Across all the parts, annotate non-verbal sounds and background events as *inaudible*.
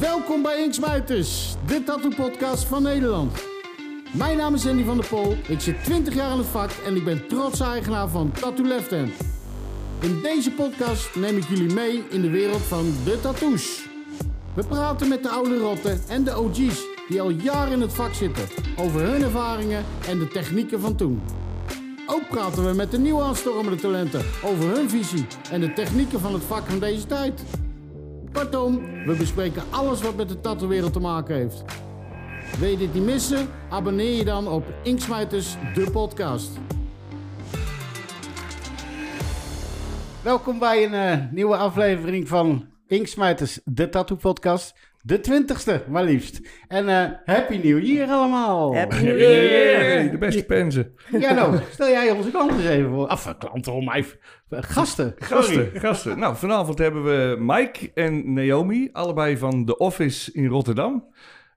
Welkom bij Inksmuiters, de tattoo-podcast van Nederland. Mijn naam is Andy van der Pol, ik zit 20 jaar aan het vak en ik ben trots eigenaar van Tattoo Left Hand. In deze podcast neem ik jullie mee in de wereld van de tattoos. We praten met de oude rotten en de OG's die al jaren in het vak zitten over hun ervaringen en de technieken van toen. Ook praten we met de nieuwe aanstormende talenten over hun visie en de technieken van het vak van deze tijd. Kortom, we bespreken alles wat met de tattoo-wereld te maken heeft. Wil je dit niet missen? Abonneer je dan op Inksmijters, de podcast. Welkom bij een eh, nieuwe aflevering van Inksmijters, de tattoo podcast. De twintigste, maar liefst. En eh, Happy New Year allemaal! Happy New Hey, de Year! beste pensen. Ja, nou, stel jij onze klanten eens even voor. Af, eh, klanten om mij. eh, *laughs* Gasten. Gasten, gasten. Nou, vanavond hebben we Mike en Naomi, allebei van The Office in Rotterdam.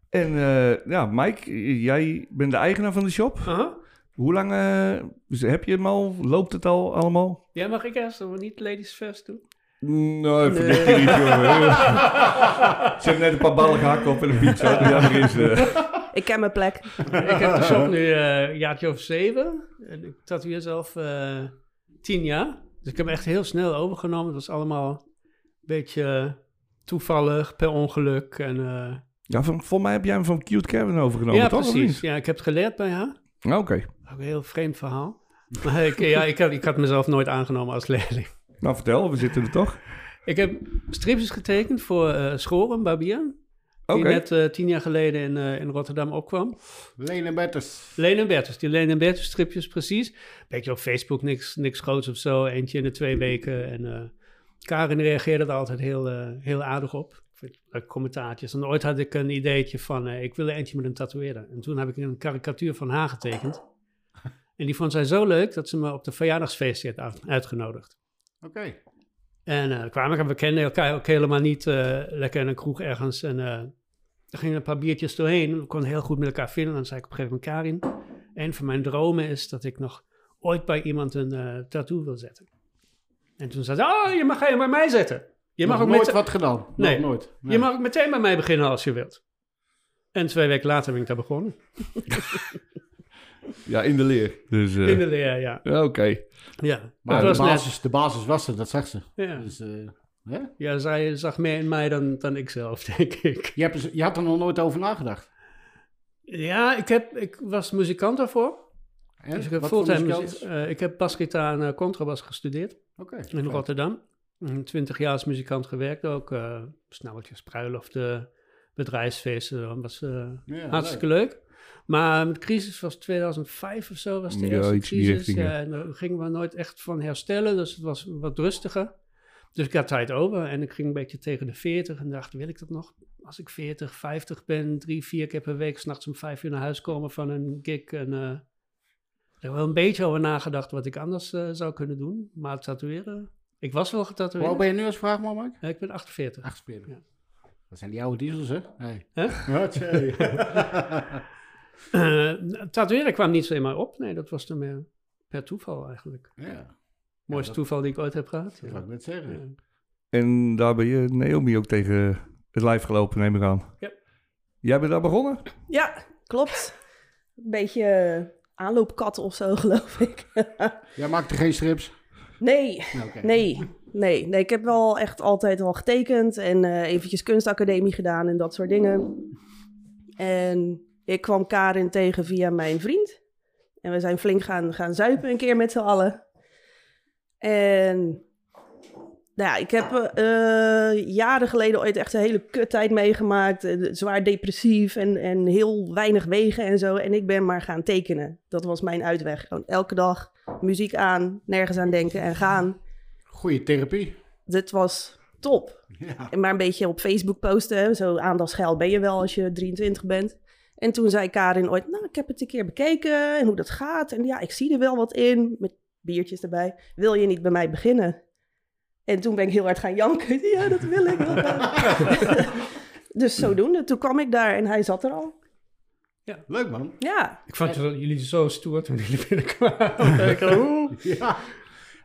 En eh, ja, Mike, jij bent de eigenaar van de shop. Aha. Hoe lang eh, heb je hem al? Loopt het al allemaal? Ja, mag ik eerst maar niet ladies first doen? Nee, verdicht je niet, *laughs* joh. Ze hebben net een paar ballen gehakt op en een pizza. Ja, er is, eh, Ik ken mijn plek. ik heb de shop nu eh, een jaartje of zeven. En ik tatoeëer zelf eh, tien jaar. Dus ik heb hem echt heel snel overgenomen. Het was allemaal een beetje eh, toevallig, per ongeluk. En, eh, Ja, van, volgens mij heb jij hem van Cute Kevin overgenomen, ja, Nou, toch? of precies. niet? Ja, ik heb het geleerd bij haar. Ja, Oké. Ook een heel vreemd verhaal. *laughs* Maar ik, ja, ik, had, ik had mezelf nooit aangenomen als leerling. Nou, vertel, we zitten er toch? Ik heb stripjes getekend voor eh Schoren, Barbier. Die Oké. net eh, tien jaar geleden in, eh, in Rotterdam opkwam. Lene Betters. Leen en Bertus, die Leen en Bertus stripjes, precies. Beetje op Facebook, niks, niks groots of zo. Eentje in de twee weken. En eh, Karin reageerde er altijd heel, eh, heel aardig op. Ik vind het Leuke commentaartjes. En ooit had ik een ideetje van, eh, ik wil er eentje met een tatoeëerder. En toen heb ik een karikatuur van haar getekend. En die vond zij zo leuk dat ze me op de verjaardagsfeest heeft uit- uitgenodigd. Oké. En eh, kwamen we, we kenden elkaar ook helemaal niet eh, lekker in een kroeg ergens. En eh, er gingen een paar biertjes doorheen. We konden heel goed met elkaar vinden. En dan zei ik op een gegeven moment, Karin, een van mijn dromen is dat ik nog ooit bij iemand een eh, tattoo wil zetten. En toen zei ze, oh, je mag hem bij mij zetten. Je mag, Nog ook nooit met, wat gedaan. Nog Nee. nooit. je mag ook meteen bij mij beginnen als je wilt. En twee weken later ben ik daar begonnen. Ja, in de leer. Dus, eh, In de leer, ja. ja, Oké. ja. Maar dat de, was net- basis, de basis was er, dat zegt ze. Ja, Dus, eh, hè? ja zij zag meer in mij dan, dan ik zelf, *laughs* denk ik. je, hebt, er- je had er nog nooit over nagedacht. Ja, ik, heb, ik was muzikant daarvoor. Hè? Dus ik heb Wat voor fulltime muzikant? muziek. eh, ik heb basgitaar en eh, contrabas gestudeerd Oké. in Rotterdam. Mm, Twintig jaar als muzikant gewerkt ook. eh snelletjes, bruiloften, bedrijfsfeesten. Dat was eh, Ja, hartstikke leuk. Maar met crisis was 2005 of zo was de Ja, eerste iets in die crisis. richting, ja. ja, en daar gingen we nooit echt van herstellen. Dus het was wat rustiger. Dus ik had tijd over en ik ging een beetje tegen de 40 en dacht, wil ik dat nog? Als ik 40, 50 ben, drie, vier keer per week, s'nachts om vijf uur naar huis komen van een gig. En eh, ik heb wel een beetje over nagedacht wat ik anders eh, zou kunnen doen. Maar het tatoeëren, ik was wel leuk. getatoeëerd. Hoe oud ben je nu als vraag, maar, Mark? Eh, ik ben 48. Acht spelen. Ja. Dat zijn die oude diesels, hè? Nee. Hè? *laughs* Wat *laughs* zei *clears throat* Eh, tatoeëren kwam niet zomaar op. Nee, dat was dan meer per toeval eigenlijk. Ja, Mooiste dat- toeval die ik ooit heb gehad. dat ja. wou ik net zeggen. Ja. En daar ben je Naomi ook tegen het lijf gelopen, neem ik aan. Ja. Jij bent daar begonnen? Ja, klopt. Een beetje eh, aanloopkat of zo, *laughs* geloof ik. Jij maakte geen strips? nee, Nou, oké. nee, nee, nee. Ik heb wel echt altijd al getekend en eh, eventjes kunstacademie gedaan en dat soort dingen. En ik kwam Karin tegen via mijn vriend. En we zijn flink gaan, gaan zuipen een keer met z'n allen. En nou ja, ik heb eh, eh, jaren geleden ooit echt een hele kuttijd meegemaakt. Eh, Zwaar depressief en, en heel weinig wegen en zo. En ik ben maar gaan tekenen. Dat was mijn uitweg. Gewoon elke dag muziek aan, nergens aan denken en gaan. Goeie therapie. Dit was top. Ja. En Maar een beetje op Facebook posten. hè. Zo aandachtsgeil ben je wel als je 23 bent. En toen zei Karin ooit, nou, ik heb het een keer bekeken en hoe dat gaat. En ja, ik zie er wel wat in, met biertjes erbij. Wil je niet bij mij beginnen? En toen ben ik heel hard gaan janken. *laughs* Ja, dat wil ik. wel. dus zodoende, toen kwam ik daar en hij zat er al. Leuk, man. Ja, *laughs* Ik vond het wel- jullie zo stoer toen jullie binnenkwamen. Ik dacht, oeh. *laughs* Ja.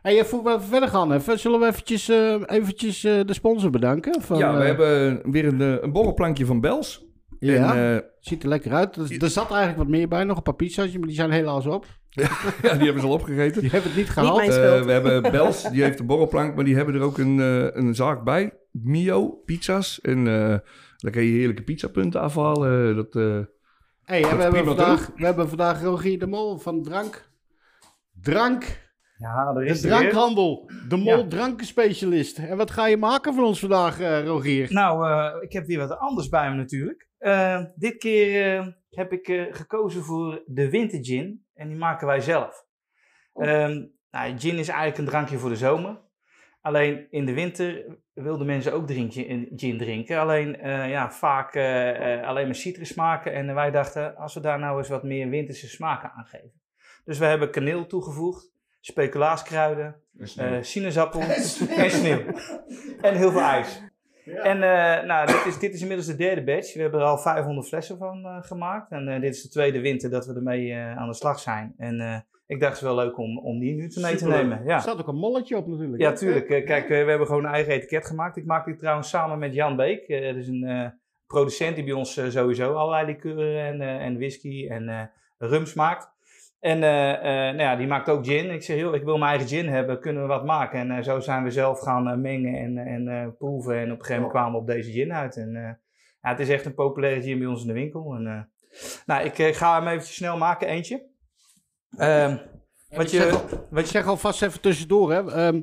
Hey, eh, voor we verder gaan, even, zullen we eventjes, eh, eventjes eh, de sponsor bedanken? Van, ja, we eh, hebben weer een, eh, een borrelplankje van Bels. ja, En, eh, *laughs* ziet er lekker uit. Er, er zat eigenlijk wat meer bij, nog een paar pizza's, maar *laughs* die zijn helaas op. ja, die hebben ze al opgegeten. Die hebben het niet gehaald. mijn- Eh, schuld. we hebben Bels, die heeft een borrelplank, maar die hebben er ook een, eh, een zaak bij. Mio, pizza's. En eh daar kun je heerlijke pizzapunten afhalen. Eh, dat, eh, Hey, en we, hebben prima, vandaag, we hebben vandaag Rogier de Mol van Drank. Drank, Ja, er de is er weer. drankhandel. De Mol drankenspecialist. En wat ga je maken voor ons vandaag, eh, Rogier? Nou, eh, ik heb weer wat anders bij me natuurlijk. Eh, dit keer eh, heb ik eh, gekozen voor de winter gin. En die maken wij zelf. Ehm, nou, gin is eigenlijk een drankje voor de zomer. Alleen in de winter wilden mensen ook drinkje, een gin drinken. Alleen eh, ja, vaak eh, eh, alleen maar citrus smaken. En wij dachten, als we daar nou eens wat meer winterse smaken aan geven. Dus we hebben kaneel toegevoegd, speculaaskruiden, eh, sinaasappel *laughs* en sneeuw. en heel veel ijs. En eh, nou, dit, is, dit is inmiddels de derde batch. We hebben er al 500 flessen van eh, gemaakt. En eh, dit is de tweede winter dat we ermee eh, aan de slag zijn. En eh, ik dacht het is wel leuk om, om die nu te mee te Superleuk. nemen. Ja. Er staat ook een molletje op natuurlijk. Ja, hè? tuurlijk. Eh, Kijk, eh, we hebben gewoon een eigen etiket gemaakt. Ik maak dit trouwens samen met Jan Beek. Eh, Dat is een eh, producent die bij ons eh, sowieso allerlei liqueuren en, eh, en whisky en eh, rums maakt. En eh, eh, nou ja, die maakt ook gin. Ik zeg, joh, ik wil mijn eigen gin hebben. Kunnen we wat maken? En eh, zo zijn we zelf gaan eh, mengen en, en eh, proeven. En op een gegeven moment kwamen we op deze gin uit. En eh, ja, het is echt een populaire gin bij ons in de winkel. En, eh, nou, ik eh, ga hem eventjes snel maken, eentje. Ehm, wat ik zeg eh, je, wat Ik je zeg alvast even tussendoor, hè. ehm,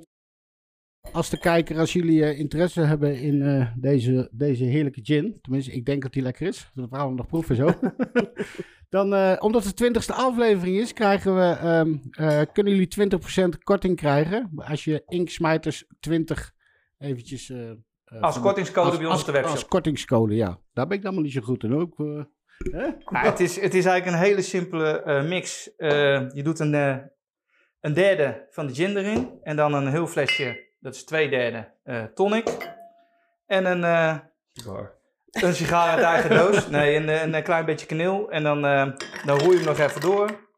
als de kijker, als jullie eh, interesse hebben in eh, deze, deze heerlijke gin, tenminste, ik denk dat die lekker is, we gaan hem nog proeven *laughs* zo. Dan, eh, omdat het 20ste aflevering is, krijgen we, ehm, eh, kunnen jullie 20% korting krijgen als je Inksmijters 20 eventjes... eh, eh, Als van- kortingscode als- bij ons als- op de webshop. Als kortingscode, ja. Daar ben ik dan maar niet zo goed in. Ook, eh, Nou, het, is, het is eigenlijk een hele simpele eh, mix. Eh, je doet een, eh, een derde van de gin erin. En dan een heel flesje, dat is twee derde, eh, tonic. En een, eh, een sigaar uit eigen doos. Nee, een, eh, een, eh, klein beetje kaneel. En dan, eh, dan roei je hem nog even door.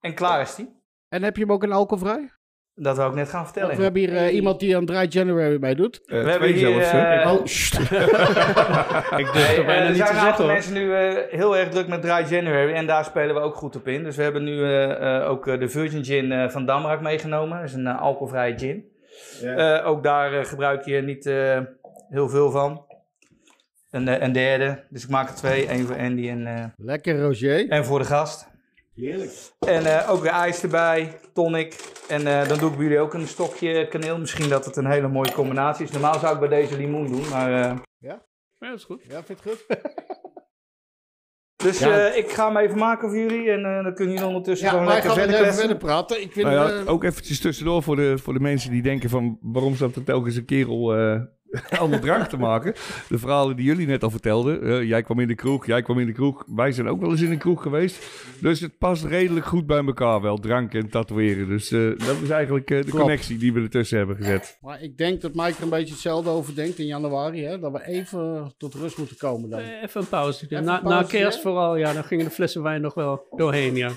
En klaar is die. en heb je hem ook in alcoholvrij? Dat wou ik net gaan We vertellen. hebben hier eh, iemand die aan Dry January mee doet. eh, hebben twee hier, zelfs. hè? eh, Oh, sst. Ik durf er Nee, bijna eh, er niet zijn te een aantal zeggen hoor. mensen nu eh, heel erg druk met Dry January en daar spelen we ook goed op in. Dus we hebben nu eh, eh, ook eh, de Virgin Gin eh, van Damrak meegenomen. Dat is een eh, alcoholvrije gin. Eh, ook daar eh, gebruik je niet eh, heel veel van. Een, eh, een derde. Dus ik maak er twee. één voor Andy en, eh, Lekker, Roger. en voor de gast. Heerlijk. En eh, ook weer ijs erbij, tonic. En eh, dan doe ik bij jullie ook een stokje kaneel. Misschien dat het een hele mooie combinatie is. Normaal zou ik bij deze limoen doen, maar... eh, Ja, dat is goed. Ja, vind het goed? Dus Ja. eh, ik ga hem even maken voor jullie en eh, dan kunnen jullie ondertussen Ja, gewoon wij lekker gaan weer verder even kletsen. verder praten. Ik vind, Nou ja, eh, ook eventjes tussendoor voor de, voor de mensen die denken van... waarom staat er telkens een kerel eh *laughs* allemaal drank te maken? De verhalen die jullie net al vertelden. eh, jij kwam in de kroeg, jij kwam in de kroeg. Wij zijn ook wel eens in een kroeg geweest. Dus het past redelijk goed bij elkaar wel, drank en tatoeëren. Dus eh, dat is eigenlijk eh, de Klopt. connectie die we ertussen hebben gezet. maar ik denk dat Mike er een beetje hetzelfde over denkt in januari. Hè? Dat we even tot rust moeten komen dan. Eh, Even een pauze. Even na, een pauze, na kerst hè? vooral, ja, dan gingen de flessen wijn nog wel doorheen, ja.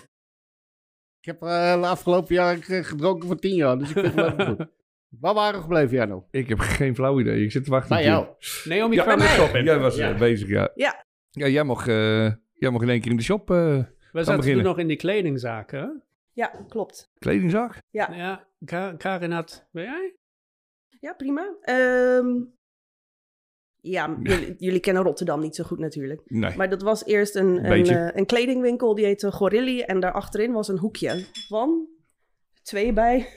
Ik heb eh, de afgelopen jaar eh, gedronken voor tien jaar, dus ik vind het wel even *laughs* goed. Waar waren we gebleven, Jarno? Ik heb geen flauw idee. Ik zit te wachten. Bij jou. natuurlijk. Naomi Ja, kwam de bij mij. shop in. Jij was Ja. eh, bezig, ja. Ja. Ja, jij mag, eh, jij mag in één keer in de shop. eh We zaten toen beginnen. nog in die kledingzaken. hè? Ja, klopt. kledingzaak? Ja. Ja, Ka- Karin had... Ben jij? Ja, prima. Ehm, ja, jullie, jullie kennen Rotterdam niet zo goed natuurlijk. Nee. Maar dat was eerst een, een, Beetje. eh, een kledingwinkel, die heette Gorilli. En daar achterin was een hoekje van twee bij.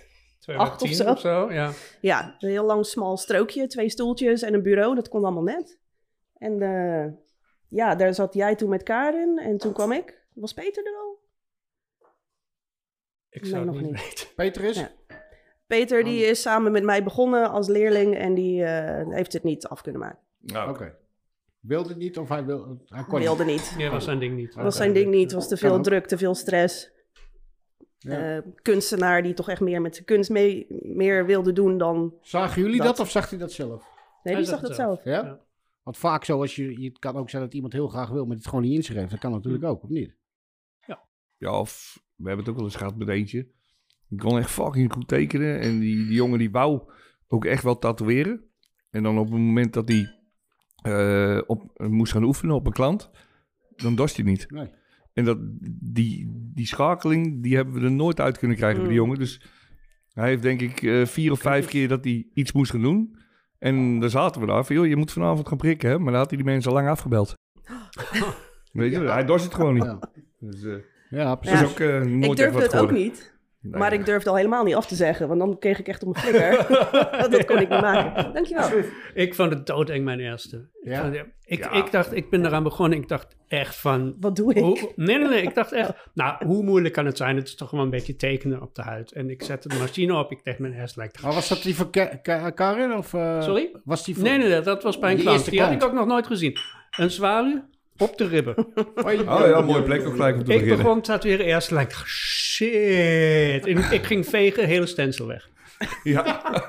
Twee Acht of of tien zo. of zo, ja. Ja, een heel lang smal strookje, twee stoeltjes en een bureau. Dat kon allemaal net. En eh, ja, daar zat jij toen met Karin en toen kwam ik. Was Peter er al? Ik Nee, zou het nog niet niet. weten. Peter is? Ja. Peter die is samen met mij begonnen als leerling en die eh, heeft het niet af kunnen maken. Nou, Oké. Wilde het niet of hij, wil, hij kon Wilde niet. Ja, was zijn ding niet. Was zijn ding niet, was te Kan veel ook. druk, te veel stress. Ja. Eh, kunstenaar die toch echt meer met zijn kunst mee, meer wilde doen dan... Zagen jullie dat. Dat. of zag hij dat zelf? Nee, die zag dat zelf. Ja? Ja. Want vaak zo, als je, het kan ook zijn dat iemand heel graag wil, maar het gewoon niet Mm. inschrijft. Dat kan natuurlijk ook, of niet? Ja, of we hebben het ook wel eens gehad met eentje. Die kon echt fucking goed tekenen. En die, die jongen die wou ook echt wel tatoeëren. En dan op het moment dat hij eh, op, moest gaan oefenen op een klant, dan dorst hij niet. Nee. En dat, die, die schakeling, die hebben we er nooit uit kunnen krijgen bij die Mm. jongen. Dus hij heeft denk ik eh, vier of vijf keer dat hij iets moest gaan doen. En daar zaten we daar van, joh, je moet vanavond gaan prikken, hè? Maar dan had hij die mensen al lang afgebeld. Weet je, hij dorst het gewoon niet. Ja. Dus, eh, Ja, dat is precies. ook eh, nooit Ik echt durfde wat het ook geworden. niet, Nee, maar ik durfde al helemaal niet af te zeggen, want dan kreeg ik echt op mijn flikker. *laughs* dat kon ik niet maken. Dankjewel. Ik vond het doodeng mijn eerste. Ja? Ik, vond- ik, Ja. ik dacht, ik ben eraan begonnen. Ik dacht echt van... Wat doe ik? Hoe, nee, nee, nee. Ik dacht echt, nou, hoe moeilijk kan het zijn? Het is toch gewoon een beetje tekenen op de huid. En ik zette de machine op. Ik dacht, mijn hersen lijkt... Maar was dat die van Ka- Ka- Karin? Of, eh, Sorry? Was die van... Nee, nee, nee, dat was bij een Die klant. eerste Die had klant. ik ook nog nooit gezien. Een zwaluw op de *laughs* ribben. Oh ja, mooie plek ook gelijk om te ik beginnen. begon tatoeëren eerst. Like, shit. En ik ging vegen, hele stencil weg. Ja.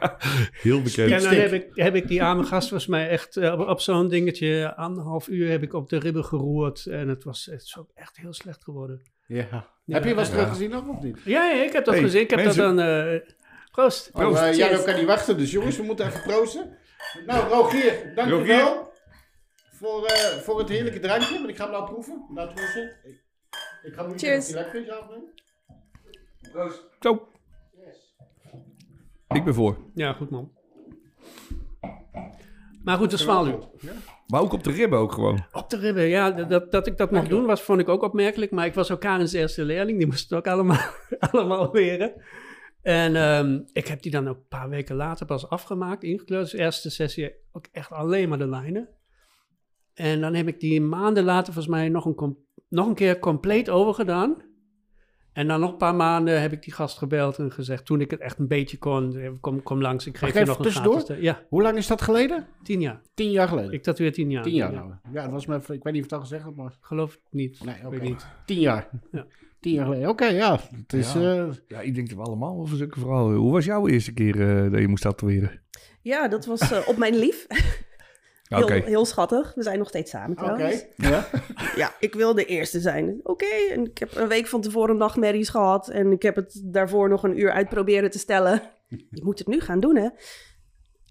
*laughs* Heel bekend. En dan nou, heb ik, heb ik die arme gast, was mij echt eh, op, op zo'n dingetje, anderhalf uur heb ik op de ribben geroerd. En het was het is ook echt heel slecht geworden. Ja. Ja. Heb je was Ja. teruggezien nog of niet? Ja, ja, ik heb dat Hey, gezien. Ik heb mensen. dat dan... eh proost. Oh, eh, Proost. Jarno Cheers. kan niet wachten, dus jongens, we moeten even proosten. Nou, Rogier, dankjewel voor, eh, voor het heerlijke drankje. Want ik ga hem nou proeven. Laat het zitten. Ik, ik ga hem niet Cheers. of hij lekker is, ja of nee? Zo. Ik ben voor. Ja, goed man. Maar goed, de zwaluw. Maar ook op de ribben ook gewoon. Op de ribben, ja. Dat, dat, dat ik dat mocht doen, was, vond ik ook opmerkelijk. Maar ik was ook Karens eerste leerling. Die moest het ook allemaal, *laughs* allemaal leren. En ehm, ik heb die dan ook een paar weken later pas afgemaakt, ingekleurd. Dus eerste sessie ook echt alleen maar de lijnen. En dan heb ik die maanden later volgens mij nog een, com- nog een keer compleet overgedaan. En dan nog een paar maanden heb ik die gast gebeld en gezegd... toen ik het echt een beetje kon, eh, kom, kom langs, ik geef ik je even nog een tussendoor? gratis... te- Ja, Hoe lang is dat geleden? tien jaar. Tien jaar geleden. Ik tatoeëer tien jaar. Tien jaar Ja, nou. Ja, dat was me even, ik weet niet of het al gezegd had, maar... Geloof het niet. Nee, oké. Weet niet. Tien jaar. Ja. Tien jaar geleden. Oké, ja. Het is... Ja. eh, Ja, ik denk dat we allemaal wel zulke verhalen. Hoe was jouw eerste keer eh, dat je moest tatoeëren? Ja, dat was eh, op mijn lief. Oké. Nou, Heel, heel schattig. We zijn nog steeds samen Oké. trouwens. Ja. Ja, ik wil de eerste zijn. Oké, en ik heb een week van tevoren nachtmerries gehad. En ik heb het daarvoor nog een uur uit proberen te *laughs* stellen. Je moet het nu gaan doen, hè?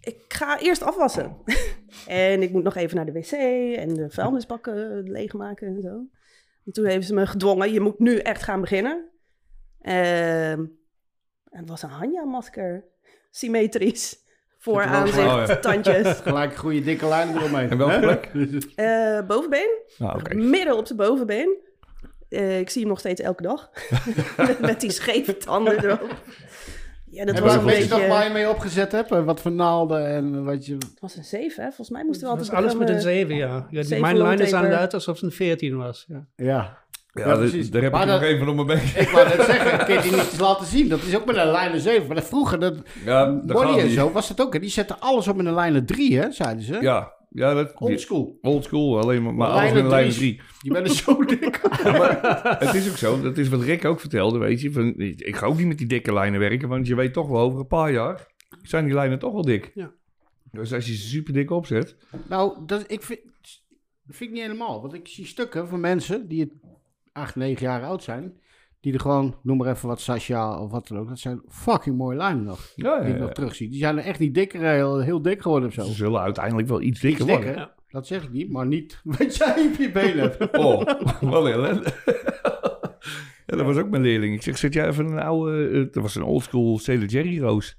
Ik ga eerst afwassen. *laughs* en ik moet nog even naar de wc en de vuilnisbakken leegmaken en zo. En toen hebben ze me gedwongen, je moet nu echt gaan beginnen. Ehm, en het was een Hanja-masker. Symmetrisch. Voor aanzicht, Oh, ja. *laughs* tandjes. Gelijk een goede dikke lijn eromheen. En welke Hè? *laughs* Dus- plek? Eh, bovenbeen. Ah, oké. Midden op de bovenbeen. Eh, ik zie hem nog steeds elke dag. met, met die scheve tanden erop. Ja, dat en was waar een weet je nog waar beetje... je mee opgezet hebt? En Wat voor naalden en wat je... Het was een 7, hè? Volgens mij moesten we Dat is altijd... alles met een programma- 7, ja. ja die, zeven mijn line is aan longtaper. het uit alsof het een 14 was. Ja. Ja. Ja, Ja, d- precies. daar heb Maar ik dat- nog één van op mijn been. Ik wou net zeggen, ik kan die niet eens laten zien. Dat is ook met een lijnen 7. Maar dat vroeger, dat Ja, daar gaan Body en die. zo was het ook. Hè? Die zetten alles op in een lijnen 3, hè, zeiden ze. Ja, ja dat... Old school. Old school, alleen maar, maar alles Lijnen in lijn drie. 3. Die werden zo *laughs* dik. Het is ook zo, dat is wat Rick ook vertelde, weet je. Van, ik ga ook niet met die dikke lijnen werken, want je weet toch wel, over een paar jaar zijn die lijnen toch wel dik. Ja. Dus als je ze super dik opzet, nou, dat, ik vind, dat vind ik niet helemaal. Want ik zie stukken van mensen die het 8, 9 jaar oud zijn. Die er gewoon, noem maar even wat Sasha of wat dan ook. Dat zijn fucking mooie lijnen nog. ja, ja, Die ik ja. nog terugzie. Die zijn er echt niet dikker, eh, heel, heel dik geworden of zo. Eh. ze zullen uiteindelijk wel iets Iets dikker worden. dikker, dat zeg ik niet. Maar niet *laughs* wat jij op je benen hebt. *laughs* Oh, wat een ellende. Ja, dat was ook mijn leerling. Ik zeg, zet jij even een oude... eh, Dat was een oldschool Sailor Jerry roos.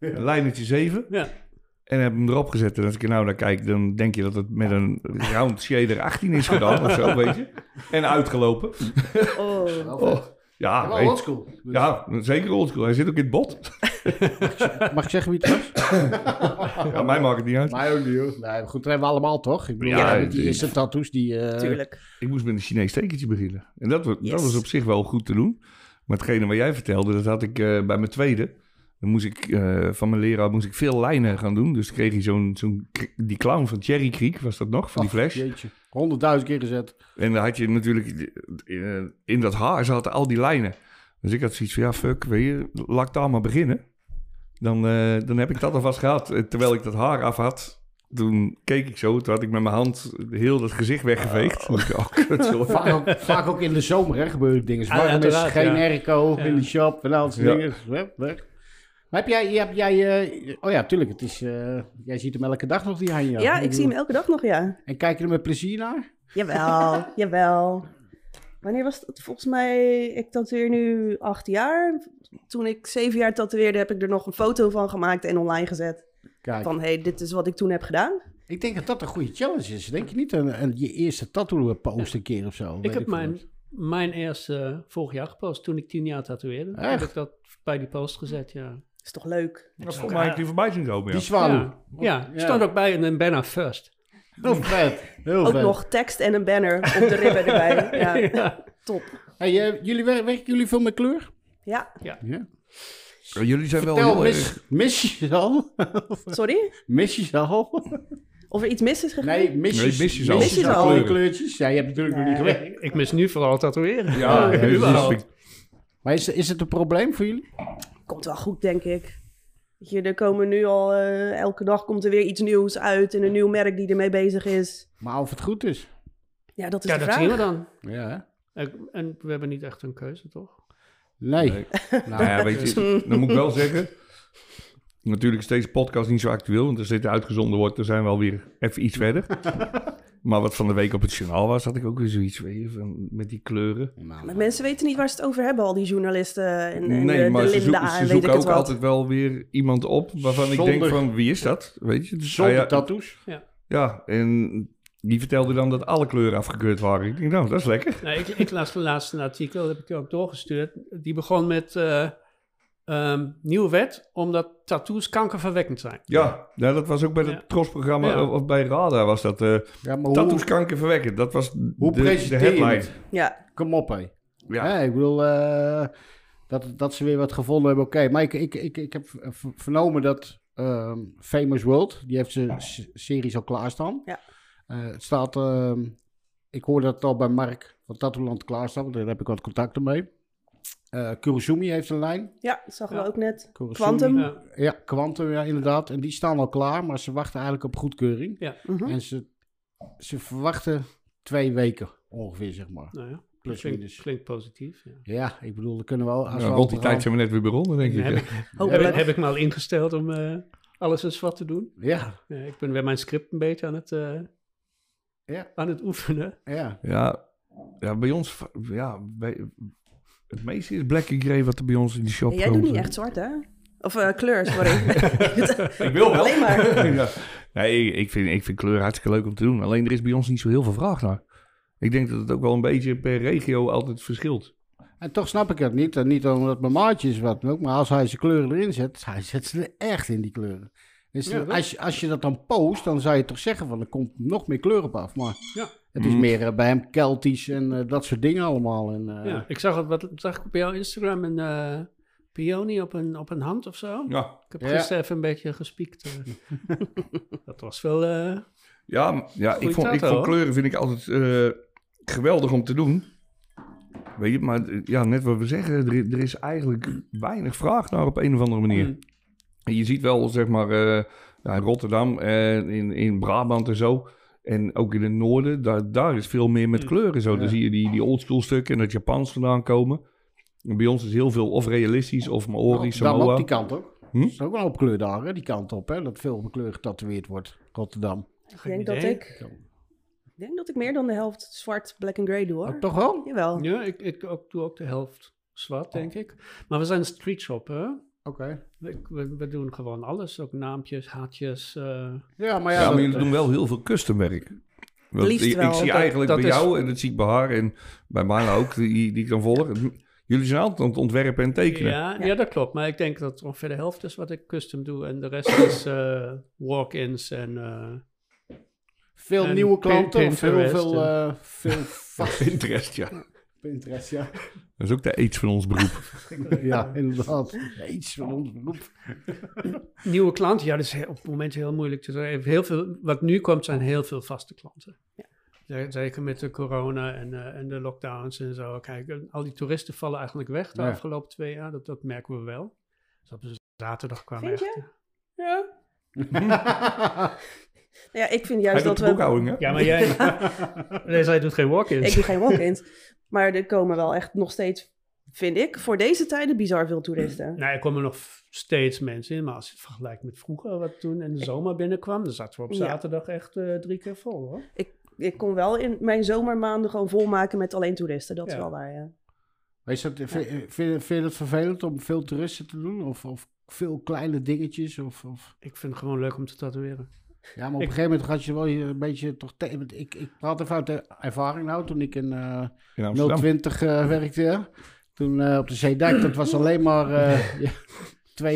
Een lijnetje 7. Ja. En heb hem erop gezet. En als ik er nou naar kijk, dan denk je dat het met een round shader 18 is gedaan of zo, weet je. En uitgelopen. Oh. Oh, ja, Wel weet- old school. ja, zeker oldschool. Hij zit ook in het bot. Mag ik zeggen wie het was? *coughs* *laughs* Ja, mij maakt het niet uit. Maar ook niet, hoor. Nee, goed, dat hebben we allemaal toch? Ik bedoel, Ja, ja, die ik- eerste tattoos die... eh, Tuurlijk. Ik moest met een Chinees tekentje beginnen. En dat, wa- Yes. dat was op zich wel goed te doen. Maar hetgene wat jij vertelde, dat had ik eh, bij mijn tweede. Dan moest ik, eh, van mijn leraar moest ik veel lijnen gaan doen. Dus kreeg je zo'n, zo'n k- die clown van Cherry Creek, was dat nog, van die flash. Jeetje, honderdduizend keer gezet. En dan had je natuurlijk, eh, in dat haar zaten al die lijnen. Dus ik had zoiets van, ja fuck, weet je, laat ik daar maar beginnen. Dan, eh, dan heb ik dat alvast gehad. Eh, Terwijl ik dat haar af had, toen keek ik zo, toen had ik met mijn hand heel *laughs* dat gezicht weggeveegd. Ik dacht, Oh, kut, joh. Vaak ook, *laughs* vaak ook in de zomer hè, gebeuren dingen. Ah, Ja, Waarom is er uiteraard, geen ja. airco Ja. in de shop en al dat soort Ja. dingen. Weg, weg. Maar heb jij, heb jij eh, oh ja, tuurlijk, het is, eh, jij ziet hem elke dag nog, die hanja. Ja, ik zie hem elke dag nog, ja. En kijk je er met plezier naar? Jawel, jawel. Wanneer was dat? Volgens mij, ik tatoeëer nu acht jaar. Toen ik zeven jaar tatoeëerde, heb ik er nog een foto van gemaakt en online gezet. Kijk, Van, hé, hey, dit is wat ik toen heb gedaan. ik denk dat dat een goede challenge is. Denk je niet een, een- je eerste tattoo post een keer of zo? Ik Weet heb veel. mijn, mijn eerste eh, vorig jaar gepost, toen ik tien jaar tatoeëerde. Echt? Heb ik dat bij die post gezet, ja. Is toch leuk? Dat vond mij die voorbij zien komen, ja. Die zwaluw. Ja, ja, stond ook bij en een banner first. Dat is vet. Heel Ook vet. nog tekst en een banner op de ribben erbij. Ja, *laughs* Ja. top. Hey, eh, jullie, wer- werken jullie veel met kleur? Ja, Ja. Jullie zijn wel Vertel, heel erg... mis, mis je ze al? *laughs* sorry? Mis je ze al? Of er iets mis is gegaan? Nee, mis je, Nee, mis je ze al. mis je ze al Kleuren. in kleurtjes? Ja, je hebt natuurlijk nog niet gewerkt. Ik mis nu vooral tatoeëren. Ja, Ja, heel überhaupt. erg. Maar is, is het een probleem voor jullie? Komt wel goed, denk ik. Weet je, er komen nu al, eh, elke dag komt er weer iets nieuws uit en een nieuw merk die ermee bezig is. Maar of het goed is? Ja, dat is Ja, de dat vraag. zien we dan. Ja, hè? En, en we hebben niet echt een keuze, toch? Nee. Nee. Nou, Nou ja, weet je, dan moet ik wel zeggen... Natuurlijk is deze podcast niet zo actueel, want als dit uitgezonden wordt, dan zijn we alweer even iets verder. Maar wat van de week op het journaal was, had ik ook weer zoiets weet je, van, met die kleuren. nou, Maar mensen weten niet waar ze het over hebben, al die journalisten en, en nee, de, maar de ze, Linda zoeken, ze en weet ik zoeken ook het wat. altijd wel weer iemand op waarvan ik Zonder- denk van, wie is dat? Weet je, dus, Zonder ah ja, tattoos. Ja, en die vertelde dan dat alle kleuren afgekeurd waren. Ik denk, nou, dat is lekker. Nou, ik, ik las de laatste artikel, dat heb ik je ook doorgestuurd. Die begon met eh, ehm, nieuwe wet, omdat tattoos kankerverwekkend zijn. Ja, ja dat was ook bij het Ja. trosprogramma, Ja. of, of bij Radar was dat. eh Ja, maar tattoos hoe, kankerverwekkend, dat was hoe de, de presenteer je headline. het? Ja, Kom op, hé. Ja. Hè, ik bedoel, eh, dat, dat ze weer wat gevonden hebben, oké. Maar ik, ik, ik, ik heb v- v- vernomen dat ehm, Famous World, die heeft zijn s- series al klaarstaan. Ja. Eh, het staat, ehm, ik hoorde dat het al bij Mark van Tattooland klaarstaan, want daar heb ik wat contacten mee. Eh Kurosumi heeft een lijn. ja, dat zag we Ja. ook net. Kurosumi. Quantum. Ja. Ja, Quantum, ja, inderdaad. En die staan al klaar, maar ze wachten eigenlijk op goedkeuring. Mhm. En ze, ze verwachten twee weken ongeveer, zeg maar. Nou ja, Plus klinkt, minus. klinkt positief. Ja. Ja, ik bedoel, dan kunnen we al... Ja, Als we al rond die te gaan- tijd zijn we net weer begonnen, denk ik. Heb, ja. ik, heb, ik, Hopelijk. heb ik me al ingesteld om eh, alles eens wat te doen. Ja, Ja, ik ben weer mijn script een beetje aan het, eh, Ja. aan het oefenen. ja. Ja, ja, bij ons, va- ja, bij, het meeste is black and grey wat er bij ons in de shop En jij doet komt. niet echt zwart, hè? Of eh, *laughs* kleur, sorry. *laughs* Ik wil wel. Alleen *laughs* maar. ja. Nee, ik- ik vind, ik vind kleur hartstikke leuk om te doen. Alleen er is bij ons niet zo heel veel vraag naar. Ik denk dat het ook wel een beetje per regio altijd verschilt. En toch snap ik het niet. En niet omdat mijn maatje is wat dan ook. Maar als hij zijn kleuren erin zet, hij zet ze er echt in die kleuren. Dus Ja, dat- als, je, als je dat dan post, dan zou je toch zeggen van er komt nog meer kleur op af. Maar Ja. het is Mm. meer eh, bij hem Keltisch en eh, dat soort dingen allemaal. En, eh, Ja. Ik zag, het, wat, zag ik op jouw Instagram een eh peonie op een, op een hand of zo. Ja, Ik heb Ja. gisteren even een beetje gespiekt. eh. *laughs* dat was wel... eh, ja, m- ja ik Goeie vond, ik tato, vond hoor. kleuren vind ik altijd eh, geweldig om te doen. Weet je, maar eh, ja, net wat we zeggen, er, i- er is eigenlijk weinig vraag naar op een of andere manier. mm, En Je ziet wel, zeg maar, eh, ja, in Rotterdam en in, in Brabant en zo. En ook in het noorden, daar, daar is veel meer met Mm. kleuren zo. Ja. Dan zie je die, die oldschool stukken en het Japans vandaan komen. En bij ons is heel veel of realistisch of Nou, Maori, dan ook Samoa. die kant op. Hm? Er is ook wel op kleur daar, hè, die kant op. Hè, dat veel op kleur getatoeëerd wordt, Rotterdam. ik, geen denk dat idee. ik, ik denk dat ik meer dan de helft zwart, black and grey doe, hoor. Oh, toch wel? Jawel. Ja, ik, ik ook, doe ook de helft Oh. zwart, denk ik. Maar we zijn een streetshop, hè? Oké. We, we, we doen gewoon alles. Ook naampjes, haatjes. Ja, eh, maar ja, Ja, maar dat- jullie doen wel heel veel customwerk. Want Liefst ik, ik wel. zie Dat- eigenlijk dat bij is- jou en dat zie ik bij haar en bij mij ook, die, die ik dan volg. Jullie zijn altijd aan het ontwerpen en tekenen. ja, ja. dat klopt. Maar ik denk dat ongeveer de helft is wat ik custom doe. En de rest is eh, walk-ins en... eh, Veel En nieuwe klanten of heel Pinterest veel, eh *laughs* veel vast... Interest, ja. Pinterest, ja. Dat is ook de aids van ons beroep. *laughs* ja, inderdaad. Oh. Iets van ons beroep. Nieuwe klanten, ja, dat is heel- op het moment heel moeilijk te zeggen. Heel veel, wat nu komt, zijn heel veel vaste klanten. Z- Zeker met de corona en, eh, en de lockdowns en zo. Kijk, en al die toeristen vallen eigenlijk weg de Ja. afgelopen twee jaar. Dat, dat merken we wel. Dus op zaterdag kwamen Vind echt... je? Ja. Ja, ik vind Hij juist doet dat de we... boekhouding, hè? Ja, maar jij... nee, zij doet geen Ik walk-ins. doe geen walk-ins. maar er komen wel echt nog steeds, vind ik, voor deze tijden bizar veel toeristen. Nou, er komen nog f- steeds mensen in. Maar als je het vergelijkt met vroeger, wat toen in de zomer binnenkwam... dan zaten we op Ja. zaterdag echt eh, drie keer vol, hoor. Ik kon wel in mijn zomermaanden gewoon volmaken met alleen toeristen. Dat is Ja. wel waar, ja. *laughs* Maar is dat, eh, vind, vind- vind je het vervelend om veel toeristen te doen? Of, of veel kleine dingetjes? Of, of... Ik vind het gewoon leuk om te tatoeëren. Ja, maar op Ik- een gegeven moment had je wel je een beetje toch... te- want Ik, ik praat even uit de ervaring nou, toen ik in eh In Amsterdam. 020 eh, werkte. hè. Toen eh, op de Zeedijk, dat was alleen maar eh, *laughs* ja,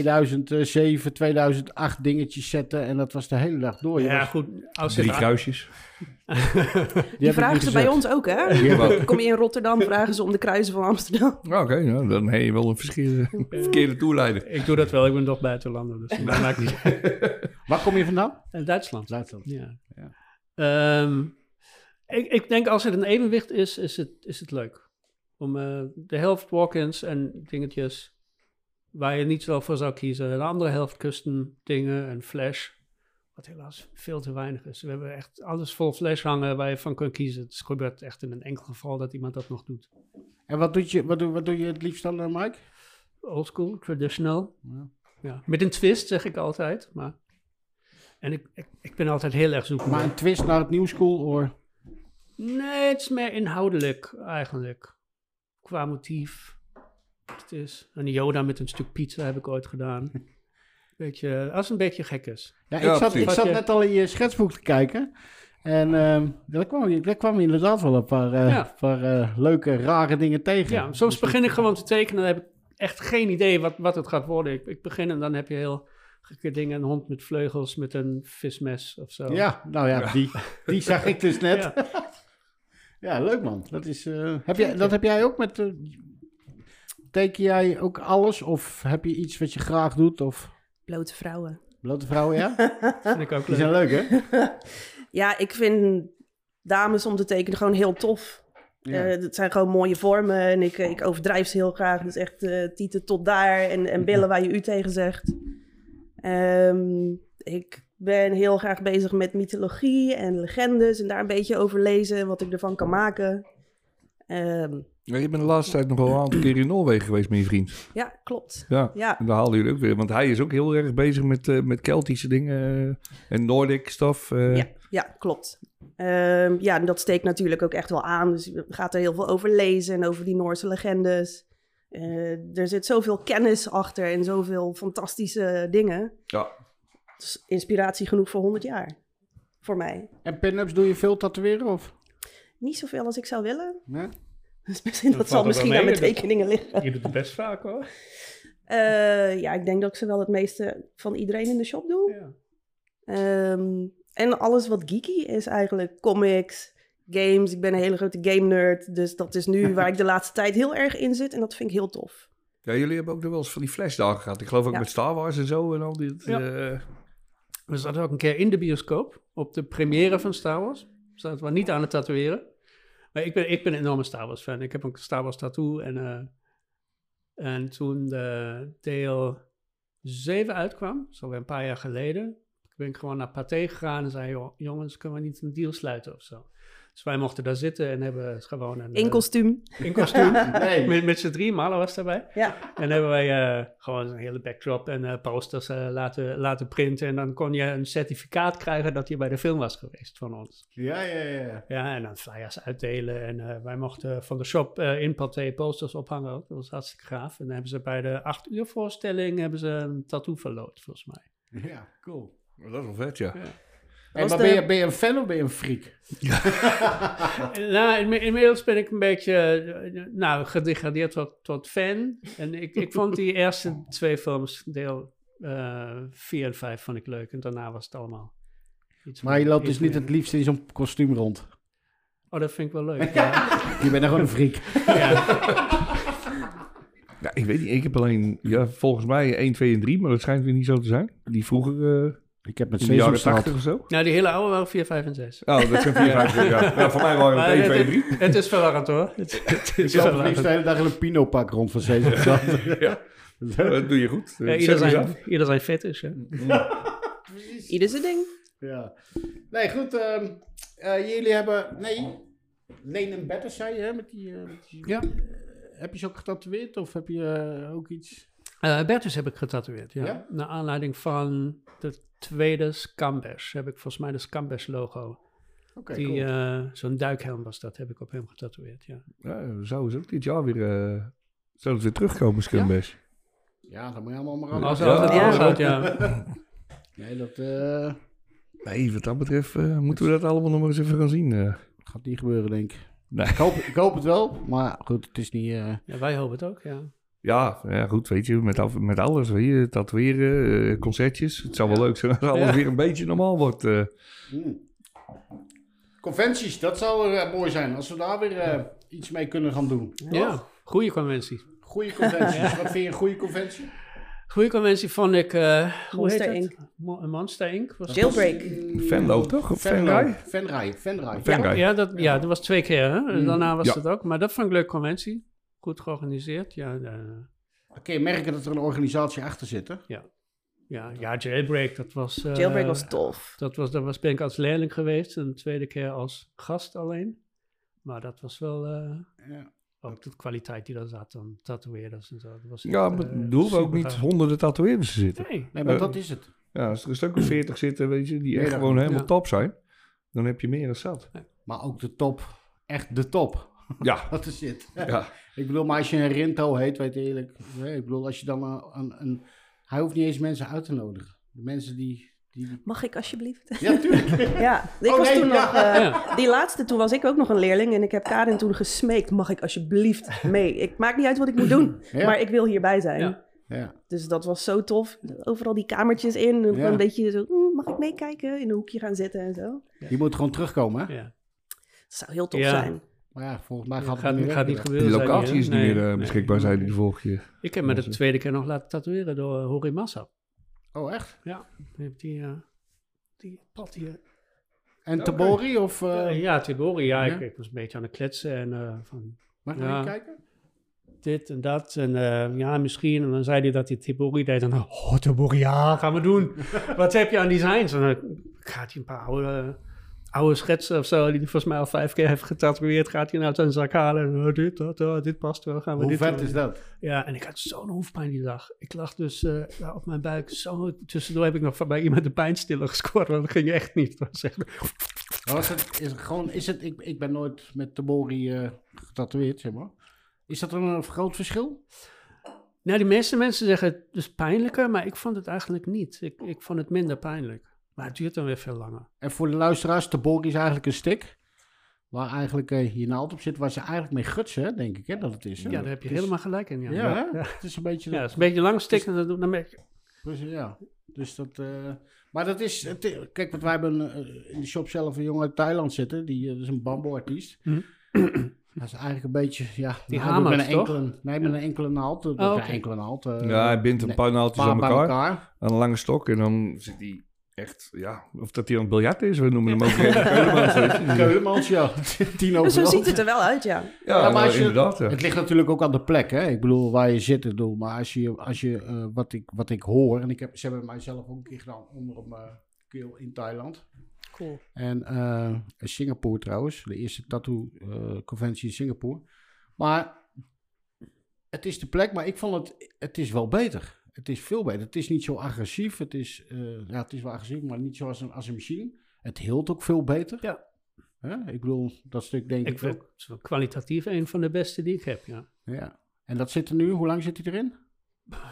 2007, 2008 dingetjes zetten. En dat was de hele dag door. Oh, Je Ja, was- goed. Als je Drie het- kruisjes. die Die heb ik vragen niet ze bij gezet. ons ook, hè? Hier ook. *laughs* Kom je in Rotterdam, vragen ze om de kruisen van Amsterdam. Ja, Oké, nou, dan heb je wel een verkeerde, verkeerde toerleider. eh, Ik doe dat wel, ik ben toch buitenlander, dus dat maakt niet uit. Waar kom je vandaan? Eh, Duitsland. Duitsland. Ja. Ja. Ehm, ik, ik denk als het een evenwicht is, is het, is het leuk. Om eh, de helft walk-ins en dingetjes waar je niet zo voor zou kiezen. En de andere helft custom dingen en flash. Wat helaas veel te weinig is. We hebben echt alles vol flash hangen waar je van kunt kiezen. Het gebeurt echt in een enkel geval dat iemand dat nog doet. En wat doe je, wat doe, wat doe je het liefst dan, eh, Mike? Old school, traditional. Ja. Ja. Met een twist zeg ik altijd. Maar... En ik, ik, ik ben altijd heel erg zoekend. Maar een twist naar het nieuw school, or... Nee, het is meer inhoudelijk eigenlijk. Qua motief. Het is een Yoda met een stuk pizza heb ik ooit *laughs* gedaan. Beetje, als het een beetje gek is. Ja, ik, Ja, zat, ik precies. zat Wat je- net al in je schetsboek te kijken. En ehm daar, kwam, daar kwam inderdaad wel een paar, eh, Ja. paar eh, leuke, rare dingen tegen. Ja, soms begin ik gewoon te tekenen. Dan heb ik echt geen idee wat, wat het gaat worden. Ik, ik begin en dan heb je heel gekke dingen. Een hond met vleugels met een vismes of zo. Ja, nou ja, Die, die zag ik dus net. Ja, Ja. leuk man. Dat, is, eh, heb jij, dat heb jij ook met... eh, teken jij ook alles? Of heb je iets wat je graag doet? Of Blote vrouwen. blote vrouwen, ja? Vind ik *laughs* ook Die leuk. zijn leuk, hè? Ja, ik vind dames om te tekenen gewoon heel tof. Ja. Eh, dat zijn gewoon mooie vormen en ik, ik overdrijf ze heel graag. Dus echt eh, tieten tot daar en, en billen waar je u tegen zegt. Ehm, ik ben heel graag bezig met mythologie en legendes en daar een beetje over lezen en wat ik ervan kan maken. Ehm, Ja, je bent de laatste tijd nog wel een aantal keer in Noorwegen geweest met je vriend. ja, klopt. Ja. Ja, En daar haalden jullie ook weer. Want hij is ook heel erg bezig met, eh, met Keltische dingen. eh, en Nordic stuff. eh. Ja, ja klopt. Ehm, ja, en dat steekt natuurlijk ook echt wel aan. Dus je gaat er heel veel over lezen en over die Noorse legendes. Eh, er zit zoveel kennis achter en zoveel fantastische dingen. Ja. Dus inspiratie genoeg voor 100 jaar. Voor mij. En pin-ups doe je veel tatoeëren, of? Niet zoveel als ik zou willen. *laughs* Nee? Dus misschien, dat, Dat zal valt er wel misschien mee, aan mijn dat- tekeningen liggen. Je doet het best vaak hoor. Eh, ja, ik denk dat ik ze wel het meeste van iedereen in de shop doe. Ja. Ehm, en alles wat geeky is eigenlijk. Comics, games. Ik ben een hele grote game nerd. Dus dat is *laughs* nu waar ik de laatste tijd heel erg in zit. En dat vind ik heel tof. Ja, jullie hebben ook nog wel eens van die flashdagen gehad. Ik geloof ook Ja. met Star Wars en zo en al dit. Ja. eh, We zaten ook een keer in de bioscoop op de première van Star Wars. Zaten we niet aan het tatoeëren. Maar ik ben, ik ben een enorme Star Wars fan. Ik heb een Star Wars tattoo. En, eh, en toen de deel 7 uitkwam, zo weer een paar jaar geleden, ben ik gewoon naar Pathé gegaan en zei, "Joh, jongens, kunnen we niet een deal sluiten of zo? Dus wij mochten daar zitten en hebben gewoon een... In kostuum. eh, in kostuum. *laughs* Nee. Met, met z'n drie, Malen was daarbij. Ja, En hebben wij eh, gewoon een hele backdrop en eh, posters eh, laten, laten printen. En dan kon je een certificaat krijgen dat je bij de film was geweest van ons. Ja, ja, ja. Ja, en dan flyers uitdelen. En eh, wij mochten van de shop eh, in Pathé posters ophangen. ook. Dat was hartstikke gaaf. En dan hebben ze bij de acht uur voorstelling hebben ze een tattoo verloot, volgens mij. Ja, cool. dat is wel vet, ja. En was maar de- ben, je, ben je een fan of ben je een freak? Eh, Nou, inmi- inmiddels ben ik een beetje eh, eh, nou, gedegradeerd tot, tot fan. En ik, ik vond die eerste twee films, deel 4 en 5, vond ik leuk. En daarna was het allemaal. iets Maar je meer- loopt iets dus niet meer- het liefst in zo'n kostuum rond. Oh, dat vind ik wel *laughs* leuk. Ja, Je bent gewoon een freak. ja. Nou, ik weet niet, ik heb alleen ja, volgens mij 1, 2 en 3, maar dat schijnt weer niet zo te zijn. Die vroeger eh, *laughs* Ik heb met in de jaren Sesamstraat. 80 of zo. Nou, die hele oude waren 4, 5 en 6. Oh, dat zijn 4, 5, ja. *laughs* Ja, voor mij waren Maar het 1, het, 2 en 3. het- het is verwarrend hoor. Het, het Ik loop *laughs* het is liefst verwarrend. de hele dag in een pinopak rond van Sesamstraat. *laughs* Ja. Dat doe je *laughs* goed. Ja, Zet ieder, hem eens zijn, af. ieder zijn fetish. Hè? ieder zijn ding. *laughs* Ja. Nee, goed. ehm, eh, jullie hebben... Nee, Leen en Better zei je, hè? Met die, eh, met die- Ja. heb je ze ook getatoeëerd of heb je eh, ook iets... Eh Bertus heb ik getatoeëerd, ja. Ja? Naar aanleiding van de tweede Scambers. Heb ik volgens mij de Scambers logo. Oké, die, cool. eh, Zo'n duikhelm was dat, heb ik op hem getatoeëerd, ja. Ja, zouden ze ook dit jaar weer, eh zouden ze weer terugkomen, Scumbers. Ja, dan moet je allemaal maar Als, aan. als Ja. dat Ja. doorgaat, ja. Nee, dat eh, Nee, wat dat betreft eh, moeten we dat allemaal nog maar eens even gaan zien. eh. gaat niet gebeuren, denk ik. Nee. Ik, hoop, ik hoop het wel, maar goed, het is niet... eh, ja. Wij hopen het ook, ja. Ja, ja, goed, weet je, met, af- met alles. Weet je, tatoeëren, eh, concertjes. Het zou wel Ja. leuk zijn als alles Ja. weer een beetje normaal wordt. eh. hmm. Conventies, dat zou er, eh, mooi zijn. Als we daar weer eh, iets mee kunnen gaan doen. Ja, goede conventie. Goede conventies. Wat vind je een goede conventie? Goede conventie vond ik... eh hoe heet Monster dat? Inc. Mo- eh, Monster Inc. Was Jailbreak. Venlo, toch? Of Venray? Venray? Venray, Venray. Venray. Ja. Kijk. Ja, dat, ja, dat was twee keer. Hè? En Daarna was Ja. dat ook. Maar dat vond ik een leuke conventie. Goed georganiseerd. Ja, eh, Dan kun je merken dat er een organisatie achter zit, hè? ja, ja Jailbreak, dat was... eh, Jailbreak was tof. Dat was, dat was, ben ik als leerling geweest en de tweede keer als gast alleen. Maar dat was wel eh, Ja. ook de kwaliteit die daar zat, dan tatoeëerders en zo. Dat was Ja, echt, maar eh, doen we ook niet supergaaf. honderden tatoeëerders te zitten. Nee, Nee, maar Eh, dat is het. Ja, als er een stuk of veertig zitten, weet je, die echt Ja, dat- gewoon helemaal ja. top zijn, dan heb je meer dan zat. Maar ook de top. Echt de top. *laughs* Ja, Dat is het. ja. *laughs* Ik bedoel, maar als je een Rinto heet, weet je eerlijk. nee, Ik bedoel, als je dan een, een, een- Hij hoeft niet eens mensen uit te nodigen. De mensen die... *laughs* die... Mag ik alsjeblieft? Ja, tuurlijk. *laughs* Ja, ik Oh, was nee, toen ja. nog... eh, Ja. Die laatste, toen was ik ook nog een leerling en ik heb Karin toen gesmeekt, mag ik *laughs* alsjeblieft mee? Ik maakt niet uit wat ik moet doen, Ja. maar ik wil hierbij zijn. Ja. Ja. Dus dat was zo tof. Overal die kamertjes in, en Ja. een beetje zo, "Mm, mag ik meekijken? In een hoekje gaan zitten en zo. Je moet gewoon terugkomen, hè? ja. Dat zou heel tof Ja. zijn. Maar ja, volgens mij Ja, gaat gaat, het niet gaat, werken. niet gebeuren. Die zei hij, locatie hè? is niet Nee, meer eh, nee. beschikbaar, zijn die de vorige keer. Ik heb me de tweede keer nog laten tatoeëren door eh, Hori Massa. Oh, echt? Die, die, eh, die pad hier. En Tabori of... eh, Eh, ja, Tibori, ja, ik, ja? ik was een beetje aan het kletsen en eh, van Mag ik ja. even kijken? dit en dat. En eh, ja, misschien. En dan zei hij dat hij Tibori deed. En dan, oh, Tibori, ja, gaan we *laughs* doen. Wat heb je aan designs? En dan gaat hij een paar oude, oude schetsen of zo, die hij volgens mij al vijf keer heeft getatoeëerd. Gaat hij nou zijn zak halen. En, oh, dit, dat, oh, dit past wel. Gaan we Hoe dit vet doen. is dat? Ja, en ik had zo'n hoofdpijn die dag. Ik lag dus eh, daar op mijn buik. Zo, tussendoor heb ik nog van bij iemand de pijnstiller gescoord. Want dat ging echt niet. Dat was echt Was het, is het gewoon... Is het, ik, ik ben nooit met Tabori eh getatoeëerd, zeg maar. Is dat dan een groot verschil? Nou, de meeste mensen zeggen het is pijnlijker, maar ik vond het eigenlijk niet. Ik, ik vond het minder pijnlijk. Maar het duurt dan weer veel langer. En voor de luisteraars, Tabori is eigenlijk een stick. Waar eigenlijk eh, je naald op zit, waar ze eigenlijk mee gutsen, hè, denk ik, hè, dat het is. Hè? Ja, daar heb je Het is- helemaal gelijk in. Ja, Ja, ja. hè? het is een beetje... Ja, het is een beetje lang stikken. dat doet- Dan merk je- Dus, ja. dus dat... eh, maar dat is... het i- kijk, want wij hebben eh, in de shop zelf een jongen uit Thailand zitten. Die eh, dat is een bamboe-artiest. Mhm. *clears throat* Dat is eigenlijk een beetje... Ja, Die nou, doe ik met een hamert, enkele, Nee, met een enkele naald. eh, Oh, met oké. Een enkele naald. eh, ja, hij bindt een nee, paar naaldjes aan bij elkaar, aan een lange stok. En dan zit hij echt, ja, of dat hij aan het biljart is. We noemen hem ook *laughs* geen keulemans, weet je. Keulemans, ja. *laughs* Tien Dus zo overal. ziet het er wel uit, ja. Ja, Ja, maar nou, als je- inderdaad. ja. Het ligt natuurlijk ook aan de plek, hè? Ik bedoel, waar je zit, ik bedoel. Maar als je, als je eh, wat, ik, wat ik hoor, en ik heb, ze hebben mijzelf ook een keer gedaan onder op mijn keel in Thailand. Cool. En eh, Singapore trouwens, de eerste tattoo-conventie in Singapore. Maar het is de plek, maar ik vond het, het is wel beter. Het is veel beter. Het is niet zo agressief. Het is, eh, ja, het is wel agressief, maar niet zoals een, als een machine. Het hield ook veel beter. Ja. Hè? Ik bedoel, dat stuk denk ik, ik vind ook. het is wel kwalitatief een van de beste die ik heb, ja. Ja. En dat zit er nu, hoe lang zit hij erin?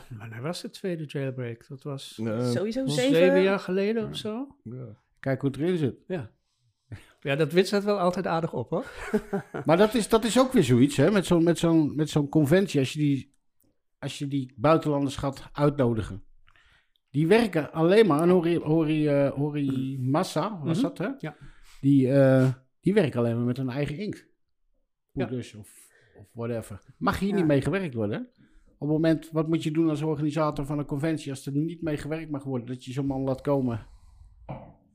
Maar dat was de tweede jailbreak. Dat was Eh, Sowieso zeven, zeven. jaar geleden of zo. ja. Kijk hoe het erin zit. Ja, dat witst het wel altijd aardig op, hoor. Maar dat is, dat is ook weer zoiets, hè? Met zo'n met zo'n met zo'n conventie. Als je, die, als je die buitenlanders gaat uitnodigen. Die werken alleen maar. En Hori, Hori, eh, Hori Massa was Mhm. dat, hè? Ja. Die, eh, die werken alleen maar met hun eigen inkt. Ja. Poeders of, of whatever. Mag hier Ja. niet mee gewerkt worden, hè? Op het moment, wat moet je doen als organisator van een conventie als er niet mee gewerkt mag worden? Dat je zo'n man laat komen.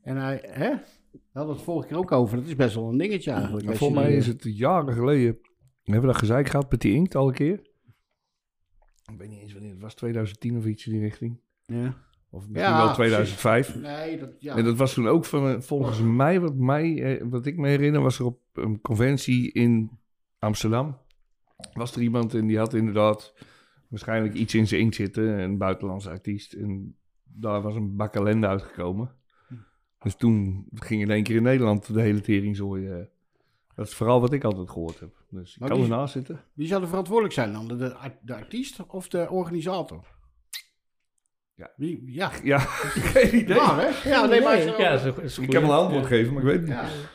En hij, hè? We hadden het vorige keer ook over. Dat is best wel een dingetje eigenlijk. Maar als volgens je mij die, is het jaren geleden. We hebben dat gezeik gehad met die inkt al een keer. Ik weet niet eens wanneer het was, 2010 of iets in die richting. eh, Ja. Of misschien Ja, wel 2005. Nee, dat, ja. Oh. En dat was toen ook van, eh, volgens mij, wat, mij eh, wat ik me herinner, was er op een conventie in Amsterdam. Was er iemand en die had inderdaad waarschijnlijk iets in zijn inkt zitten, een buitenlandse artiest. En daar was een bak ellende uitgekomen. Hm. Dus toen ging in één keer in Nederland de hele teringzooi. eh. dat is vooral wat ik altijd gehoord heb. Dus ik Maar kan die- ernaast *laughs* zitten. Wie zou er verantwoordelijk zijn dan? De, de, ar- de artiest of de organisator? Ja. Wie, ja. Ja, *laughs* geen idee. Waar, hè? Ja, nee, maar... idee. Ja, dat is een- is een Ik kan wel een goeie. antwoord geven, maar ik weet het niet.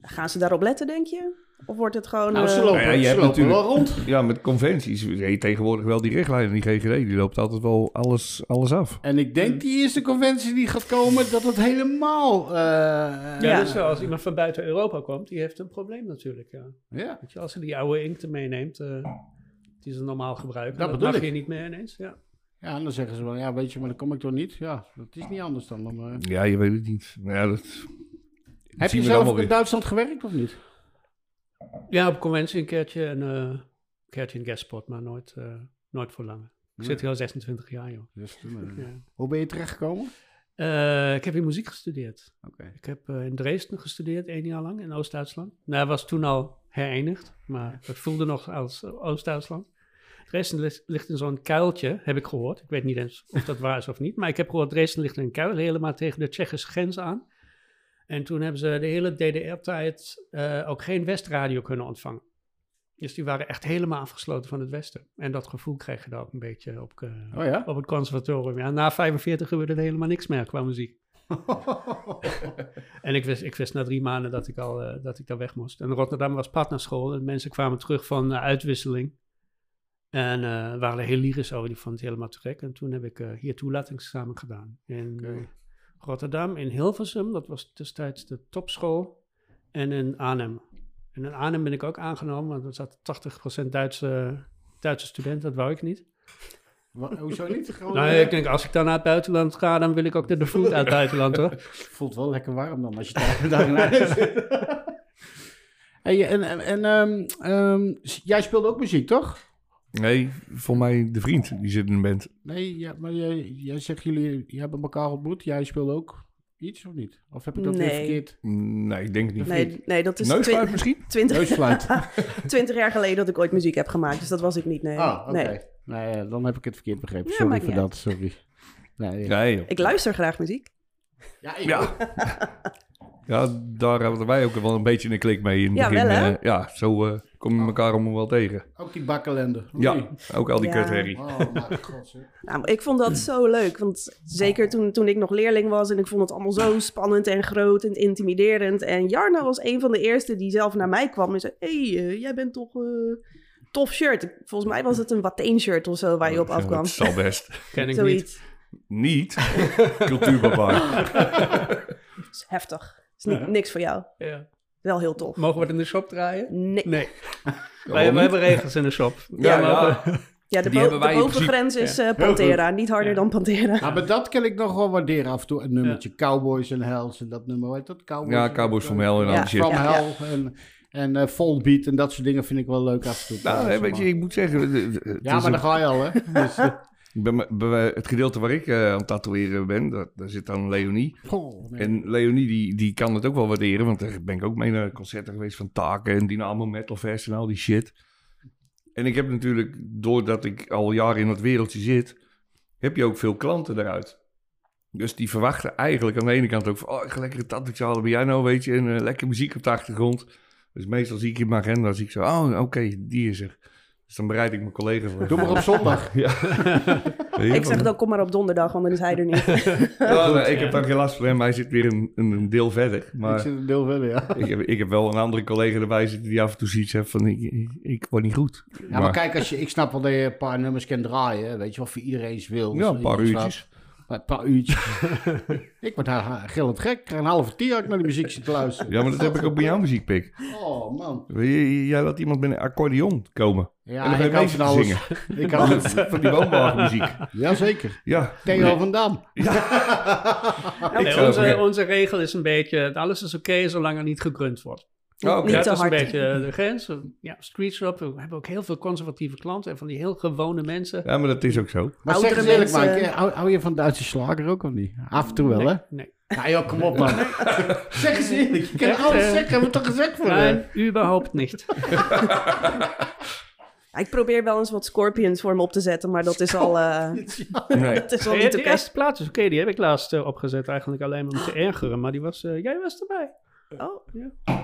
Ja. Gaan ze daarop letten, denk je? Of wordt het gewoon... Nou, eh, ze lopen, Nou ja, je ze hebt lopen natuurlijk- wel rond. Ja, met conventies. Je tegenwoordig wel die richtlijnen, die GGD, die loopt altijd wel alles, alles af. En ik denk die eerste conventie die gaat komen, dat het helemaal... eh, Ja, dus als iemand van buiten Europa komt, die heeft een probleem natuurlijk. Ja. ja. Weet je, als ze die oude inkten meeneemt, eh, die ze normaal gebruiken, Dat dat, bedoel mag ik. je niet meer ineens. Ja. Ja, en dan zeggen ze wel, ja, weet je, maar dan kom ik toch niet. Ja, dat is niet anders dan. dan eh. Ja, je weet het niet. Nou Ja, dat, Heb zien je zelf we dan in wel weer. Duitsland gewerkt of niet? ja, op conventie een keertje en eh, een keertje in guestspot, maar nooit, eh, nooit voor langer. Ik zit hier al 26 jaar, joh. Ja. Hoe ben je terechtgekomen? Eh, ik heb in muziek gestudeerd. Oké. Ik heb eh, in Dresden gestudeerd, één jaar lang, in Oost-Duitsland. Nou, was toen al herenigd, maar het voelde nog als eh, Oost-Duitsland. Dresden lis- ligt in zo'n kuiltje, heb ik gehoord. Ik weet niet eens of dat waar is of niet. Maar ik heb gehoord, Dresden ligt in een kuil, helemaal tegen de Tsjechische grens aan. En toen hebben ze de hele DDR-tijd eh, ook geen Westradio kunnen ontvangen. Dus die waren echt helemaal afgesloten van het Westen. En dat gevoel kreeg je daar ook een beetje op, eh, Oh ja? op het conservatorium. Ja, na 45 gebeurde er helemaal niks meer qua muziek. *laughs* En ik wist, ik wist na drie maanden dat ik, al, eh, dat ik daar weg moest. En Rotterdam was partnerschool. En dus mensen kwamen terug van eh, uitwisseling. En eh, waren er heel lyrisch over. Die vonden het helemaal te gek. En toen heb ik eh, hier toelatingsexamen gedaan. In Oké. eh, Rotterdam, in Hilversum. Dat was destijds de topschool. En in Arnhem. En in Arnhem ben ik ook aangenomen. Want er zaten 80% Duitse, Duitse studenten. Dat wou ik niet. Wa- Hoezo niet? Gewoon, Nou, eh, ik denk, als ik dan naar het buitenland ga... dan wil ik ook de, de vloed uit het buitenland, hoor. voelt wel lekker warm dan als je daar, *laughs* daar in huis zit. Hey, en en, en ehm, ehm, s- jij speelde ook muziek, toch? nee, voor mij de vriend die zit in een band. Nee, ja, maar jij, jij zegt jullie, je hebben elkaar ontmoet. Jij speelde ook iets of niet? Of heb ik dat weer Nee. *laughs* verkeerd? Mm, Nee, ik denk het niet. Nee, nee, dat is Neusfluit twi- *laughs* misschien? 20, Neusfluit. 20 jaar geleden dat ik ooit muziek heb gemaakt. Dus dat was ik niet, nee. Ah, oké. nee. Nee, eh, dan heb ik het verkeerd begrepen. Ja, sorry maakt voor niet dat, sorry. Nee, ja. Nee, joh. Ik luister graag muziek. Ja, Ja. ja, daar hadden wij ook wel een beetje een klik mee in het Ja, begin. wel, hè? eh, ja, zo eh, kom je elkaar allemaal wel tegen. Ook die bakkelende. Ja, ook al die Ja. kutherrie. Oh, mijn *laughs* god. zeg. Nou, maar ik vond Mm. dat zo leuk. Want zeker toen, toen ik nog leerling was en ik vond het allemaal Ah. zo spannend en groot en intimiderend. En Jarno was een van de eerste die zelf naar mij kwam en zei: hey, eh, jij bent toch. eh, Tof shirt. Volgens mij was het een Wateen shirt of zo waar je op afkwam. Oh, Dat zal best. Ken ik niet. Zoiets. *laughs* niet. Cultuurbaba. Is heftig. Is ni- niks voor jou. Ja. Wel heel tof. Mogen we het in de shop draaien? Nee. Nee. Wij, waarom wij niet? hebben regels in de shop. Ja, Wij mogen- Ja, de, Die bo- hebben wij de in bovengrens is eh, Pantera. Niet harder Ja. dan Pantera. Nou, maar dat kan ik nog wel waarderen af en toe. Een nummertje Cowboys en Hells en dat nummer, weet dat? Cowboys, Ja, Cowboys eh, van Hell en al Ja. die shit. Van Ja. Hell en, en eh, Volbeat en dat soort dingen vind ik wel leuk af en toe. Nou, Ja, hè, weet je, ik moet zeggen... het- het- het ja, is maar een- dan ga je al, hè? *laughs* Dus, eh, bij me- bij mij- het gedeelte waar ik eh, aan het tatoeëren ben, daar, daar zit dan Leonie. goh, nee. En Leonie die, die kan het ook wel waarderen, want daar ben ik ook mee naar concerten geweest van Taken en Dynamo Metal Fest en al die shit. En ik heb natuurlijk, doordat ik al jaren in dat wereldje zit, heb je ook veel klanten daaruit. Dus die verwachten eigenlijk aan de ene kant ook van, oh, ik ga lekker een tattoo halen bij jou nou, weet je, en eh, lekker muziek op de achtergrond. Dus meestal zie ik in mijn agenda, zie ik zo, oh, oké, die is er. Dus dan bereid ik mijn collega voor. Doe maar op zondag. Ik zeg dan kom maar op donderdag, want dan is hij er *laughs* niet. Ja, nou, ik heb daar geen last van hem. Hij zit weer een, een, een deel verder. Ik *laughs* Maar zit een deel verder, ja. ik heb, ik heb wel een andere collega erbij zitten die af en toe zoiets heeft van... Ik, ik, ik word niet goed. Ja, maar kijk, als je, ik snap wel dat je een paar nummers kan draaien, hè, weet je, of je iedereen's wil. Ja, een paar Zoiets, uurtjes. Een paar uurtjes. *laughs* ik word daar ha- gillend gek. Ik krijg een halve tier als ik naar die muziek zit te luisteren. Ja, maar dat heb ik ook bij jouw muziekpik. Oh, man. J- j- Jij laat iemand met een accordeon komen. Ja, En dan ga je ik hou mee van alles. Ik *laughs* hou van... Van die woonwagenmuziek. Jazeker. Ja. Theo van Dam. Nee, zou onze, zeggen- onze regel is een beetje, alles is oké zolang er niet gegrunt wordt. Oh, oké. Niet ja, te dat is een hard. beetje eh, de grens. Ja, street shop, we hebben ook heel veel conservatieve klanten en van die heel gewone mensen. Ja, maar dat is ook zo. Maar zeg Oudere eens eerlijk, mensen- Mike, eh, hou, hou je van Duitse slager ook of niet? Af en toe wel, hè? Nee, nee. Nou joh, kom op man. *laughs* zeg eens eerlijk, je kan Echt, alles eh, zeggen, hebben we toch gezegd voor Nein, hè? eh. überhaupt *laughs* niet. Ja, ik probeer wel eens wat scorpions voor me op te zetten, maar dat is al, eh, *laughs* Nee. dat is al De niet te eerste plaats is oké, die heb ik laatst eh, opgezet eigenlijk alleen maar om *gasps* te ergeren. Maar die was, eh, jij was erbij. Oh,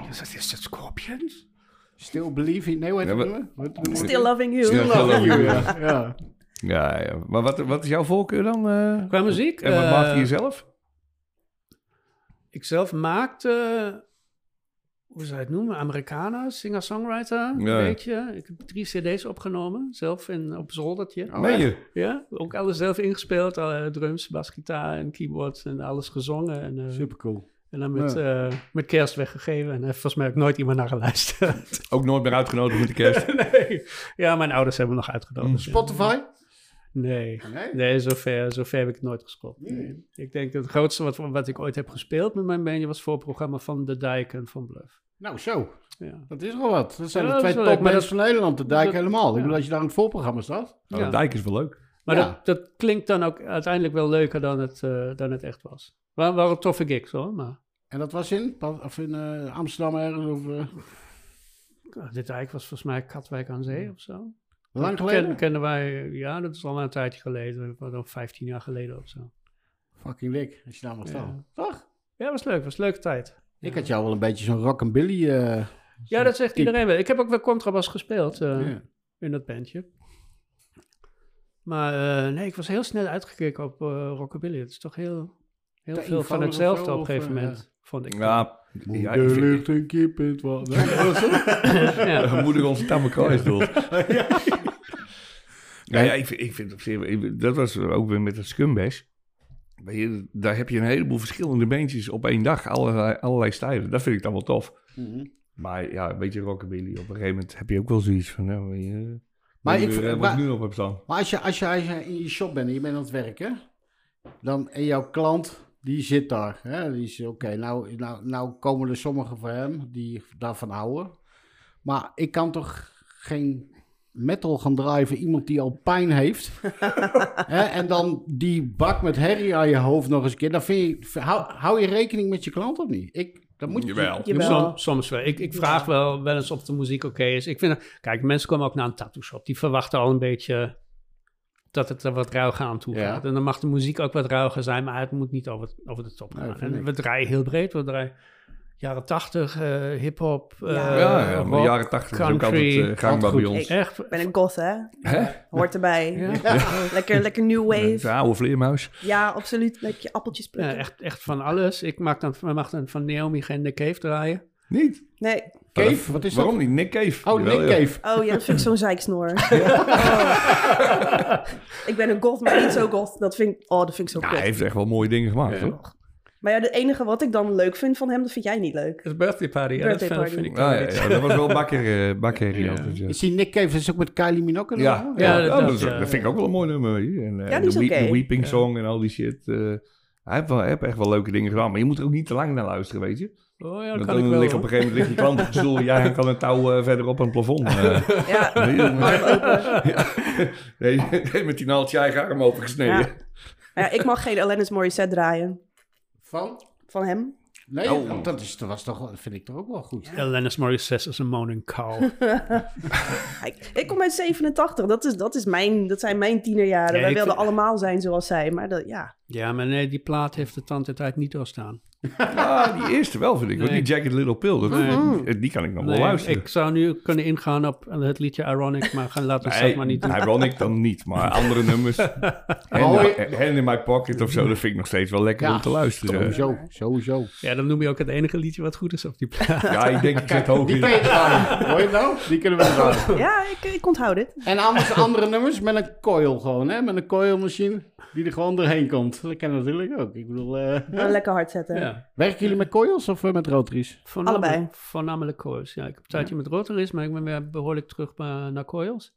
Dus dat is het Scorpions? Still believing, nee, hoe heet Ja, het maar- nummer? Hoe heet het nummer? still loving you. Still loving you. Ja, *laughs* ja. Ja, ja. maar wat, wat is jouw voorkeur dan? eh? Qua muziek? en wat eh, maak je zelf? Ik zelf maakte, hoe zou je het noemen, Americana, singer-songwriter, een Ja. beetje. Ik heb drie cd's opgenomen, zelf in, op zoldertje. Oh, Meen echt? je? Ja, ook alles zelf ingespeeld, alle drums, basgitaar en keyboards en alles gezongen. En, eh, Supercool. en dan met, eh, met kerst weggegeven en heeft volgens mij ook nooit iemand naar geluisterd. Ook nooit meer uitgenodigd met de kerst. *laughs* nee. Ja, mijn ouders hebben me nog uitgenodigd. Spotify? Nee. Nee. Nee, zover, zover heb ik het nooit gespeeld. Nee. Ik denk dat het grootste wat, wat ik ooit heb gespeeld met mijn bandje was voor het programma van De Dijk en van Bluff. Nou zo, Ja. dat is wel wat. Dat zijn de Ja, dat twee is wel leuk, maar topbands dat- van Nederland, de dijk dat- helemaal. Ik ja. bedoel, als je daar in het voorprogramma staat. Oh, Ja. de dijk is wel leuk. Maar Ja. dat, dat klinkt dan ook uiteindelijk wel leuker dan het, eh, dan het echt was. Wel, wel een toffe gigs hoor, maar En dat was in, Pa- of in eh, Amsterdam ergens of eh, eh, De Dijk was volgens mij Katwijk aan Zee of zo. lang Ken- geleden? kenden wij, eh, ja, dat is al een tijdje geleden, wat dan 15 jaar geleden of zo. Fucking dik, als je daar mag Ja. staan. Toch? Ja, was leuk, was een leuke tijd. Ik had jou wel een beetje zo'n rockabilly. eh Ja, dat zegt Kijk. iedereen wel. Ik heb ook wel contrabas gespeeld. eh, ja. in dat bandje. Maar eh, nee, ik was heel snel uitgekeken op eh, Rockabilly. Het is toch heel, heel Te veel van eenvoudig of hetzelfde zo, op een gegeven of, eh, moment, vond ik. Ja, ja ik Moeder vind, ligt een kip in het water. Nee, *laughs* dat was het. *laughs* Ja. moeder onze tamme kruis doet. *laughs* Ja, ja, ik vind, ik vind op zich, ik- dat was ook weer met het scumbash. Weet je, daar heb je een heleboel verschillende beentjes op één dag, allerlei, allerlei stijlen. Dat vind ik dan wel tof. Mhm. Maar ja, een beetje rockabilly. Op een gegeven moment heb je ook wel zoiets van, nou, weet je, Maar wat ik ik, vind- eh, wat maar- ik nu op heb staan. Maar als je, als, je, als je in je shop bent en je bent aan het werken, dan en jouw klant, die zit daar. Hè? Die is, oké, nou, nou, nou komen er sommigen van hem die daarvan houden. Maar ik kan toch geen metal gaan draaien voor iemand die al pijn heeft. hè? En dan die bak met herrie aan je hoofd nog eens een keer. Dan vind je, hou, hou je rekening met je klant of niet? Ik, dat moet Jawel. Je, Jawel. moet- Som- soms wel. Ik, ik vraag wel, wel eens of de muziek oké is. Ik vind, kijk, mensen komen ook naar een tattoo shop. Die verwachten al een beetje dat het er wat ruiger aan toe Ja. gaat. En dan mag de muziek ook wat ruiger zijn, maar het moet niet over, over de top Nee, gaan. vind en ik. we draaien heel breed. We draaien jaren tachtig, eh hip-hop, eh Ja. ja, ja, maar rock, jaren tachtig is ook altijd country. eh, gangbaar bij Altijd ons. goed. Echt, Ik ben een goth, hè? Hè? Hoort erbij. Ja. Lekker, lekker new De wave. oude vleermuis. Ja, absoluut. Lekker appeltjes Ja, plukken. eh, echt, echt van alles. Ik maak dan, we mag dan van Naomi geen de cave draaien. Niet. Nee. Cave, wat is Waarom niet? Nick Cave. dat? Oh, Jawel, Nick ja. Cave. Oh ja, dat vind ik zo'n zeiksnoer. Oh. Ik ben een goth, maar niet zo goth. Dat vind ik, oh, dat vind ik zo Nou, kut. hij heeft echt wel mooie dingen gemaakt, hoor. Maar ja, het enige wat ik dan leuk vind van hem, dat vind jij niet leuk. Het birthday party, ja, dat Birthday vind- party. vind Ah, ja, ja, dat was wel bakker, eh bakker Ja. altijd, ja. Is die Nick Cave, dat is ook met Kylie Minogue? en Ja, allemaal? ja, Ja, dat, dat- eh, is- ja. dat vind ik ook wel een mooi nummer. weet je. En, eh, Ja, die is de, oké. de Weeping Song en al die shit. eh, hij heeft, wel, hij heeft echt wel leuke dingen gedaan. Maar je moet er ook niet te lang naar luisteren, weet je. Oh ja, Want dat dan kan ik wel. ligt op een gegeven moment ligt je klant op het stoel. Jij kan een touw eh, verderop aan het plafond. eh. Ja, Weet je, maar- arm open. Ja. nee, nee, met die naald je eigen arm open Ja. gesneden. Maar ja, ik mag geen Alanis Morissette draaien. Van? Van hem. Nee, Oh. want dat, is, dat was toch, wel- dat vind ik toch ook wel goed. gegeven Alanis Morissette is een moaning *laughs* cow. Ik, ik kom uit 87. Dat, is, dat, is mijn, dat zijn mijn tienerjaren. Nee, Wij ik wilden vind- allemaal zijn zoals zij. Maar dat, ja. ja, maar nee, die plaat heeft de tand der tijd niet doorstaan. Ah, die eerste wel, vind ik. want Nee. Die Jacket Little Pill, dat, Mm-hmm. die, die kan ik nog Nee, wel luisteren. ik zou nu kunnen ingaan op het liedje Ironic, maar gaan laten we dat maar niet doen. Nee, Ironic dan niet, maar andere *laughs* nummers. Oh, Hand, Hand in My Pocket of zo, dat vind ik nog steeds wel lekker Ja, om te luisteren. Sowieso, sowieso. Ja, dan noem je ook het enige liedje wat goed is op die plaat. *laughs* Ja, ik denk ik zet hoog Die in. kan je draaien. Hoor je het nou? Die kunnen we draaien. *laughs* Ja, ik, ik onthoud dit. En anders andere nummers met een coil gewoon, hè? Met een coilmachine die er gewoon doorheen komt. Dat kan natuurlijk ook. Ik bedoel, eh, Maar Lekker hard zetten. Ja. werken jullie met coils of eh, met rotaries? Voornamelijk, Allebei. Voornamelijk coils. Ja, ik heb een tijdje met Rotaries, maar ik ben weer behoorlijk terug eh, naar coils.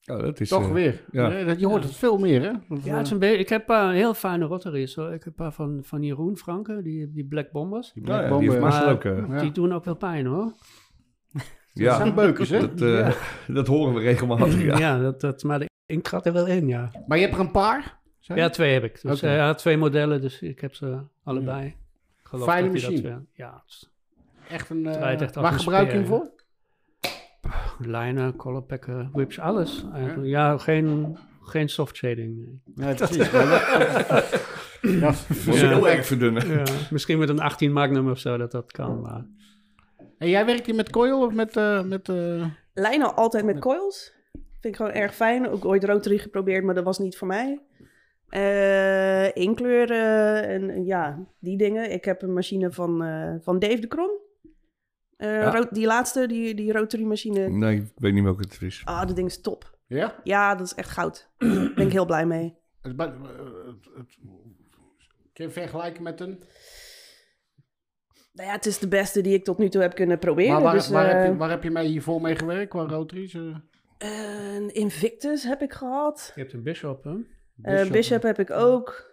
Ja, dat is, Toch eh, weer. ja. Nee, dat, je hoort het veel meer, hè? Dat, Ja, eh, het is een beetje- ik heb een paar heel fijne Rotterers. hoor. Ik heb een paar van, van Jeroen Franke, die, die Black Bombers. die Nou ja, die blackbomben, heeft Marcel Maar- ook. eh, ja. Die doen ook wel pijn hoor. dat ja, zijn beukers, hè? *laughs* dat, eh, dat horen we *laughs* *laughs* regelmatig. Ja, Oh, Ja. dat, dat, maar de inkt gaat er wel in, ja. Maar je hebt er een paar? zei Ja, je? twee heb ik. Dus Oké. hij had twee modellen, dus ik heb ze allebei. Ik Geloof Fijne dat hij dat machine. wel- ja, het is Echt een... eh, draait echt als waar een gebruik je hem speer, voor? lijnen, colorpacken, whips, alles. eigenlijk. Ja, geen, geen soft shading. *laughs* Nee, precies. ja, Moet je Ja. heel erg verdunnen. Ja, *laughs* misschien met een 18 Magnum of zo dat dat kan, maar... En jij werkt hier met coil of met... eh, met eh, Lijnen altijd met coils. Vind ik gewoon erg fijn. Ook ooit rotary geprobeerd, maar dat was niet voor mij. Eh inkleuren en en ja, die dingen. Ik heb een machine van, eh, van Dave de Krom. Eh, Ja. ro- die laatste, die, die rotary machine. Nee, ik weet niet welke het is. Ah, dat ding is top. ja? Ja, dat is echt goud. Daar ben ik heel blij mee. Het, ba- eh, het, het- kun je vergelijken met een... Nou ja, het is de beste die ik tot nu toe heb kunnen proberen. Maar waar, dus, waar, eh, heb je, waar heb je mee hiervoor mee gewerkt? Qua rotaries? eh? Een Invictus heb ik gehad. Je hebt een Bishop, hè? Eh, Bishop, heb ik ook.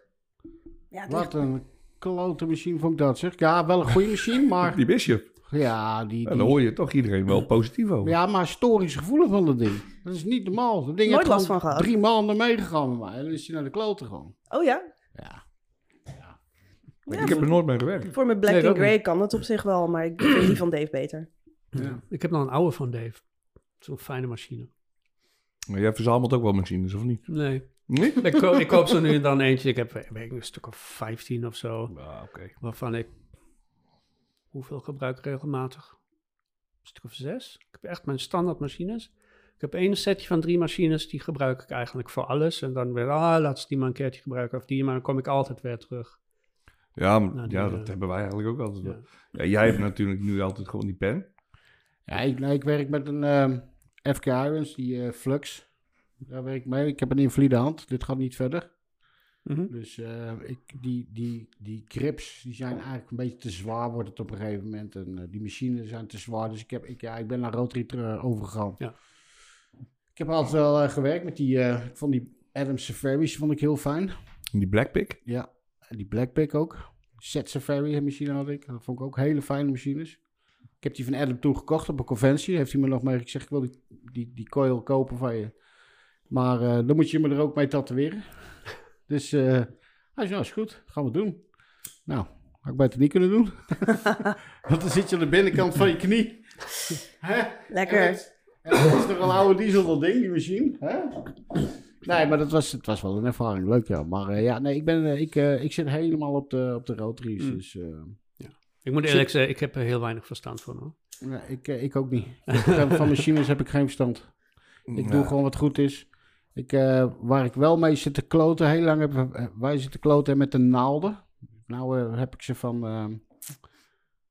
Ja, het ligt- Wat een klote machine vond ik dat, zeg. Ja, wel een goede machine, *laughs* maar... Die Bishop. Ja, die... En die- dan hoor je toch iedereen wel positief over. ja, maar historisch gevoelig van dat ding. Dat is niet normaal. Dat ding Nooit heeft last gewoon van gehad. drie maanden meegegaan bij mij. En dan is hij naar de klote gewoon. Oh ja. Ja. Ja, ik heb er nooit mee gewerkt. Voor mijn Black Nee, dat and Grey kan het op zich wel, maar ik vind die van Dave beter. Ik heb nog een oude van Dave. Zo'n fijne machine. Maar jij verzamelt ook wel machines, of niet? Nee. Nee? Ik, ko- ik koop zo nu en dan eentje. Ik heb weet ik, een stuk of 15 of zo. Ja, oké. Waarvan ik hoeveel gebruik ik regelmatig? Een stuk of zes. Ik heb echt mijn standaard machines. Ik heb één setje van drie machines, die gebruik ik eigenlijk voor alles. En dan weer, ah, laat ze die maar een keertje gebruiken of die, maar dan kom ik altijd weer terug. Ja, maar- Nou, die, ja, eh, dat hebben wij eigenlijk ook altijd. wel. ja. Ja, jij hebt natuurlijk nu altijd gewoon die pen. Ja, ik, nee, ik werk met een ehm, FK Irons, die eh, Flux. Daar werk ik mee. Ik heb een invalide hand. Dit gaat niet verder. Dus eh, ik, die, die, die grips die zijn eigenlijk een beetje te zwaar, wordt het op een gegeven moment. En eh, die machines zijn te zwaar. Dus ik, heb, ik, ja, ik ben naar Rotary ter- eh, overgegaan. Ja. Ik heb altijd wel eh, gewerkt met die, eh, van die Adam Safaris, vond ik heel fijn. Die Blackpick. Ja, en die Blackpick ook. Zet Safari machine had ik. Dat vond ik ook hele fijne machines. Ik heb die van Adam toen gekocht op een conventie. Heeft hij me nog mee gezegd, ik wil die, die, die coil kopen van je. Maar eh, dan moet je me er ook mee tatoeëren. *laughs* Dus eh, hij zei, nou is goed, gaan we doen. Nou, had ik beter niet kunnen doen. *laughs* Want dan zit je aan de binnenkant van je knie. *laughs* Hè? En Lekker. het- en het is toch een oude diesel dat ding, die machine. Hè? Nee, maar dat was, het was wel een ervaring. Leuk ja. Maar eh, ja, nee, ik, ben, eh, ik, eh, ik zit helemaal op de, op de rotaries. Mm. Dus eh, Ik moet eerlijk zeggen, ik heb er heel weinig verstand van. Hoor. nee, ik, eh, ik ook niet. Ik heb- van machines heb ik geen verstand. Ik doe gewoon wat goed is. Ik, eh, waar ik wel mee zit te kloten, heel lang hebben we- eh, wij zitten kloten met de naalden. Nou eh, heb ik ze van eh,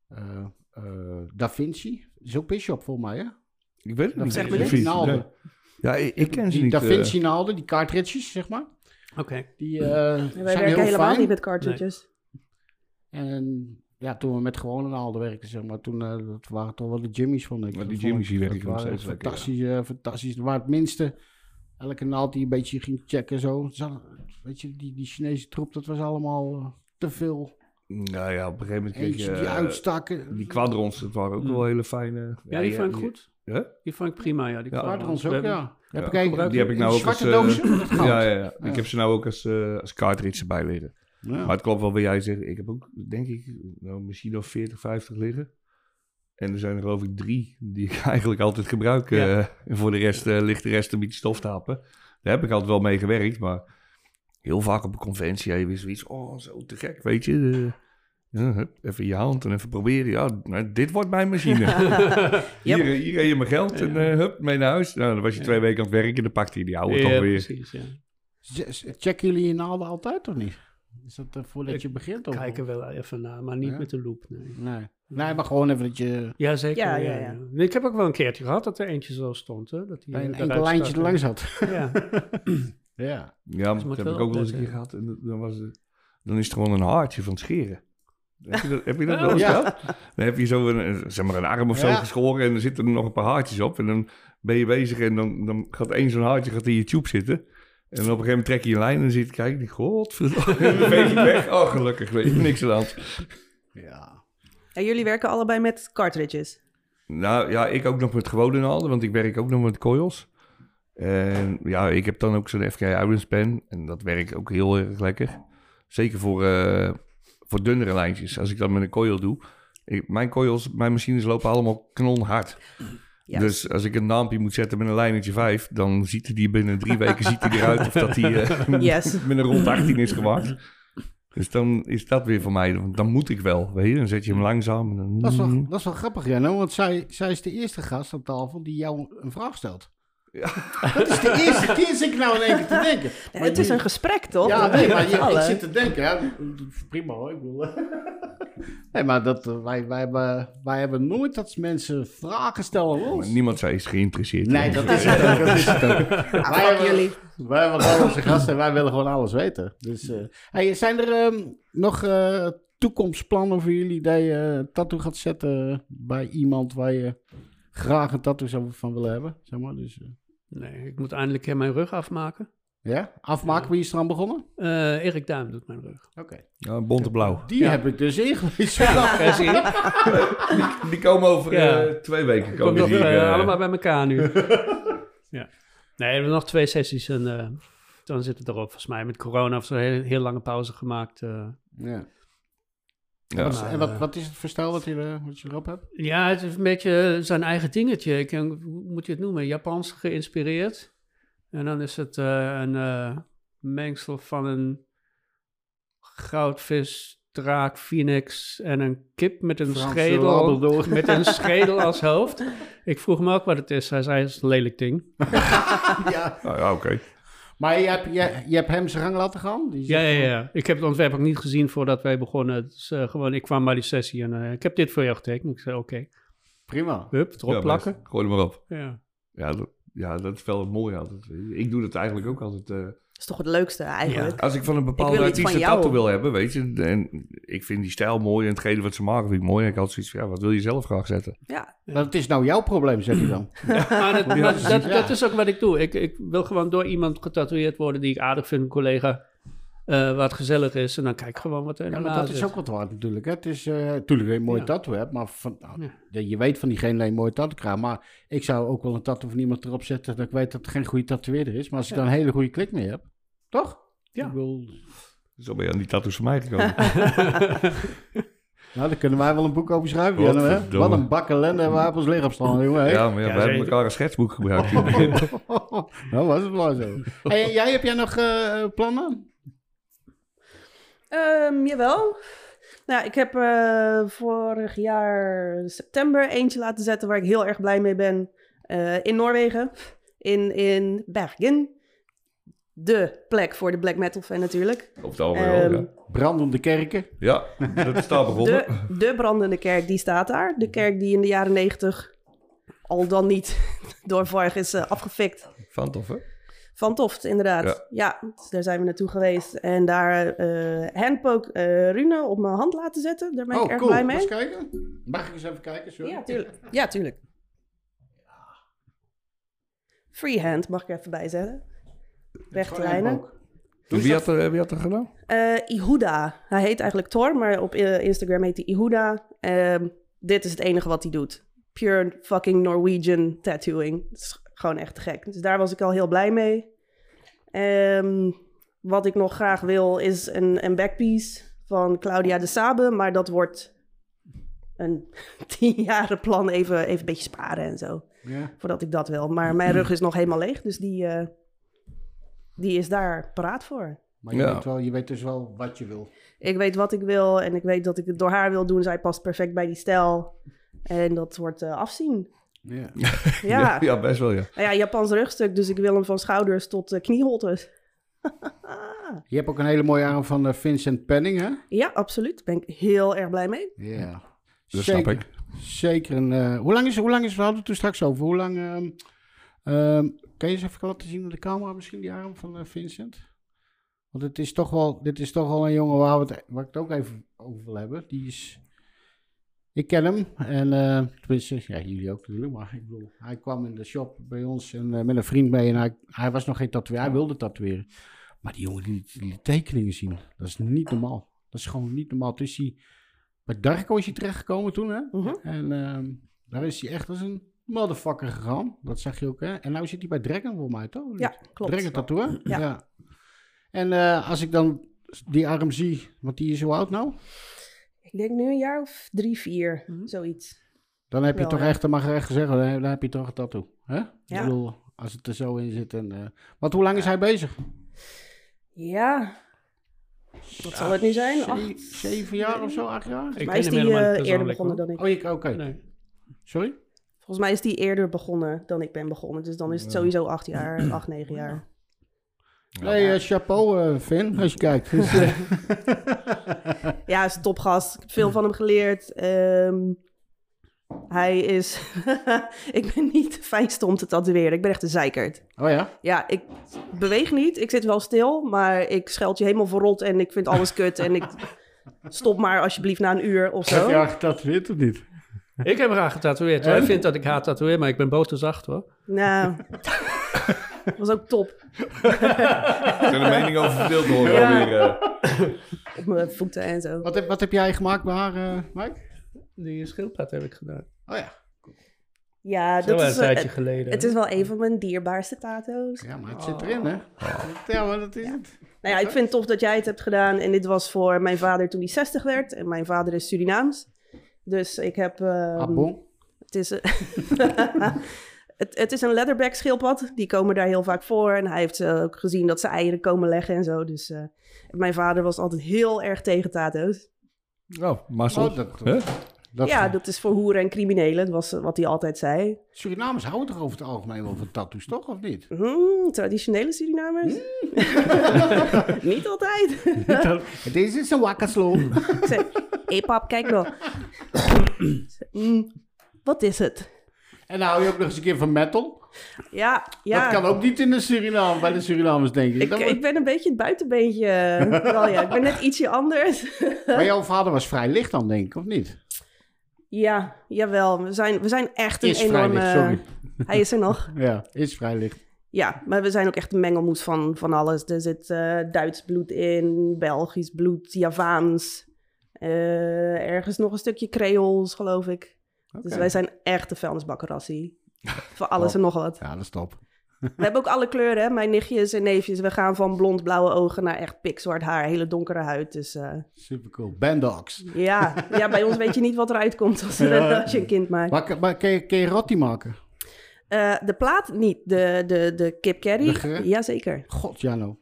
eh, eh, Da Vinci. Dat is ook Bishop volgens mij, hè? Ik weet het niet. Zeg Zeg maar niks. die naalden. Ja, ik, ik ken ze die niet. Da eh. Vinci naalden, die cartridges, zeg maar. Oké. Die eh, Wij zijn werken heel helemaal fijn. niet met cartridges. En ja, toen we met gewone naalden werkten, zeg maar, toen eh, dat waren toch wel de jimmies, vond ik. Maar die Dat vond jimmies die ik- werken dat nog waren steeds lekker, fantastisch, eh, fantastisch. Waar het minste, elke naald die een beetje ging checken zo. Zat- weet je, die, die Chinese troep, dat was allemaal eh, te veel. Nou ja, op een gegeven moment kreeg Eentje je... die eh, uitstaken. die quadrons, dat waren ook Mm. wel hele fijne... Ja, die vond ik die- goed. Hè? Die vond ik prima, ja. Die Ja. kwam- Quadrons we ook, hebben- ja. Heb ik Ja, een- die heb ik een nou ook zwarte als, eh, doosje met het goud. *laughs* Ja, ja, ja. Ja. Ik heb ze nou ook als, eh als cartridge erbij liggen. Ja. Maar het klopt wel wat jij zegt. Ik heb ook, denk ik, nou, misschien nog 40, 50 liggen. En er zijn er geloof ik drie die ik *laughs* eigenlijk altijd gebruik. eh, en voor de rest eh, ligt de rest een beetje stof te happen. Daar heb ik altijd wel mee gewerkt. Maar heel vaak op een conventie heb je weer zoiets. Oh, zo te gek, weet je. eh, ja, hup, even in je hand en even proberen. Ja, nou, dit wordt mijn machine. *laughs* hier, eh, hier heb je mijn geld en eh, hup, mee naar huis. Nou, dan was je twee weken aan het werken en dan pakte je die oude Ja, toch weer. precies, ja. Z- Checken jullie je naalden altijd of niet? Is dat eh, voordat Ik je begint? Of? Kijken wel even naar, maar niet Ja. met de loop, nee. Nee. nee, maar gewoon even dat je... Ja, zeker. Ja, Ja, ja, ja, ja. Nee, Ik heb ook wel een keertje gehad dat er eentje zo stond. Hè, dat die bij een eruit enkel lijntje er stak, hè. langs had. Ja. *laughs* Ja. Ja, maar moet dat heb wel ik ook wel eens een keer opletten. gehad. En dat- dan, was het, dan is het gewoon een haartje van het scheren. Heb je dat, heb je dat wel eens Ja. gehad? Dan heb je zo een, eh, zeg maar een arm of zo Ja. geschoren en er zitten er nog een paar haartjes op. En dan ben je bezig en dan, dan gaat één zo'n haartje gaat in je tube zitten. En op een gegeven moment trek je een lijn en dan zit je kijk, die godverdomme, en dan ben je weg. Oh, gelukkig, weet je, niks aan de hand. Ja. En jullie werken allebei met *laughs* cartridges. Nou ja, ik ook nog met gewone naalden, want ik werk ook nog met coils. En ja, ik heb dan ook zo'n FK Irons pen en dat werkt ook heel erg lekker. Zeker voor, eh, voor dunnere lijntjes, als ik dat met een coil doe. Ik- mijn coils, mijn machines lopen allemaal knonhard. Ja. Dus als ik een naampje moet zetten met een lijnetje 5, dan ziet hij die binnen drie weken ziet hij eruit of dat hij *laughs* eh, *laughs* Yes. met een rond 18 is gemaakt. Dus dan is dat weer voor mij, want dan moet ik wel, weet je. Dan zet je hem langzaam. En dan, Dat is, wel, dat is wel grappig, Janno, want zij, zij is de eerste gast aan tafel die jou een vraag stelt. *laughs* Dat is de eerste keer zit ik nou in één keer te denken. Ja, Maar het is je- een gesprek, toch? Ja, nee, maar Met je, ik allen. zit te denken, ja, prima hoor, ik bedoel... Nee, maar dat, eh, wij, wij, hebben, wij hebben nooit dat mensen vragen stellen aan ons. Maar niemand zij is geïnteresseerd. Nee, dat is het ook. Dat is het ook. Ah, Wij fuck hebben- jullie. Wij hebben gewoon onze gasten en wij willen gewoon alles weten. Dus, eh, hey, zijn er ehm, nog eh, toekomstplannen voor jullie dat je een tattoo gaat zetten bij iemand waar je graag een tattoo zou van willen hebben? Zeg maar. dus, eh, Nee, ik moet eindelijk eh, mijn rug afmaken. ja, afmaken, wie is er aan begonnen? Eh, Erik Duim doet mijn rug. Oké. Ja, bonte blauw. Die heb ik dus ingelezen. Ja, zie je? Die komen over Ja. eh, twee weken. Komt Komen nog die, eh, eh, allemaal bij elkaar *laughs* nu. ja. Nee, we hebben nog twee sessies en eh, dan zit het erop. Volgens mij met corona of zo heel, heel lange pauze gemaakt. eh. ja. ja. Wat- en wat, wat is het voor stijl wat je, eh, wat je erop hebt? Ja, het is een beetje zijn eigen dingetje. Ik, eh, hoe moet je het noemen? Japans geïnspireerd. En dan is het eh, een eh, mengsel van een goudvis, draak, phoenix en een kip met een Frans schedel. Labrador. Met een schedel als hoofd. Ik vroeg me ook wat het is. Hij zei, het is een lelijk ding. ja. Nou ja, oké. Maar je hebt, je, je hebt hem zijn gang laten gaan? Die Ja, ja, ja. Ik heb het ontwerp ook niet gezien voordat wij begonnen. Dus eh, gewoon, ik kwam bij die sessie en eh, ik heb dit voor jou getekend. Ik zei, oké. Prima. Hup, erop Ja, plakken. best. Gooi hem maar op. Ja. Ja dat, ja, dat is wel mooi altijd. Ik doe dat eigenlijk ook altijd. eh, Dat is toch het leukste eigenlijk. als ik van een Ik bepaalde wil iets artiest een van jou. tattoo wil hebben, weet je. En ik vind die stijl mooi en hetgene wat ze maken vind ik mooi. En ik had zoiets van, ja, wat wil je zelf graag zetten? Ja. Want het is nou jouw probleem, zeg je dan. Maar dat, maar precies. dat, Ja. dat is ook wat ik doe. Ik, ik wil gewoon door iemand getatoeëerd worden die ik aardig vind, een collega, eh wat gezellig is. En dan kijk ik gewoon wat er Ja, in de maar maat dat is zit. ook wat waard natuurlijk. Hè? Het is eh, natuurlijk een mooie Ja. tattoo hebt, maar van, nou, Ja. de- je weet van diegene dat je een mooie tattoo krijgt. Maar ik zou ook wel een tattoo van iemand erop zetten dat ik weet dat het geen goede tatoeëerder is. Maar als ik dan een hele goede klik mee heb, toch? Ja. Ik bedoel, Zo ben je aan die tattoos van mij gekomen. nou, daar kunnen wij wel een boek over schrijven. Janne, hè? Godverdomme. Wat een bak ellende hebben we op ons lichaam staan, jongen. hè? ja, maar ja, Ja, we hebben zeker. elkaar een schetsboek gebruikt. in het begin. *laughs* nou was het wel zo. Hey, jij, heb jij nog eh, plannen? Ehm, jawel. Nou, ik heb eh, vorig jaar september eentje laten zetten waar ik heel erg blij mee ben. Eh, in Noorwegen. In, in Bergen. De plek voor de black metal fan natuurlijk. Op het alweer Ehm, wel, Brandende kerken. ja. ja, dat is daar begonnen. De, de brandende kerk, die staat daar. De kerk die in de jaren negentig al dan niet *laughs* door Varg is eh, afgefikt. Van tof, hè? Van Toft, inderdaad. Ja. Ja, dus daar zijn we naartoe geweest. En daar eh handpoke eh Rune op mijn hand laten zetten. Daar ben ik oh, erg cool. blij Mag mee. Eens kijken. Mag ik eens even kijken? Sorry. Ja, tuurlijk. Ja, tuurlijk. Freehand mag ik er even bijzetten. Rechte lijnen. Ook. En Wie had, er, wie had er gedaan? Eh, Ihuda. Hij heet eigenlijk Thor, maar op eh, Instagram heet hij Ihuda. Ehm, dit is het enige wat hij doet. Pure fucking Norwegian tattooing. Het is gewoon echt te gek. Dus daar was ik al heel blij mee. Ehm, wat ik nog graag wil is een, een backpiece van Claudia de Sabe. Maar dat wordt een *laughs* tien jaren plan. Even, even een beetje sparen en zo. Ja. Voordat ik dat wil. Maar mijn rug is nog helemaal leeg. Dus die, eh, die is daar paraat voor. Maar je, Ja. weet wel, je weet dus wel wat je wil. Ik weet wat ik wil en ik weet dat ik het door haar wil doen. Zij past perfect bij die stijl. En dat wordt eh, *laughs* afzien. Ja. Ja. *laughs* ja, best wel, ja. Nou ja, Japans rugstuk, dus ik wil hem van schouders tot eh, knieholtes. Je hebt ook een hele mooie arm van eh, Vincent Penning, hè? Ja, absoluut. Daar ben ik heel erg blij mee. Ja. Dat zeker, snap ik. Zeker een... eh, hoe lang is hoe lang is We hadden het toen straks over. Hoe lang... ehm, ehm, kan je eens even laten zien op de camera misschien, die arm van eh, Vincent? Want het is toch wel, dit is toch wel een jongen waar, we het, waar ik het ook even over wil hebben. Die is... Ik ken hem. En eh tenminste, ja, jullie ook natuurlijk. Maar ik bedoel, hij kwam in de shop bij ons en, eh, met een vriend mee. En hij, hij was nog geen tatoeëer. Hij wilde tatoeëren. Maar die jongen die die liet tekeningen zien. Dat is niet normaal. Dat is gewoon niet normaal. Dus die, bij Darko is hij terechtgekomen toen, hè? Mhm. En ehm, daar is hij echt als een motherfucker gegaan. Dat zag je ook, hè? En nu zit hij bij Dragon voor mij, toch? Ja, Dragon klopt. Tattoo, ja. Ja. ja. En eh, als ik dan die arm zie, want die is zo oud nou? Ik denk nu een jaar of drie, vier, Mhm. zoiets. Dan heb je Wel, toch ja. echt, dan mag je echt zeggen, dan dan heb je toch een tattoo. Hè? Ik Ja. bedoel, als het er zo in zit. En, eh, want hoe lang is hij bezig? Ja. Wat zal het nu zijn? Ze- Acht. zeven jaar of zo, acht jaar? Ik Volgens mij is ken hem die helemaal eh, niet eerder persoonlijk, begonnen dan ik. Oh, ik- oké. hoor. Nee. Sorry? Volgens mij is die eerder begonnen dan ik ben begonnen. Dus dan is het sowieso acht jaar, *clears throat* acht, negen jaar. Nee, eh, chapeau, eh Finn, als je *laughs* kijkt. Dus, eh, Ja, hij is een topgast. Ik heb veel van hem geleerd. Ehm, hij is... *laughs* ik ben niet de fijnste om te tatoeëren. Ik ben echt een zeikert. oh ja? Ja, ik beweeg niet. Ik zit wel stil, maar ik scheld je helemaal verrot en ik vind alles kut. En ik stop maar alsjeblieft na een uur of Heb zo. je haar getatoeëerd of niet? Ik heb graag getatoeëerd. hoor. Hij vindt dat ik haar tatoeëer, maar ik ben boterzacht hoor. Nou, *laughs* dat was ook top. zijn de meningen over verdeeld hoor. Ja. alweer, eh. Op mijn voeten en zo. Wat heb, wat heb jij gemaakt bij haar, eh, Mike? Die schildpad heb ik gedaan. Oh ja. Ja, Dat dat wel is, een wel- tijdje het, geleden. het is wel een van mijn dierbaarste tato's. Ja, maar het zit erin, hè? Ja, maar dat is het. Nou Oh. ja, ik vind het tof dat jij het hebt gedaan. En dit was voor mijn vader toen hij 60 werd. En mijn vader is Surinaams. Dus ik heb... ehm, Ah, bon. Het is, *laughs* het, het is een leatherback schildpad. Die komen daar heel vaak voor. En hij heeft eh, ook gezien dat ze eieren komen leggen en zo. Dus eh, mijn vader was altijd heel erg tegen tato's. Oh, maar zo. Oh, dat, Hè? dat, ja, dat is voor hoeren en criminelen. Dat was eh, wat hij altijd zei. Surinamers houden toch over het algemeen wel van tattoos, toch? Of niet? Hmm, traditionele Surinamers? *laughs* Niet altijd. Dit is een wakker sloom. *laughs* Ik zei, hey pap, *clears throat* kijk nou. Hmm, wat is het? En dan hou je ook nog eens een keer van metal. Ja, ja. Dat kan ook niet in de Suriname, bij de Surinamers, denk ik. Ik, Dat ik ben een beetje het buitenbeentje. eh, wel, ja. Ik ben net ietsje anders. wordt- Maar jouw vader was vrij licht dan, denk ik, of niet? Ja, jawel. We zijn, we zijn echt een Is vrij enorme... licht, sorry. Hij is er nog. Ja, is vrij licht. Ja, maar we zijn ook echt een mengelmoes van, van alles. Er zit eh, Duits bloed in, Belgisch bloed, Javaans. eh, ergens nog een stukje Creools, geloof ik. Dus Oké. Oh. wij zijn echt de vuilnisbakkerassie. Van alles en nog wat. Ja, dat is top. We hebben ook alle kleuren, hè? mijn nichtjes en neefjes. We gaan van blond blauwe ogen naar echt pikzwart haar, hele donkere huid. Dus eh, Super cool. Bandox. *laughs* ja. ja, bij ons weet je niet wat eruit komt als, er- Ja. *laughs* als je een kind maakt. Maar, maar kun, je, kun je rotti maken? Eh, de plaat niet, de, de, de kip De carry. ge- Jazeker. God, Jano.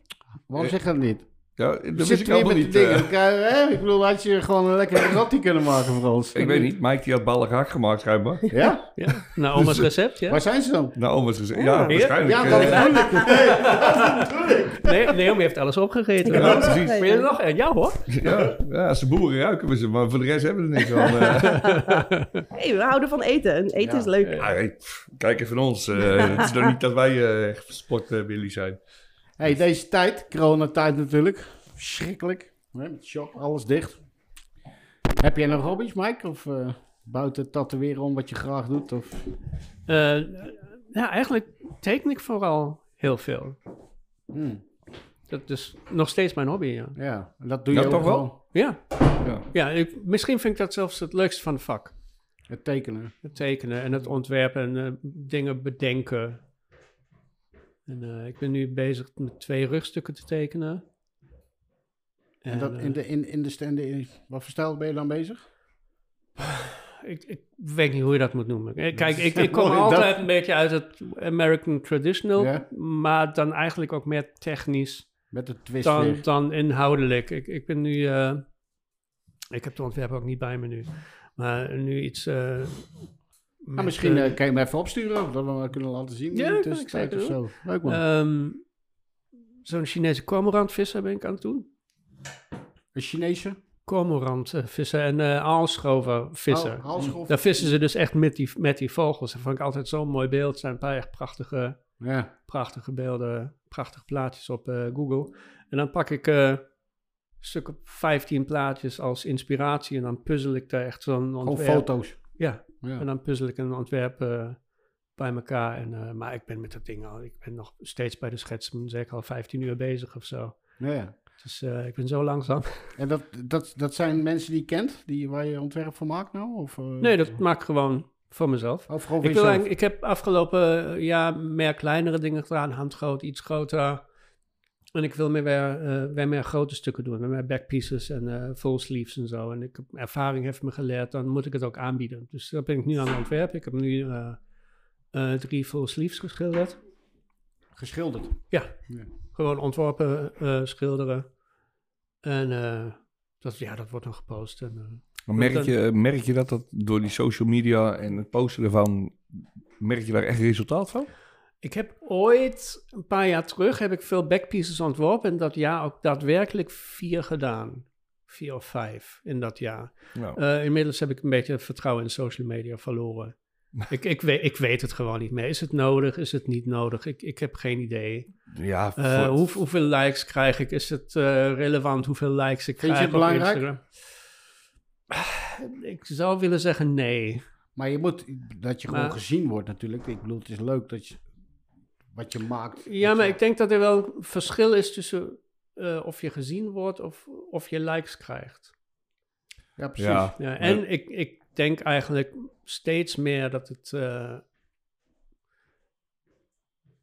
Waarom zeg je dat niet? Ja, dat Zit wist ik weer allemaal met die niet. dingen. eh. Dan kan je- hè? Ik bedoel, had je gewoon een lekkere rotti kunnen maken voor ons. ik weet niet, Mike die had ballen gehakt gemaakt schijnbaar. Ja? Ja. Nou, oma's recept, ja. Waar zijn ze dan? Nou, oma's gezegd. Ja, Ja. waarschijnlijk. Oh, Ja, eh, dat bedoel ik. Nee, Naomi heeft alles opgegeten. Ik heb Ja, alles precies. Wil je er opgegeven. nog? een? Ja hoor. ja, ja, als de boeren ruiken we ze, maar voor de rest hebben we er niks aan. eh. *laughs* Hey, we houden van eten. En eten Ja. is leuk. Ja, hey, pff, kijk even naar ons. eh, het is nog niet dat wij eh, echt sportbilly zijn. Hey, deze tijd, coronatijd natuurlijk, verschrikkelijk. Hè, Met shop, alles dicht. Heb jij nog hobby's, Mike? Of eh, buiten tatoeëren om wat je graag doet? Of... Eh, ja, eigenlijk teken ik vooral heel veel. Hmm, Dat is nog steeds mijn hobby, ja. ja, en dat doe Ja, je toch ook wel? wel. Ja, Ja. ja ik, misschien vind ik dat zelfs het leukste van het vak. Het tekenen. Het tekenen en het ontwerpen en eh, dingen bedenken. En eh, ik ben nu bezig met twee rugstukken te tekenen. En dat in eh, de, in, in de stand, in, wat voor stijl ben je dan bezig? eh, ik, ik weet niet hoe je dat moet noemen. Eh, Kijk, ik, ik kom Mooi, *laughs* dat- altijd een beetje uit het American Traditional, Ja. maar dan eigenlijk ook meer technisch. Met een twist dan, weer. Nou, dan inhoudelijk. Ik, ik ben nu. eh, ik heb de ontwerpen ook niet bij me nu. Maar nu iets. eh, Nou, met, misschien eh, eh, kan je hem even opsturen, dat we hem kunnen laten zien Ja, in de kan tussentijd ik of zeker zo. Leuk man. ehm, Zo'n Chinese kormorantvisser ben ik aan het doen. een Chinese? Kormorantvisser en eh aalschovenvisser. Oh. Hal- halsgrof? Daar vissen ze dus echt met die, met die vogels. Dat vond ik altijd zo'n mooi beeld. Het zijn een paar echt prachtige Ja. prachtige beelden, prachtige plaatjes op eh, Google. En dan pak ik eh, een stuk op 15 plaatjes als inspiratie en dan puzzel ik daar echt zo'n Gewoon ontwerp. foto's. Ja, Ja. en dan puzzel ik een ontwerp eh, bij elkaar. En, eh, maar ik ben met dat ding al, ik ben nog steeds bij de schets, zeker al 15 uur bezig of zo. Ja, ja. Dus eh, ik ben zo langzaam. En dat, dat, dat zijn mensen die je kent, die, waar je ontwerp van maakt nou? Of, eh, Nee, dat maak ik gewoon voor mezelf. Of gewoon Ik, ik wil eigenlijk- ik heb afgelopen eh, jaar meer kleinere dingen gedaan. Handgroot, iets groter. En ik wil meer weer, eh, weer meer grote stukken doen. Met meer backpieces en eh, full sleeves en zo. En ik, heb- ervaring heeft me geleerd, dan moet ik het ook aanbieden. Dus dat ben ik nu aan het ontwerpen. Ik heb nu eh, eh, drie full sleeves geschilderd. geschilderd. Gewoon ontworpen, eh, schilderen. En eh, dat, ja, dat wordt dan gepost. En, eh, Maar merk je, merk je dat dat door die social media en het posten ervan, merk je daar echt resultaat van? Ik heb ooit, een paar jaar terug, heb ik veel backpieces ontworpen. En dat jaar ook daadwerkelijk vier gedaan. Vier of vijf in dat jaar. Nou, Eh, inmiddels heb ik een beetje vertrouwen in social media *laughs* verloren. ik, ik, weet, ik weet het gewoon niet meer. Is het nodig? Is het niet nodig? Ik, ik heb geen idee. ja, Eh, voor- hoe- hoeveel likes krijg ik? Is het eh, relevant hoeveel likes ik Vind je krijg het belangrijk? op Instagram? Ah, Ik zou willen zeggen nee. Maar je moet, dat je gewoon Maar- gezien wordt natuurlijk. Ik bedoel, het is leuk dat je, wat je maakt. Ja, dat maar je- ik denk dat er wel een verschil is tussen eh, of je gezien wordt of, of je likes krijgt. Ja, precies. ja, Ja, en ik, ik denk eigenlijk steeds meer dat het eh,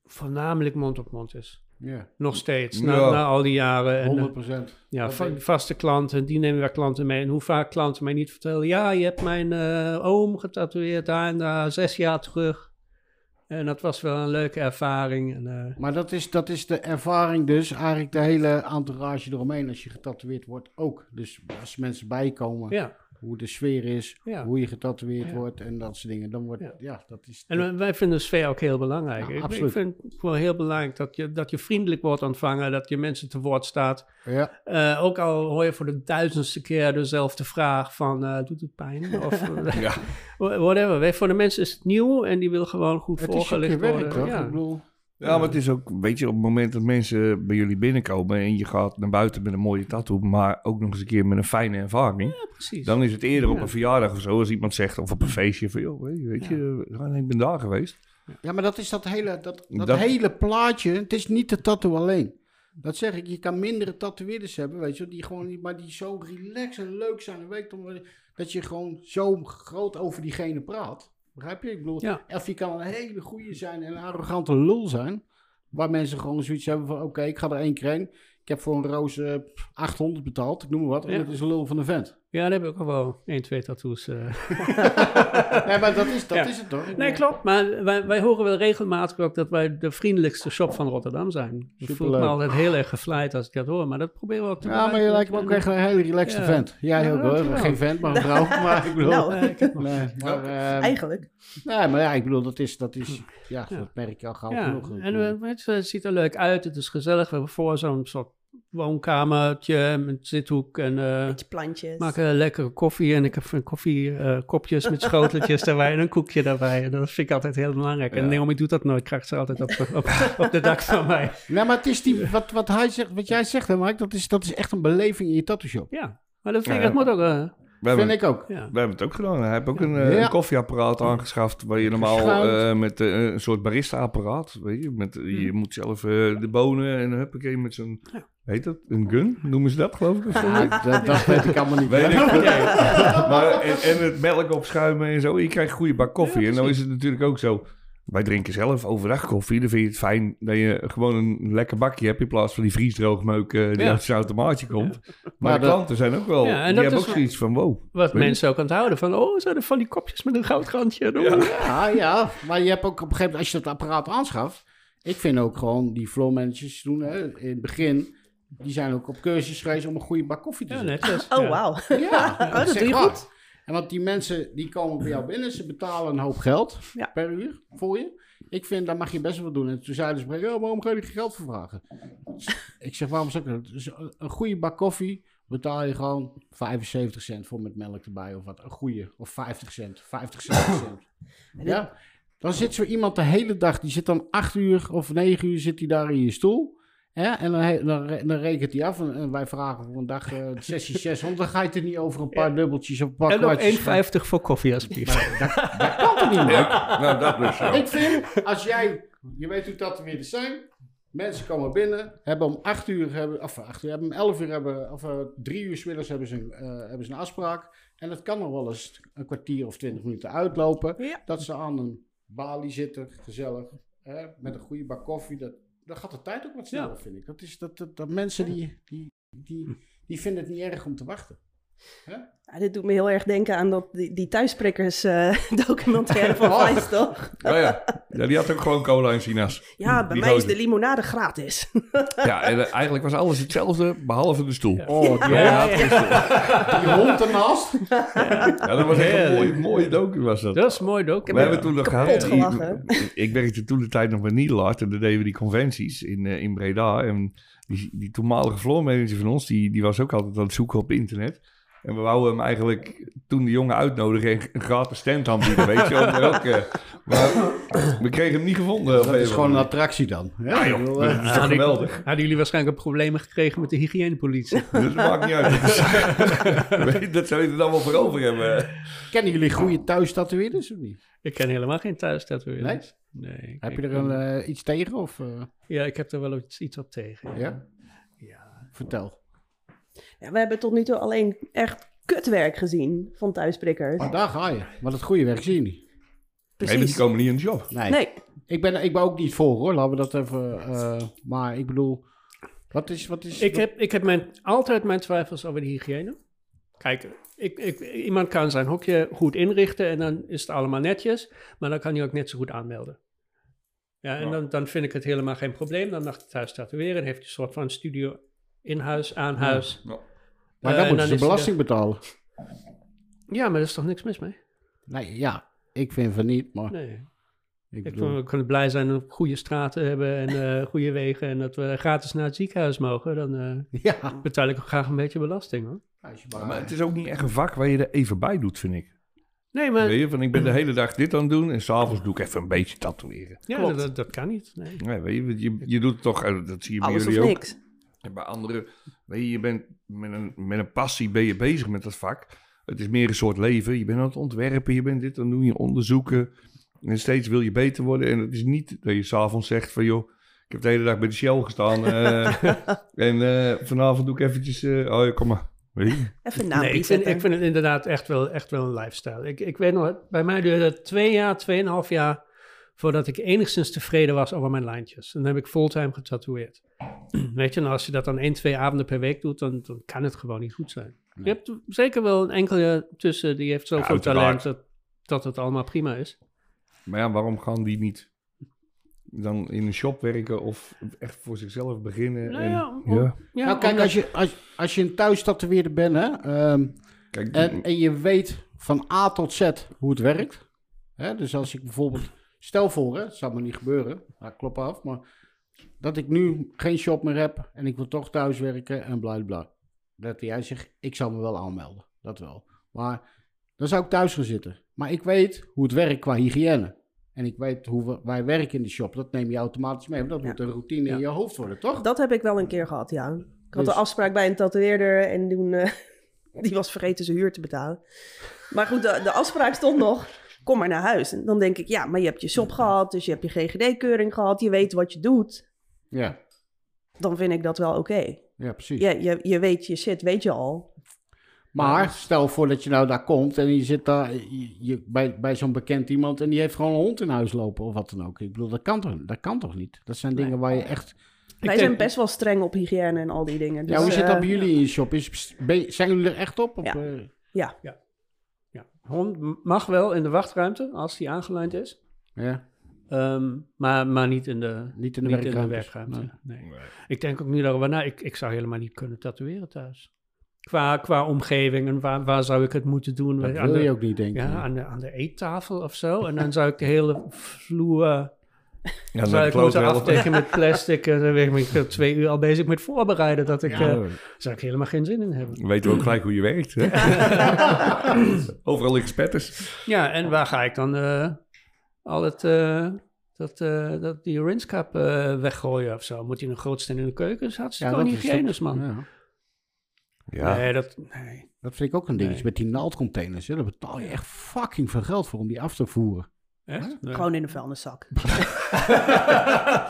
voornamelijk mond op mond is. Ja, Nog steeds, na, Ja. na al die jaren. En, eh, 100 procent. ja, Dat va- denk ik. vaste klanten, die nemen weer klanten mee. En hoe vaak klanten mij niet vertellen... ja, je hebt mijn eh, oom getatoeëerd daar en daar zes jaar terug. En dat was wel een leuke ervaring. En, eh, Maar dat is, dat is de ervaring dus, eigenlijk de hele entourage eromheen als je getatoeëerd wordt ook. Dus als mensen bijkomen, ja, hoe de sfeer is, ja. hoe je getatoeëerd Ja. wordt wordt en dat soort dingen. Dan wordt, Ja. ja, dat is... En wij vinden de sfeer ook heel belangrijk. Ja, Ik- ik, absoluut. vind het gewoon heel belangrijk dat je, dat je vriendelijk wordt ontvangen, dat je mensen te woord staat. ja, Eh, ook al hoor je voor de duizendste keer dezelfde vraag van, eh, doet *laughs* het pijn? Of eh, Ja. *laughs* whatever. Weet, voor de mensen is het nieuw en die willen gewoon goed het is ook voorgelicht je werk, worden. toch? Ja. Ik bedoel, Ja, maar het is ook, weet je, op het moment dat mensen bij jullie binnenkomen en je gaat naar buiten met een mooie tattoo, maar ook nog eens een keer met een fijne ervaring, Ja, precies. dan is het eerder op Ja. een verjaardag of zo, als iemand zegt, of op een feestje van, joh, hey, weet je, eh, ik ben daar geweest. Ja, maar dat is dat hele, dat, dat Dat- hele plaatje. Het is niet de tattoo alleen. Dat zeg ik, je kan mindere tatoeëerders hebben, weet je wel, die gewoon, niet- maar die zo relaxed en leuk zijn. En weet om, dat je gewoon zo groot over diegene praat. Begrijp je? Ik bedoel, Ja. of je kan een hele goeie zijn en een arrogante lul zijn, waar mensen gewoon zoiets hebben van, oké, ik ga er één keer heen. Ik heb voor een roos eh, 800 betaald, ik noem maar wat, en Ja. het is een lul van een vent. Ja, daar heb ik ook al wel 1, 2 tattoos. eh. nee, maar dat is, dat Ja. is het toch? Ik Nee, bedoel, klopt. Maar wij, wij horen wel regelmatig ook dat wij de vriendelijkste shop van Rotterdam zijn. Ik voel ik me Superleuk. altijd heel erg gevleid als ik dat hoor. Maar dat proberen we ook te Ja, maar je bereiken. lijkt me ook En- echt een hele relaxte Ja. vent. Jij Ja, ook hoor. dankjewel. Geen vent, maar een *laughs* vrouw. maar ik bedoel... Nou, Eh, ik heb nog- Nee, maar, ehm, *laughs* eigenlijk. nee, maar ja, ik bedoel, dat is, dat is, ja, Ja. dat merk je al gauw Ja, genoeg. en we- het, eh, ziet er leuk uit. Het is gezellig. We hebben voor zo'n soort woonkamertje met zithoek. En eh Beetje plantjes. maken lekkere koffie. En ik heb van koffie eh, kopjes met schoteltjes daarbij en een koekje daarbij. En dat vind ik altijd heel belangrijk. En Ja. Naomi doet dat nooit. Krijgt ze altijd op, op, op de dak van mij. nee, maar het is die, wat, wat, hij zegt, wat jij zegt, hè, Mike, dat is, dat is echt een beleving in je tattoo shop. Ja, maar dat vind ik, Ja. dat moet ook... eh, We hebben, Vind ik ook. ja. we hebben het ook gedaan. Hij heeft ook een, eh, Ja. een koffieapparaat aangeschaft waar je normaal Geschuimd. eh, met eh, een soort barista-apparaat, weet je, met, Hm. je moet zelf eh, de bonen en huppakee met zo'n, heet dat, een gun, noemen ze dat geloof ik? of zo? Ja, dat, *laughs* dat weet ik allemaal niet. Weet ik Ja. veel. Maar, en, en het melk opschuimen en zo. Je krijgt een goede bak koffie. en dan is het natuurlijk ook zo. Wij drinken zelf overdag koffie. Dan vind je het fijn dat je gewoon een lekker bakje hebt... in plaats van die vriesdroogmeuk eh, die Ja. uit zijn automaatje komt. Maar, Maar de dat- klanten zijn ook wel... Ja, en die dat hebben is ook wel- zoiets van wow. Wat Weet je? mensen ook onthouden. Van, oh, zijn er van die kopjes met een goudrandje? Oh, Ja. Ja, ja, maar je hebt ook op een gegeven moment, als je dat apparaat aanschaft, ik vind ook gewoon die floor managers doen hè, in het begin, die zijn ook op cursus geweest om een goede bak koffie te zetten. netjes. Oh, Ja. wauw. *laughs* Ja, Oh, dat is doe je echt waar. goed. En want die mensen die komen bij jou binnen, ze betalen een hoop geld Ja. per uur voor je. Ik vind, daar mag je best wel doen. En toen zeiden ze, maar, ja, waarom ga je er geen geld voor vragen? *laughs* ik zeg, waarom zou ik dat? Dus een- een goede bak koffie betaal je gewoon 75 cent voor met melk erbij of wat. Een goede, of 50 cent, 50 cent. cent. Ja, Dan zit zo iemand de hele dag, die zit dan acht uur of negen uur zit hij daar in je stoel. Hè? En dan, he- dan, re- dan rekent hij af en, en wij vragen voor een dag eh sessie 600. Dan ga je het er niet over een paar dubbeltjes of een paar En nog kwartjes. 1,50 voor koffie, alsjeblieft. Dat kan toch niet meer? Nou, dat dus. Ik vind, als jij, je weet hoe tatoeëerders zijn. Mensen komen binnen, hebben om 8 uur, hebben, of 8 uur, hebben om 11 uur, hebben, of eh, drie uur 's middags hebben ze, een, eh, hebben ze een afspraak. En het kan nog wel eens een kwartier of twintig minuten uitlopen. Ja. Dat ze aan een balie zitten, gezellig, hè, met een goede bak koffie. Dat, dan gaat de tijd ook wat sneller, Ja. vind ik. Dat, is, dat, dat, dat mensen die, die, die, die vinden het niet erg om te wachten. Ja, dit doet me heel erg denken aan dat, die, die thuisprikkers eh, *laughs* *laughs* documentaire van Oh. Vijs, toch? Nou ja. ja, die had ook gewoon cola en sinaas. Ja, bij Die mij is gozer. de limonade gratis. Ja, en eh, eigenlijk was alles hetzelfde, behalve de stoel. Ja. Oh, die, Ja, dat was- die hond ernaast. ja, dat was echt een mooie, Heerlijk. mooie docu was dat. Dat is mooi docu. We hebben toen nog gehad. kapot gelachen. Ik, ik werkte toen de tijd nog bij Nederland en dan deden we die conventies in, eh, in Breda. En die, die toenmalige floormanager van ons, die, die was ook altijd aan het zoeken op internet. En we wouden hem eigenlijk toen de jongen uitnodigen en een gratis stand aanbieden, weet je. Om er ook, eh, maar we kregen hem niet gevonden. op Dat een is of gewoon een andere attractie dan. hè? manier. Ik Ja, bedoel, joh, eh, dat is toch Hadden- geweldig. Hadden jullie waarschijnlijk problemen gekregen met de hygiënepolitie? *laughs* Dus dat maakt niet uit. *laughs* *laughs* Weet je, dat zou je er dan wel voor over hebben. Kennen jullie goede thuis-tatoeëerders of niet? ik ken helemaal geen thuis tatoeëerders. Nee? ik- Heb je ik- er een, eh, iets tegen of eh, Ja, ik heb er wel iets, iets op tegen. ja? Ja. Vertel. Ja, we hebben tot nu toe alleen echt kutwerk gezien van thuisprikkers. Maar daar ga je. Maar het goede werk zie je niet. Nee, maar dus die Precies. komen niet in de job. Nee. Nee, Ik, ben, ik ben ook niet voor hoor. Laten we dat even... eh, maar ik bedoel... Wat is... Wat is Ik heb, ik heb mijn, altijd mijn twijfels over de hygiëne. Kijk, ik, ik, iemand kan zijn hokje goed inrichten en dan is het allemaal netjes. Maar dan kan hij ook net zo goed aanmelden. Ja, en Ja. Dan, dan vind ik het helemaal geen probleem. Dan mag hij thuis tatoeëren. Heeft hij een soort van studio in huis, aan huis. maar eh, Nou, dan en moeten dan ze is hij belasting betalen. Ja, maar er is toch niks mis mee? Nee, ja. Ik vind van niet, maar Nee. ik Ik bedoel... we kunnen blij zijn dat we goede straten hebben en eh, *laughs* goede wegen. En dat we gratis naar het ziekenhuis mogen. Dan eh, Ja. betaal ik ook graag een beetje belasting hoor. Als je Maar het maar- is ook niet echt een vak waar je er even bij doet, vind ik. Nee, maar Weet je, van ik ben de hele dag dit aan het doen en s'avonds doe ik even een beetje tatoeëren. ja, klopt. dat, dat kan niet. Nee. Nee, weet je, want je, je doet het toch, eh, dat zie je bij alles of jullie ook. niks. En bij anderen, weet je, je bent met een, met een passie ben je bezig met dat vak. Het is meer een soort leven. Je bent aan het ontwerpen, je bent dit aan het doen, je onderzoeken. En steeds wil je beter worden. En het is niet dat je s'avonds zegt van joh, ik heb de hele dag bij de Shell gestaan. *laughs* eh, en eh, vanavond doe ik eventjes, eh, oh ja, kom maar. Weet je? Even naam nee, ik vind, ik vind het inderdaad echt wel, echt wel een lifestyle. Ik, ik weet nog, bij mij duurde het twee jaar, tweeënhalf jaar voordat ik enigszins tevreden was over mijn lijntjes. En dan heb ik fulltime getatoeëerd. *clears throat* weet je, en als je dat dan één, twee avonden per week doet, dan, dan kan het gewoon niet goed zijn. Je hebt zeker wel een enkele tussen die heeft zoveel uiteraard. talent dat, dat het allemaal prima is. Maar ja, waarom gaan die niet dan in een shop werken of echt voor zichzelf beginnen? Nou en, ja, om- Ja, Nou kijk, omdat- als je, als, als je een thuis-tatoeëerder bent, hè... ehm, Kijk, En, en je weet van A tot Z hoe het werkt. Hè, dus als ik bijvoorbeeld, stel voor, hè, het zou me niet gebeuren, nou, klop af, maar dat ik nu geen shop meer heb en ik wil toch thuis werken en bla bla, bla. Dat jij zegt, ik zal me wel aanmelden, dat wel. Maar dan zou ik thuis gaan zitten. Maar ik weet hoe het werkt qua hygiëne. En ik weet hoe we- wij werken in de shop. Dat neem je automatisch mee. want Dat Ja. moet een routine in Ja. je hoofd worden, toch? Dat heb ik wel een keer gehad, ja. Ik had Dus- een afspraak bij een tatoeëerder en toen... eh, *laughs* die was vergeten zijn huur te betalen. Maar goed, de, de afspraak stond nog. Kom maar naar huis. En dan denk ik, ja, maar je hebt je shop gehad, dus je hebt je GGD-keuring gehad. Je weet wat je doet. Ja, Dan vind ik dat wel oké. ja precies. Je, je, je weet je shit, weet je al. Maar stel voor dat je nou daar komt en je zit daar je, je- bij, bij zo'n bekend iemand en die heeft gewoon een hond in huis lopen of wat dan ook. Ik bedoel, dat kan toch, dat kan toch niet? Dat zijn dingen waar je echt. Wij denk- zijn best wel streng op hygiëne en al die dingen. Dus, ja, hoe zit dat eh, bij jullie in je shop? Is, ben je- zijn jullie er echt op? op Ja. eh, ja, hond mag wel in de wachtruimte als die aangelijnd is. ja, Ehm, maar, maar niet in de, niet in de niet in de werkruimte. werkruimte. Nee. Nee. Ik denk ook nu daarover na. nou, Ik, ik zou helemaal niet kunnen tatoeëren thuis. Qua, qua omgeving en waar, waar zou ik het moeten doen? Dat Aan wil de- je ook niet denken. ja, aan de, aan de eettafel of zo. En dan zou ik de hele vloer eh, ja, zou ik moeten *laughs* afdekken. afdekken met plastic. En dan ben ik twee uur al bezig met voorbereiden. Dat ik, eh, zou ik helemaal geen zin in hebben. Dan weten we ook gelijk hoe je werkt. *laughs* Hè? Overal liggen spetters. Ja, en waar ga ik dan eh, al het, eh, dat, eh, dat die Orange Cup eh, weggooien of zo. Moet je een groot stand in de keuken? Dat is hartstikke dat is onhygiënisch, toch- man. ja. Ja. Nee, dat... Nee. Dat vind ik ook een dingetje. Nee. Met die naaldcontainers, hè, daar betaal je echt fucking veel geld voor om die af te voeren. Echt? Nee. Gewoon in een vuilniszak. Nee, Ja,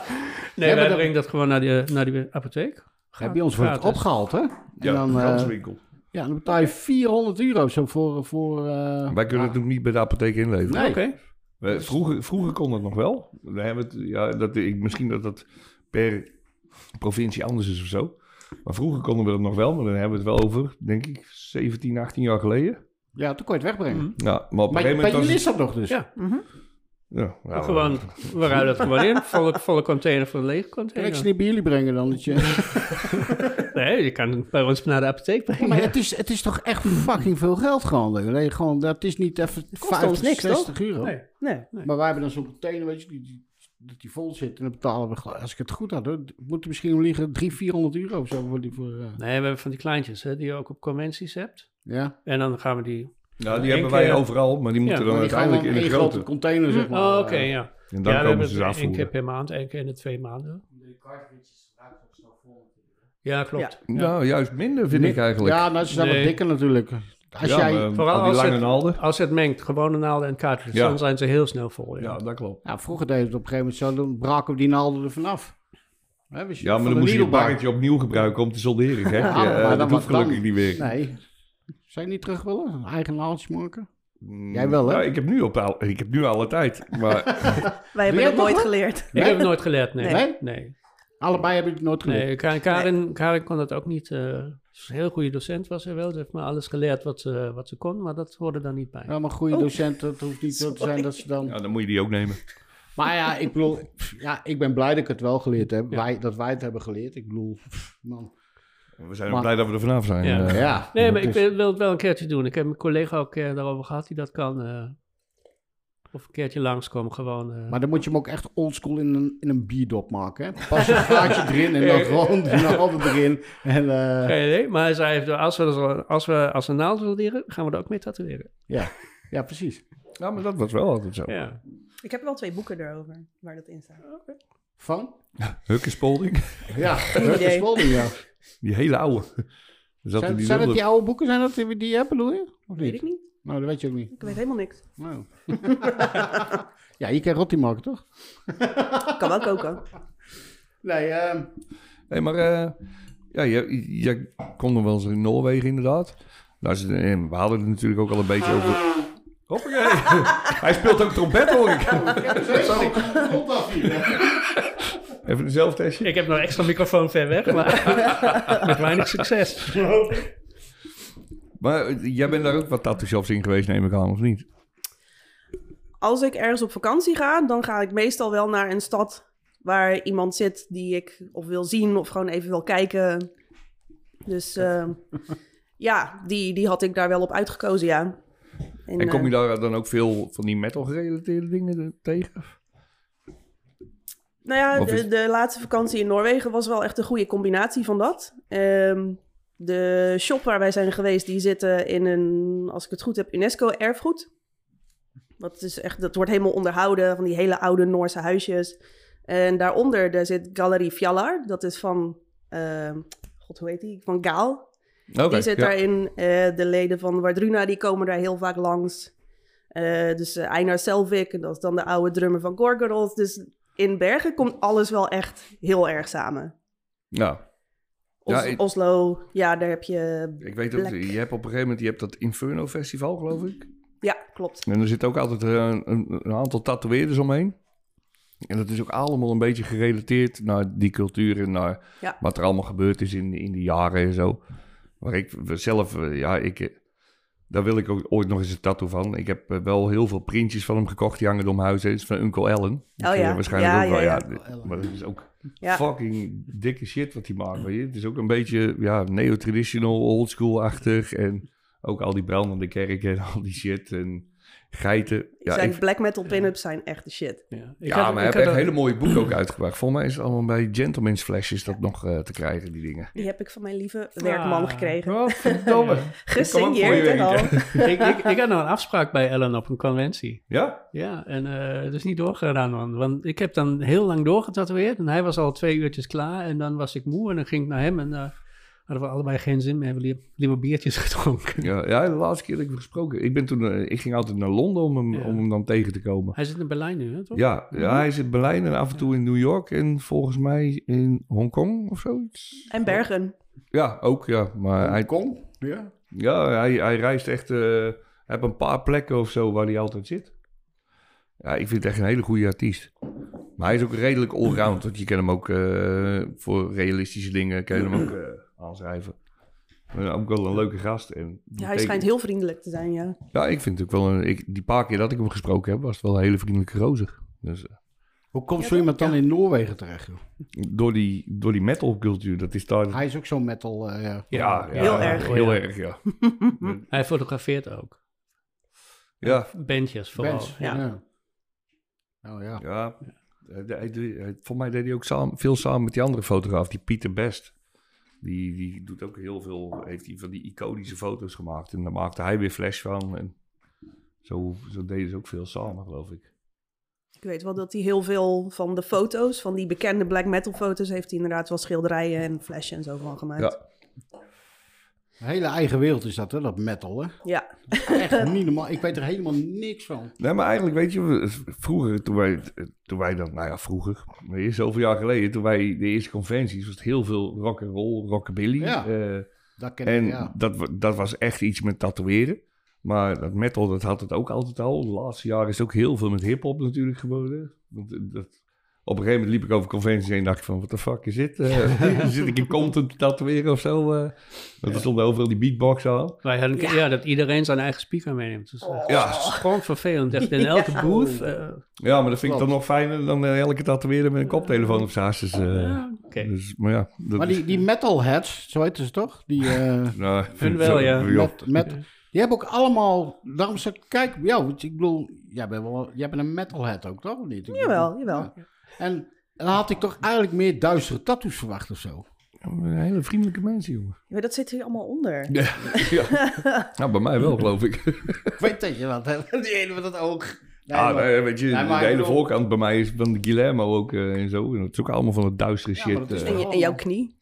maar wij dat- brengen dat gewoon naar die, naar die apotheek. Heb je ons wordt het Gratis. opgehaald, hè? En Ja, dan, eh, ganswinkel. ja, dan betaal je 400 euro zo voor... voor eh, Wij kunnen ja. het ook niet bij de apotheek inleveren. Nee. Oké. We- Vroeger, vroeger kon dat nog wel. We hebben het, ja, dat, ik, misschien dat dat per provincie anders is of zo. Maar vroeger konden we dat nog wel, maar dan hebben we het wel over, denk ik, 17, 18 jaar geleden. Ja, toen kon je het wegbrengen. Mm. Ja, maar Mhm. op een Maar gegeven bij moment was jullie het- is dat nog dus? Ja. Ja, nou, gewoon, we ruilen het gewoon in. Volle, volle container voor een lege Ik ze container. niet bij jullie brengen dan. Dat *laughs* je... Nee, je kan het bij ons naar de apotheek brengen. maar het is, het is toch echt fucking veel geld gewoon. hè? Nee, gewoon dat is niet even kost 50, ons niks, 60 euro. Nee. Nee. Maar wij hebben dan zo'n container, weet je, die, die, dat die vol zit. En dan betalen we, geloof- als ik het goed had, hoor, moeten misschien om liggen 300, 400 euro of zo. Voor die, voor, eh, Nee, we hebben van die kleintjes hè, die je ook op conventies hebt. ja. En dan gaan we die... Nou, die Eén hebben wij keer- overal, maar die moeten Ja, dan Maar die gaan uiteindelijk dan in de één grote. grote container, zeg maar. Oh, oké, eh, ja. En dan ja, we komen hebben ze het ze één keer afvoeren. per maand, één keer in de twee maanden. De cartridges raken ook snel vol. Ja, klopt. Ja. Nou, juist minder vind ik eigenlijk. Ja, nou, ze zijn wat Nee. dikker natuurlijk. Als Ja, jij, maar Vooral al die als lange het- naalden. Als het mengt, gewone naalden en cartridges, Ja. dan zijn ze heel snel vol. Ja. Ja, dat klopt. ja, Nou, vroeger deed het op een gegeven moment zo, dan braken we die naalden er vanaf. Hè, wist Ja, van maar de dan moest je je Lidl-bar. barretje opnieuw gebruiken om te solderen. Hè? Ja, maar *laughs* Ja, dan dat mag hoeft gelukkig dan. niet meer. Nee. Zou je niet terug willen? Een eigen naaltje maken? Mm, Jij wel, hè? nou, ik, heb nu op al, ik heb nu alle tijd. *laughs* Maar Wij Doe jij hebben dat dat nooit nog? geleerd. Ik heb het nooit geleerd, nee. Nee? Nee? Nee. Allebei heb ik het nooit geleerd. Karin, Karin, Karin kon dat ook niet. eh, ze is een heel goede docent was ze wel. Ze heeft me alles geleerd wat ze, wat ze kon, maar dat hoorde daar niet bij. Ja, maar goede Oh. docenten, dat hoeft niet zo te zijn dat ze dan... ja, dan moet je die ook nemen. Maar ja, ik bedoel, pff, ja, ik ben blij dat ik het wel geleerd heb. Ja. Wij, dat wij het hebben geleerd. Ik bedoel, pff, man. We zijn ook Maar- blij dat we er vanaf zijn. Ja. eh. Ja. Nee, dat maar ik is- wil wil het wel een keertje doen. Ik heb mijn collega ook eh, daarover gehad die dat kan. eh, of een keertje langskomen, gewoon. eh. Maar dan moet je hem ook echt oldschool in een, in een bierdop maken. Hè? Pas een gaatje erin en *laughs* dan gewoon die naalden erin. En, eh, Geen idee, maar hij zei, als we, als we, als we als een naald willen leren, gaan we er ook mee tatoeëren. ja. ja, precies. Ja, maar dat was wel altijd zo. Ja. Ik heb wel twee boeken erover waar dat in staat. Van? Hukkenspolding, Ja, dat is idee. wel ja. *laughs* die hele oude. Er zat in Zijn, die zijn dat wilde- die oude boeken zijn dat die, die je hebt, bedoel je? Of Weet ik niet? niet. Nou, dat weet je ook niet. *laughs* Ik weet helemaal niks. Nou. ja, je kent Rottimark, toch? Ik kan wel koken. Nee, ehm, Nee, maar eh, ja, jij, jij kon nog wel eens in Noorwegen inderdaad. Nou, ze- en we hadden het natuurlijk ook al een beetje over... Hoppakee. Hij speelt ook trompet, hoor ik. *laughs* Eh, Even een zelftestje. Ik heb nog een extra microfoon ver weg, maar *laughs* met weinig succes. Maar eh, jij bent daar ook wat tattoo shops in geweest, neem ik aan, of niet? Als ik ergens op vakantie ga, dan ga ik meestal wel naar een stad waar iemand zit die ik of wil zien of gewoon even wil kijken. Dus *laughs* eh, ja, die, die had ik daar wel op uitgekozen, ja. En kom eh, je daar dan ook veel van die metal-gerelateerde dingen eh, tegen? Nou ja, Of de, is- de laatste vakantie in Noorwegen was wel echt een goede combinatie van dat. Ehm, de shop waar wij zijn geweest, die zitten in een, als ik het goed heb, UNESCO-erfgoed. Dat, is echt, dat wordt helemaal onderhouden van die hele oude Noorse huisjes. En daaronder daar zit Galerie Fjallar. Dat is van, ehm, god hoe heet die? Van Gaal. Oké, Die zit ja. daarin. Eh, de leden van Wardruna die komen daar heel vaak langs. Eh, dus eh, Einar Selvik, en dat is dan de oude drummer van Gorgoroth. Dus in Bergen komt alles wel echt heel erg samen. Ja, Os- Ja, ik- Oslo, ja, daar heb je... Ik weet ook, Black. je hebt op een gegeven moment je hebt dat Inferno Festival, geloof ik. Ja, klopt. En er zit ook altijd eh, een, een, een aantal tatoeëerders omheen. En dat is ook allemaal een beetje gerelateerd naar die cultuur en naar Ja. wat er allemaal gebeurd is in, in die jaren en zo. Maar ik zelf, eh, ja, ik, eh, daar wil ik ook ooit nog eens een tattoo van. Ik heb eh, wel heel veel printjes van hem gekocht, die hangen door mijn huis. Het is van Uncle Ellen. Die Oh ken je ja. Waarschijnlijk Ja, ook wel, ja, ja. ja. Uncle Ellen. Maar dat is ook Ja. fucking dikke shit wat hij maakt. Weet je? Het is ook een beetje ja, neo-traditional, oldschool-achtig. En ook al die brandende kerken en al die shit. En geiten. Ja, zijn ik, black metal pin-ups zijn echt de shit. Ja, ik ja had- ik maar hij heeft had echt ook- hele mooie boeken ook uitgebracht. Volgens mij is het allemaal bij Gentleman's Flash is dat nog eh, te krijgen, die dingen. Die heb ik van mijn lieve werkman Ah. gekregen. Oh, verdomme. Gesigneerd en al. *laughs* ik, ik, ik had nog een afspraak bij Ellen op een conventie. Ja? Ja, en eh dat is niet doorgegaan, man. Want ik heb dan heel lang doorgetatoeëerd en hij was al twee uurtjes klaar en dan was ik moe en dan ging ik naar hem en eh hadden we allebei geen zin meer, hebben we li- liever biertjes *laughs* gedronken. ja? Ja, de laatste keer dat ik hem gesproken ik ben toen, eh, Ik ging altijd naar Londen om hem, Ja. om hem dan tegen te komen. Hij zit in Berlijn nu, hè, toch? Mhm. Ja, ja, hij zit in Berlijn en af en toe in New York en volgens mij in Hongkong of zoiets. En Bergen. Ja, ook ja. Maar hij, Kom. Ja. ja, hij, hij reist echt... eh, Hij heeft een paar plekken of zo waar hij altijd zit. Ja, ik vind het echt een hele goede artiest. Maar hij is ook redelijk allround, want je kan hem ook eh, voor realistische dingen kan je hem ook eh, aanschrijven. Maar ook wel een leuke gast. En die Ja, hij tekent- schijnt heel vriendelijk te zijn, ja. Ja, ik vind het ook wel een... Ik, die paar keer dat ik hem gesproken heb, was het wel een hele vriendelijke rozer. Dus Hoe komt zo iemand dan in Noorwegen terecht? joh? door die, door die metal cultuur, dat is daar... Hij is ook zo'n metal. eh, ja. Ja, ja, Heel ja, erg. Heel Ja. erg, ja. Hij fotografeert ook. Ja, Bandjes vooral. Bands, ja. Nou ja. ja. Hij- hij- hij- hij- Volgens mij deed hij ook samen, veel samen met die andere fotograaf, die Pieter Best. Die, die doet ook heel veel, heeft hij van die iconische foto's gemaakt. En daar maakte hij weer flash van. En zo, zo deden ze ook veel samen, geloof ik. Ik weet wel dat hij heel veel van de foto's, van die bekende black metal foto's, heeft hij inderdaad wel schilderijen en flesjes en zo van gemaakt. Ja. Een hele eigen wereld is dat, hè? Dat metal, hè? Ja. Echt niet normaal. Ik weet er helemaal niks van. Nee, maar eigenlijk weet je, we- vroeger toen wij, toen wij dan, nou ja, vroeger, maar hier zoveel jaar geleden, toen wij de eerste conventies, was het heel veel rock and roll, rockabilly. Ja. eh, Dat ken En ik, ja. dat, wa- dat was echt iets met tatoeëren. Maar dat metal, dat had het ook altijd al. De laatste jaren is het ook heel veel met hip-hop natuurlijk geworden. Want eh, dat, op een gegeven moment liep ik over conventies heen en dacht ik van, wat de fuck is dit? Eh, *laughs* zit ik in Compton te tatoeëren of zo? eh? want er stonden overal die beatbox aan. Wij hadden, ja. dat iedereen zijn eigen speaker meeneemt. Dus, eh, Ja, Gewoon vervelend. Echt in elke Ja. booth. eh, ja, maar dat vind ik dan Klopt. nog fijner dan eh, elke tatoeëren met een koptelefoon op zijn hasses, eh. ja, Oké. dus, maar ja. Dat Maar die, die metalheads, zo heten ze toch? Die, eh, nou, Hun wel, zo- ja. met, met, die hebben ook allemaal... Daarom zeg ik, kijk, ja, want ik bedoel... Jij bent, wel, jij bent een metalhead ook, toch? Of niet? Ik bedoel- Jawel, jawel. Ja. En, en dan had ik toch eigenlijk meer duistere tattoos verwacht of zo. Een hele vriendelijke mensen, jongen. Maar dat zit hier allemaal onder. Ja. ja. Nou, bij mij wel, geloof ik. Ik weet dat je wat, hè? *laughs* Die ene met het oog. Nee, Ja, maar- Ah, nee, weet je, maar de ik hele bedoel- voorkant bij mij is van de Guillermo ook eh, en zo. En dat is ook allemaal van het duistere Ja, maar shit. dat is eh. En, je- en jouw knie.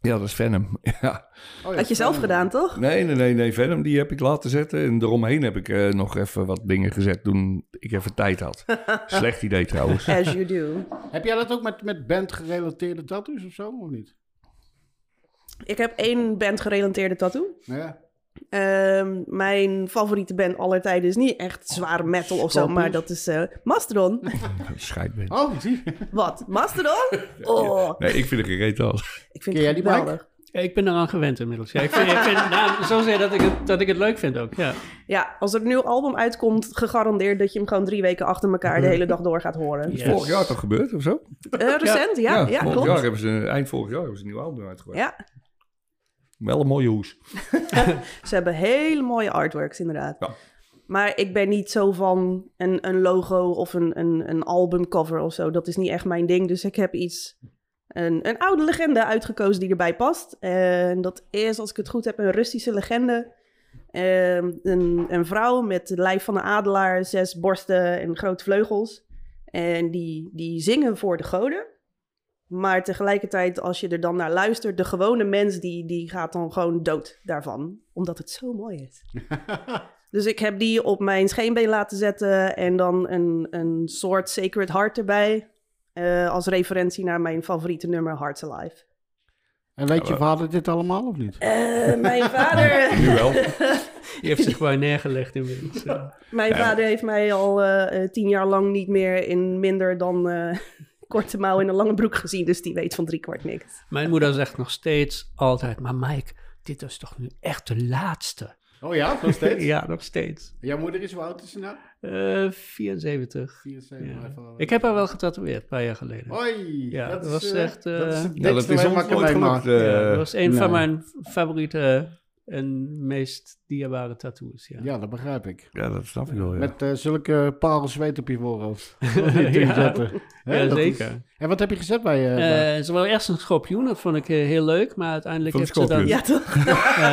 ja, dat is Venom. *laughs* ja. Oh ja, Had je zelf eh, gedaan, *laughs* toch? Nee, nee, nee, nee, Venom die heb ik laten zetten. En eromheen heb ik eh, nog even wat dingen gezet toen ik even tijd had. Slecht idee trouwens. As you do. Heb jij dat ook met, met band gerelateerde tattoos of zo, of niet? Ik heb één band-gerelateerde tattoo. Ja. Ehm, mijn favoriete band aller tijden is niet echt zware metal of zo, Scorpions? maar dat is eh, Mastodon. *laughs* *laughs* Scheid ben. Oh, zie. Wat? Mastodon? Oh, Nee, ik vind het geen reet al. ik vind Ken jij het die geweldig. Ja, ik ben eraan gewend inmiddels. Ja, ik vind, ik vind nou, zozeer dat ik, het, dat ik het leuk vind ook. Ja. Ja, als er een nieuw album uitkomt, gegarandeerd dat je hem gewoon drie weken achter elkaar de hele dag door gaat horen. Yes. Vorig jaar toch gebeurd of zo? Eh, recent, ja, ja, vorig klopt. jaar hebben ze, eind vorig jaar hebben ze een nieuw album uitgebracht. Ja, Wel een mooie hoes. ze hebben hele mooie artworks inderdaad. Ja. Maar ik ben niet zo van een, een logo of een, een, een albumcover of zo. Dat is niet echt mijn ding. Dus ik heb iets, een, een oude legende uitgekozen die erbij past. En dat is, als ik het goed heb, een Russische legende. Ehm, een, een vrouw met het lijf van een adelaar, zes borsten en grote vleugels. En die, die zingen voor de goden. Maar tegelijkertijd, als je er dan naar luistert, de gewone mens die, die gaat dan gewoon dood daarvan. Omdat het zo mooi is. dus ik heb die op mijn scheenbeen laten zetten en dan een, een soort Sacred Heart erbij. eh, als referentie naar mijn favoriete nummer, Hearts Alive. En weet je vader dit allemaal of niet? Eh, mijn vader, Nu wel. Die heeft zich gewoon neergelegd inmiddels. Ja. mijn vader heeft mij al eh, eh, tien jaar lang niet meer in minder dan eh, *laughs* korte mouw en een lange broek gezien. Dus die weet van driekwart niks. Mijn moeder zegt nog steeds altijd, maar Mike, dit is toch nu echt de laatste? Oh *laughs* ja, nog steeds. Ja, nog steeds. Jouw moeder is, hoe oud is ze nou? Eh, 74. 74. Ja. even- Oh. Ik heb haar wel getatoeëerd, een paar jaar geleden. Hoi! Ja, dat is, was eh, echt, eh, dat is het Ja, dat dikste is waar ons ik me nooit mee gelukt. maak. Ja, eh. dat was een van nee. mijn favoriete en meest dierbare tattoos. Ja, Ja, dat begrijp ik. Ja, dat snap ik wel, ja. Met eh, zulke parel zweet op je *laughs* voorhoofd. Ja. Hè, Ja, dat is- zeker. En wat heb je gezet bij je? Eh, ze wou eerst een schorpioen, dat vond ik eh, heel leuk, maar uiteindelijk Van heeft ze dan... schorpioen. Ja, toch? *laughs*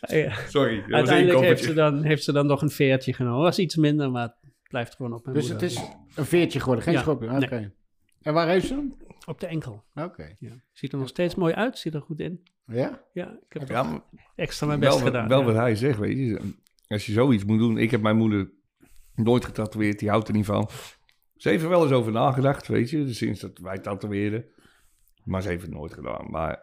eh, ja. Sorry, dat was één Uiteindelijk heeft koppertje. ze, dan, heeft ze dan nog een veertje genomen. Was iets minder, maar het blijft gewoon op mijn dus het moeder. is een veertje geworden, geen Ja, schorpioen. Oké. nee. En waar heeft ze hem? Op de enkel. Oké. Ja. Ziet er nog steeds mooi uit, ziet er goed in. Ja? Ja, ik heb Ja, maar extra mijn best wel, wat- gedaan. wel ja. wat hij zegt, weet je. Als je zoiets moet doen... Ik heb mijn moeder nooit getatoeëerd. Die houdt er niet van. Ze heeft er wel eens over nagedacht, weet je. Sinds dat wij tatoeëerden. Maar ze heeft het nooit gedaan. Maar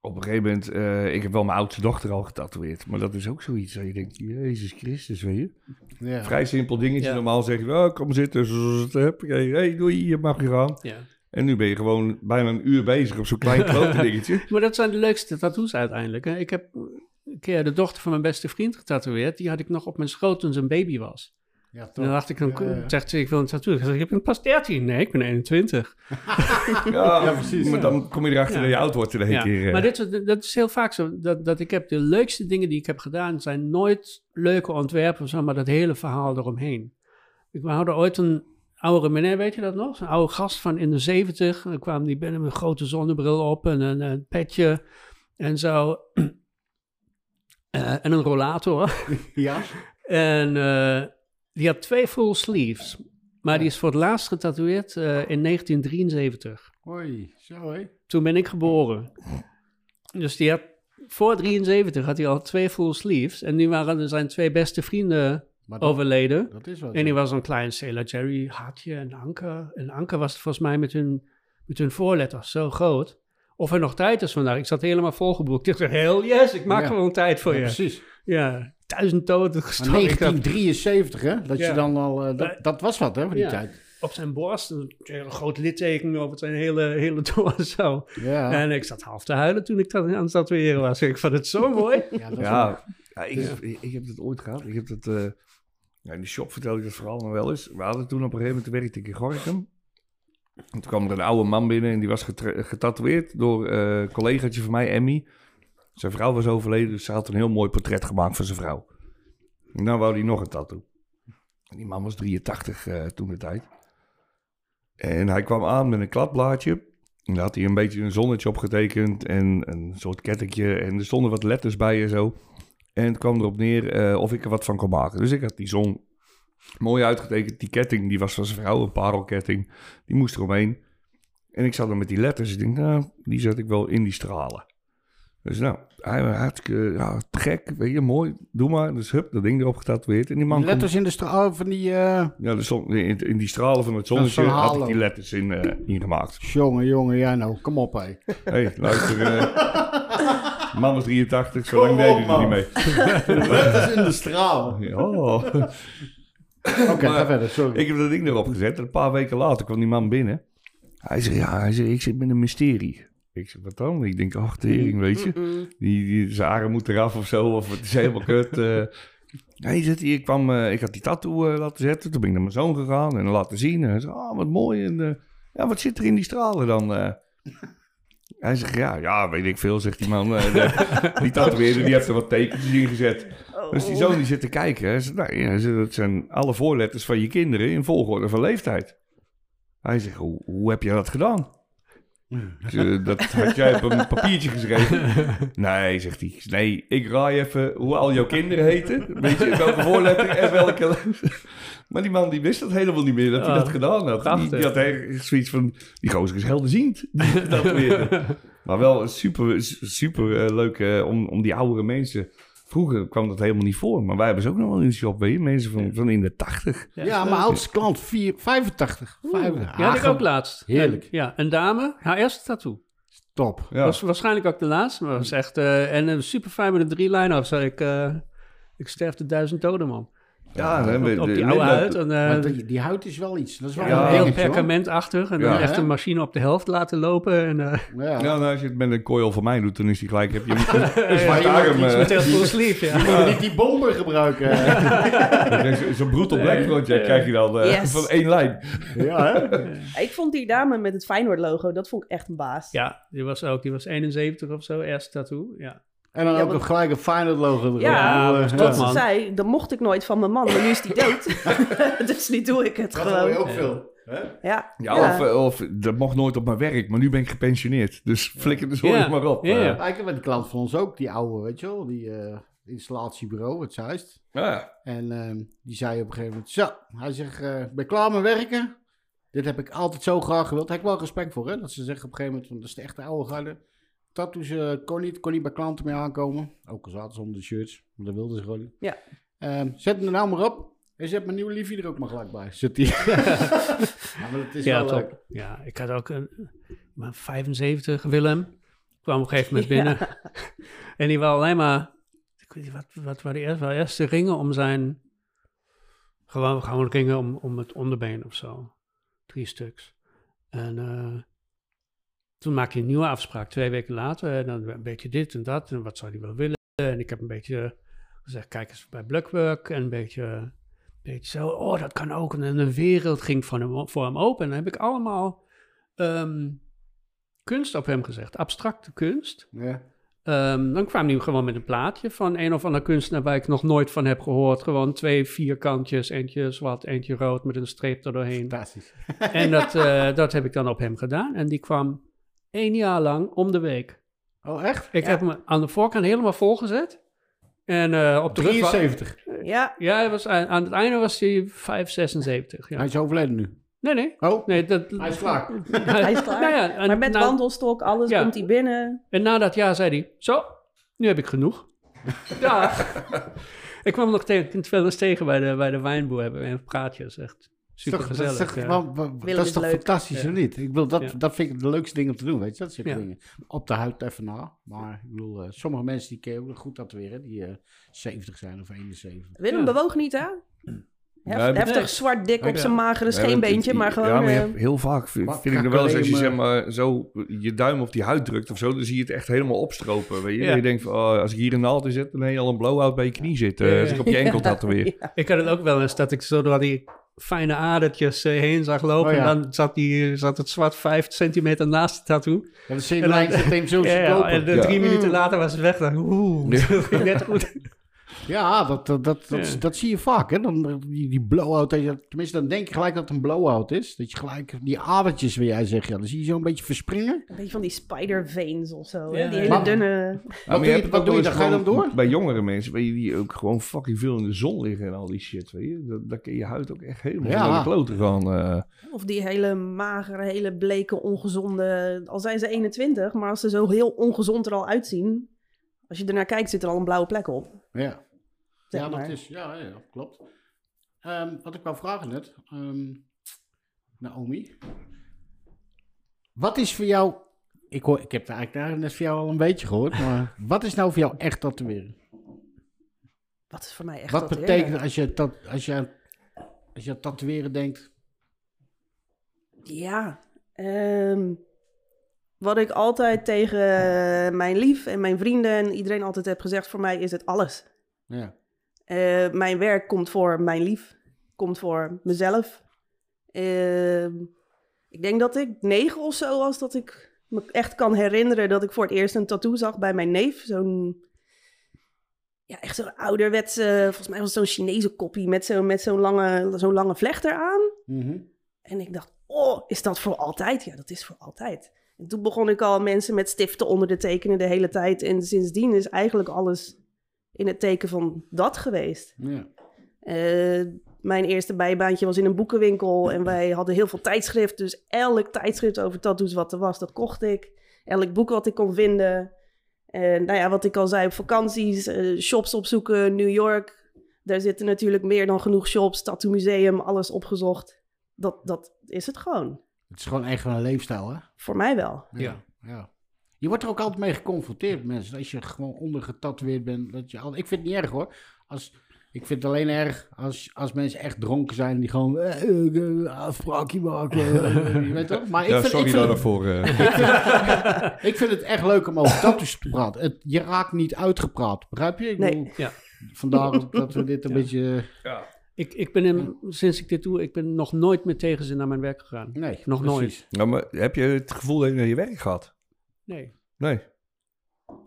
op een gegeven moment... eh, ik heb wel mijn oudste dochter al getatoeëerd. Maar dat is ook zoiets dat je denkt... Jezus Christus, weet je. Ja. Vrij simpel dingetje. Ja. Normaal zeg je, oh, kom zitten. zzz, huppakee, hey, doei, je mag je gaan. Ja. En nu ben je gewoon bijna een uur bezig op zo'n *laughs* klein klote dingetje. Maar dat zijn de leukste tattoos uiteindelijk. Hè. Ik heb een keer de dochter van mijn beste vriend getatoeëerd. Die had ik nog op mijn schoot toen ze een baby was. Ja, En dan toch. dacht ik, dan Ja, ja. zegt ze, ik wil een tattoo. Ik zeg, je bent pas 13. Nee, ik ben 21. Ja, precies, Maar ja. dan kom je erachter Ja. dat je oud wordt in een Ja. keer. eh. Maar dit, soort- dat is heel vaak zo. Dat, dat ik heb de leukste dingen die ik heb gedaan, zijn nooit leuke ontwerpen, of zo, maar dat hele verhaal eromheen. Ik houden ooit een oude meneer, weet je dat nog? Een oude gast van in de zeventig. Dan kwam die binnen met een grote zonnebril op en een, een petje en zo. *clears throat* Eh, en een rollator. *laughs* Ja? En eh, die had twee full sleeves. Maar die is voor het laatst getatoeëerd eh, in 1973. Hoi, zo hé. Toen ben ik geboren. Dus die had, voor 73 had hij al twee full sleeves. En nu waren zijn twee beste vrienden Maar dat, overleden. Oh, dat is wel En die zo. was een klein Sailor Jerry hartje en Anker. En Anker was volgens mij met hun, met hun voorletters zo groot. Of er nog tijd is vandaag. Ik zat helemaal volgeboekt. Ik dacht, hell yes, ik maak Ja. gewoon tijd voor Ja, je. *laughs* precies. Ja, duizend doden Maar gestoken. 1973, hè? Dat je Ja. dan al... eh, dat, Maar- dat was wat, hè, voor die Ja. tijd. Op zijn borst, een hele groot litteken over zijn hele, hele door zo. Ja. En ik zat half te huilen toen ik dat aan het tatoeëren was. Ik vond het zo mooi. ja, dat is wel- Ja, ja, ik, heb- ik- ik heb dat ooit gehad. Ik heb dat, eh, ja, in de shop vertelde ik dat verhaal nog wel eens. We hadden toen op een gegeven moment werkte ik in Gorkum. En toen kwam er een oude man binnen en die was getra- getatoeëerd door eh, een collegaatje van mij, Emmy. Zijn vrouw was overleden, dus ze had een heel mooi portret gemaakt van zijn vrouw. En dan wou hij nog een tattoo. En die man was 83 eh, toen de tijd. En hij kwam aan met een kladblaadje. En daar had hij een beetje een zonnetje op getekend en een soort kettingje. En er stonden wat letters bij en zo. En het kwam erop neer eh, of ik er wat van kon maken. Dus ik had die zon mooi uitgetekend. Die ketting, die was van zijn vrouw, een parelketting. Die moest eromheen. En ik zat dan met die letters. Ik denk, nou, die zet ik wel in die stralen. Dus nou, hij was hartstikke ja, te gek, weet je, mooi, doe maar. Dus hup, dat ding erop getatoeëerd. En die man Die komt- letters in de straal van die... eh, ja, de zon, in, in die stralen van het zonnetje Van had ik Halo. die letters in, eh, ingemaakt. jongen, jongen, ja nou, kom op, *laughs* hé. Hé, hey, luister. eh, man was 83, zo lang deden hij niet mee. letters in de straal. Oh. Oké, ga Maar- verder, sorry. Ik heb dat ding erop gezet. En een paar weken later kwam die man binnen. Hij zei, ja, hij zei, ik zit met een mysterie. Ik zeg, wat dan? Ik denk, ach, tering, weet je. Die, die, zijn haren moeten eraf of zo, of het is helemaal kut. eh. Hij zegt, ik, kwam, eh, ik had die tattoo eh, laten zetten. Toen ben ik naar mijn zoon gegaan en laten zien. En hij zei, ah, wat mooi. En, eh, ja, wat zit er in die stralen dan? eh?" Hij zegt, ja, ja, weet ik veel, zegt die man. Eh, de- *laughs* die tatoeëerder, die heeft er wat tekentjes in gezet. Dus die zoon die zit te kijken. Hij zegt, nou, ja, hij zegt, dat zijn alle voorletters van je kinderen in volgorde van leeftijd. Hij zegt, hoe, hoe heb je dat gedaan? Ik zeg, Dat had jij op een papiertje geschreven. Nee, zegt hij. Nee, ik raai even hoe al jouw kinderen heten. Weet je, welke voorletter en welke... le- *laughs* Maar die man die wist dat helemaal niet meer, dat hij Ah, dat gedaan had. Die, prachtig. die had eigenlijk zoiets van, die gozer is helderziend. dat weer. *laughs* Maar wel super, super eh, leuk eh, om, om die oudere mensen... Vroeger kwam dat helemaal niet voor, maar wij hebben ze ook nog wel in de shop, weet je. Mensen van, van in de tachtig. ja, mijn oudste klant, vier- 85. Ja, die eh, had ik ook laatst. Heerlijk. En- ja, een dame, haar eerste tattoo. Top. Ja. Was waarschijnlijk ook de laatste, maar was eh, echt... eh, en super fijn met een drie-liner of zo. Ik, eh, ik sterf de duizend doden, man. Ja, hè, we- op, op de- die oude met- huid. En, eh, Want die, die huid is wel iets. Dat is wel Ja, een heel dingetje, hoor. perkamentachtig. En Ja. dan echt een machine op de helft laten lopen. En, eh, Ja. Ja, nou, als je het met een coil van mij doet, dan is die gelijk. Heb je een- *laughs* een zwarte *laughs* Ja, je maakt arm. iets eh, met *laughs* heel veel sleep, Je ja. moet niet die bomber gebruiken. krijg je Zo'n brutal black project krijg je dan eh, Yes. van één lijn. ja, hè? Ik vond die dame met het Feyenoord-logo, dat vond ik echt een baas. Ja, die was ook, die was 71 of zo, eerste tattoo. Ja. En dan Ja, ook want- gelijk een Feyenoord logo erop. Ik Ja, bedoel, dat eh, klopt, Wat ja. ze man. zei, dat mocht ik nooit van mijn man, maar nu is die dood. *laughs* dus nu doe ik het Dat hoor je gewoon. ook veel. hè? Ja, Ja, Ja. Of, eh, of dat mocht nooit op mijn werk, maar nu ben ik gepensioneerd. Dus flikker de zorg Ja. maar op. Ja. eh. Ja, ik heb met een klant van ons ook, die oude, weet je wel, die eh, installatiebureau, het Zeist. Ja. En ehm, die zei op een gegeven moment, zo, hij zegt, eh, ik ben klaar met werken. Dit heb ik altijd zo graag gewild. Daar heb ik wel respect voor, hè. Dat ze zeggen op een gegeven moment, van, dat is de echte oude garde. Tattoos eh, kon niet, kon niet bij klanten mee aankomen. Ook al zaten ze onder de shirts, maar dat wilden ze gewoon niet. Ja. Ehm, zet hem er nou maar op. En zet mijn nieuwe liefje er ook maar gelijk bij. Zit *laughs* die. ja, maar dat is Ja, wel leuk. top. Ja, ik had ook een maar 75, Willem. Kwam op een *laughs* gegeven moment binnen. *laughs* En die wou alleen maar, ik weet niet, wat, wat waren die eerst? Wel eerst de ringen om zijn, gewoon, gewoon ringen om, om het onderbeen of zo. Drie stuks. En eh, toen maak je een nieuwe afspraak, twee weken later. En dan een beetje dit en dat. En wat zou die wel willen? En ik heb een beetje eh, gezegd, kijk eens bij Blackwork. En een beetje, een beetje zo, oh, dat kan ook. En de wereld ging van hem, voor hem open. En dan heb ik allemaal ehm, kunst op hem gezegd. Abstracte kunst. Ja. Ehm, dan kwam hij gewoon met een plaatje van een of ander kunstenaar waar ik nog nooit van heb gehoord. Gewoon twee vierkantjes, eentje zwart, eentje rood met een streep erdoorheen. *laughs* Fantastisch. En dat, eh, dat heb ik dan op hem gedaan. En die kwam één jaar lang om de week. Oh, echt? Ik heb hem aan de voorkant helemaal volgezet. En eh, op de rug wa- 73. ja. Ja, hij was, aan, aan het einde was hij 576. Hij Ja. is overleden nu. Nee, nee. Oh, nee *laughs* dat, hij is klaar. Hij is klaar. Nou ja, en maar met na- wandelstok, alles Ja. komt hij binnen. En na dat jaar zei hij: Zo, nu heb ik *laughs* genoeg. Dag. ik kwam hem nog tegen, ik wel eens tegen bij de, bij de wijnboer hebben en praatjes. Echt super Toch, dat is gezellig. toch, ja. wa- wa- dat is is toch leuk. fantastisch, Ja. of niet? Ik bedoel, dat, Ja. dat vind ik de leukste ding om te doen, weet je? Dat soort Ja. dingen. Op de huid even na. Maar ik bedoel, eh, sommige mensen die kun je ook goed tatoeëren, die eh 70 zijn of 71. Willem Ja. bewoog niet, hè? Hef- Nee. heftig Nee. zwart dik op Ja. zijn magere scheenbeentje, maar gewoon... Ja, maar je eh, hebt heel vaak vind Wat vind ik er wel eens als je kakeleem, zeg maar, zo je duim op die huid drukt of zo, dan zie je het echt helemaal opstropen. Weet je? Ja. je denkt van, oh, als ik hier een naald in zet, dan heb je al een blow-out bij je knie zitten. Ja, ja. Als ik op je enkel ja. tatoeëer. weer. Ik had het ook wel eens dat ik zo door die fijne adertjes eh, heen zag lopen. Oh, ja. En dan zat, die, zat het zwart 5 centimeter naast de tattoo. Ja, dan zie je En dan- lijn zit hem zo *laughs* Ja, te ja, en lopen. de Ja. drie Mm. minuten later was het weg. Dan, oeh, Ja. *laughs* dat ging net goed. Ja, dat, dat, dat, dat, Ja. dat zie je vaak, hè? Dan, eh, die, die blow-out. dat je- Tenminste, dan denk je gelijk dat het een blow-out is. Dat je gelijk die adertjes, wil jij zeggen. Ja, dan zie je zo een beetje verspringen. Een beetje van die spider veins of zo. hè? Ja. Die hele Maar- dunne... Wat doe je- Nou, hebt het wat ook doe je wel eens dan? Ga je gewoon dan door? Bij jongere mensen, weet je, die ook gewoon fucking veel in de zon liggen en al die shit. Weet je? Dat, daar kun je huid ook echt helemaal Ja. naar de kloten gaan. eh. Of die hele magere, hele bleke, ongezonde... Al zijn ze 21, maar als ze zo heel ongezond er al uitzien... Als je ernaar kijkt, zit er al een blauwe plek op. Ja, zeg ja maar. dat is. Ja, ja, ja, klopt. Ehm, wat ik wou vragen net, ehm, Naomi. Wat is voor jou. Ik, hoor, ik heb het eigenlijk daar net voor jou al een beetje gehoord, *laughs* maar wat is nou voor jou echt tatoeëren? Wat is voor mij echt Wat tatoeëren? betekent als je, tat, als, je, als je aan tatoeëren denkt? Ja. ehm, wat ik altijd tegen mijn lief en mijn vrienden en iedereen altijd heb gezegd, voor mij is het alles. Ja. Eh, mijn werk komt voor mijn lief, komt voor mezelf. Ehm, ik denk dat ik negen of zo was dat ik me echt kan herinneren dat ik voor het eerst een tattoo zag bij mijn neef. Zo'n, ja, echt zo'n ouderwetse, volgens mij was het zo'n Chinese koppie met zo'n met zo'n lange, zo'n lange vlecht eraan. Mhm. En ik dacht, oh, is dat voor altijd? Ja, dat is voor altijd. En toen begon ik al mensen met stiften onder te tekenen de hele tijd. En sindsdien is eigenlijk alles in het teken van dat geweest. ja. Eh, mijn eerste bijbaantje was in een boekenwinkel. En wij hadden heel veel tijdschrift. Dus elk tijdschrift over tattoos wat er was, dat kocht ik. Elk boek wat ik kon vinden. En nou ja, wat ik al zei, op vakanties, eh, shops opzoeken, New York. Daar zitten natuurlijk meer dan genoeg shops, tattoo museum, alles opgezocht. Dat, dat is het gewoon. Het is gewoon echt wel een leefstijl, hè? Voor mij wel. Ja. ja. Je wordt er ook altijd mee geconfronteerd, mensen. Als je gewoon ondergetatoeëerd bent. Dat je al... Ik vind het niet erg hoor. Als, Ik vind het alleen erg als, als mensen echt dronken zijn. Die gewoon eh, eh, eh, afspraakje maken. *laughs* eh, je weet toch? Maar ik ja, vind, sorry ik, vind, daarvoor. eh. *laughs* *laughs* ik vind het echt leuk om over tattoos te praten. Het, je raakt niet uitgepraat. Begrijp je? Ik Nee. bedoel, Ja. Vandaar dat we dit een Ja. beetje... Ik, ik ben hem, sinds ik dit doe, ik ben nog nooit met tegenzin naar mijn werk gegaan. Nee, Nog nooit. precies. nou, maar heb je het gevoel dat je naar je werk gaat? Nee. Nee.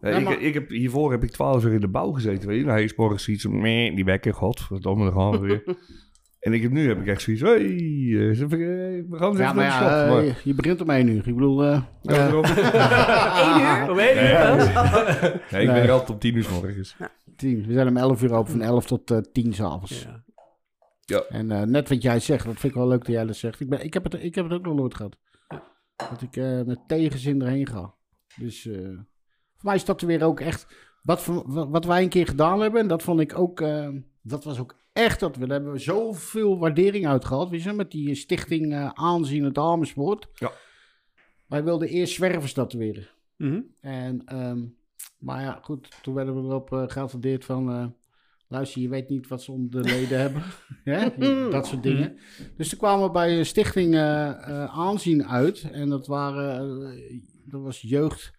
Nee, Ja, ik, maar- ik heb, hiervoor heb ik twaalf uur in de bouw gezeten. Weet je, nou, is morgens iets van, meh, die wekker, godverdomme, dan gaan *laughs* we weer. en ik heb, nu heb ik echt zoiets, hey, eh, eens even, eh, we gaan eens Ja, even maar naar de ja, shop. Maar- eh, je begint om één uur. Ik bedoel... *laughs* eh, Ja, eh, *laughs* daarom. Oh, Nee, Nee, ik ben Nee. er altijd om tien uur 's morgens. dus tien. We zijn om 11 uur open, van 11 tot eh, 10 s'avonds. Ja. En eh, net wat jij zegt, dat vind ik wel leuk dat jij dat zegt. Ik, ben, ik, heb, het, ik heb het ook nog nooit gehad. Dat ik eh, met tegenzin erheen ga. Dus eh, voor mij is dat weer ook echt. Wat, voor- wat, wat wij een keer gedaan hebben, en dat vond ik ook. eh, dat was ook echt dat we. Daar hebben we zoveel waardering uit gehad. Weet je, met die eh, stichting eh, Aanzien het Amersfoort. Ja. Wij wilden eerst zwervers tatoeëren. Mhm. En, ehm, maar ja, goed, toen werden we erop eh, geattendeerd van... eh, luister, je weet niet wat ze onder *laughs* de leden hebben. Hè? Dat Mhm. soort dingen. Dus toen kwamen we bij een stichting eh, eh, Aanzien uit. En dat, waren, eh, dat was jeugd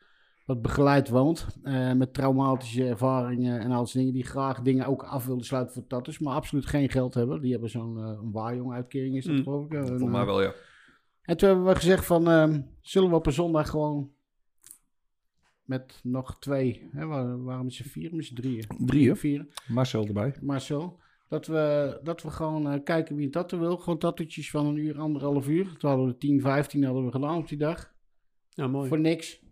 wat begeleid woont. eh, met traumatische ervaringen en al dat soort dingen. Die graag dingen ook af wilden sluiten voor tattoos. Maar absoluut geen geld hebben. Die hebben zo'n eh, een waarjong-uitkering is dat Mm. geloof ik. Een, Mhm. Voor eh, mij wel, ja. en toen hebben we gezegd van, ehm, zullen we op een zondag gewoon met nog twee, hè, we waren met z'n vier, met z'n drieën. Drie, hè? Vier, Marcel erbij. Marcel. Dat we, dat we gewoon eh, kijken wie een tattoo wil. Gewoon tattoetjes van een uur, anderhalf uur. Toen hadden we 10, 15 hadden we gedaan op die dag. Nou, mooi. Voor niks.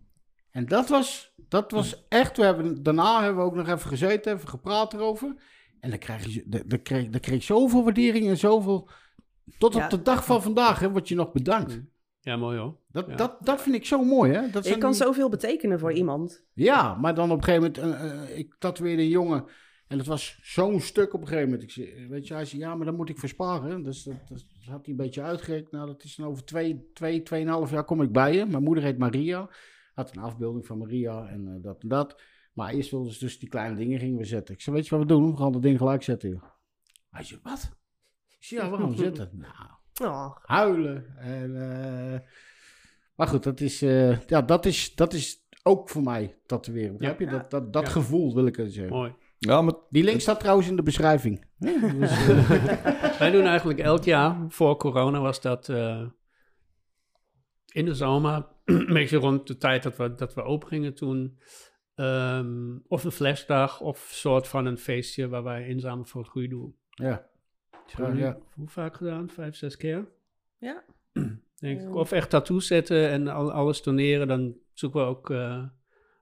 En dat was, dat was echt, we hebben, daarna hebben we ook nog even gezeten, even gepraat erover. En dan krijg je, dan, dan kreeg, dan kreeg ik zoveel waardering en zoveel, tot Ja. op de dag van vandaag, hè, word je nog bedankt. Ja, mooi hoor. Dat, Ja. dat, dat vind ik zo mooi, hè? Dat Ik zijn kan die- zoveel betekenen voor iemand. Ja, maar dan op een gegeven moment... eh, eh, ik tatoeëerde een jongen... En dat was zo'n stuk op een gegeven moment. Ik zei, weet je, hij zei, ja, maar daar moet ik voor sparen. Dus dat, dat had hij een beetje uitgerekt. Nou, dat is dan over twee, twee, tweeënhalf jaar kom ik bij je. Mijn moeder heet Maria. Had een afbeelding van Maria en eh, dat en dat. Maar eerst wilden ze dus die kleine dingen gingen we zetten. Ik zei, weet je wat we doen? We gaan dat ding gelijk zetten, joh. Hij zei, wat? Ik zei, ja, we gaan hem zetten. Nou, Oh, huilen. En, eh, maar goed, dat is, eh, ja, dat, is, dat is ook voor mij tatoeëren. Begrijp je? Dat, dat, dat Ja. gevoel wil ik er zeggen. Mooi. Ja, maar Die link staat trouwens in de beschrijving. Wij doen eigenlijk elk jaar, voor corona was dat eh, in de zomer, *clears throat* een beetje rond de tijd dat we, dat we open gingen toen, ehm, of een flashdag of een soort van een feestje waar wij inzamelen voor het goede doel. Ja. Zo, Ja, ja. Hoe vaak gedaan? Vijf, zes keer? *clears throat* Ja. Denk ik. Ja. Of echt tattoos zetten en al, alles doneren, dan zoeken we ook eh,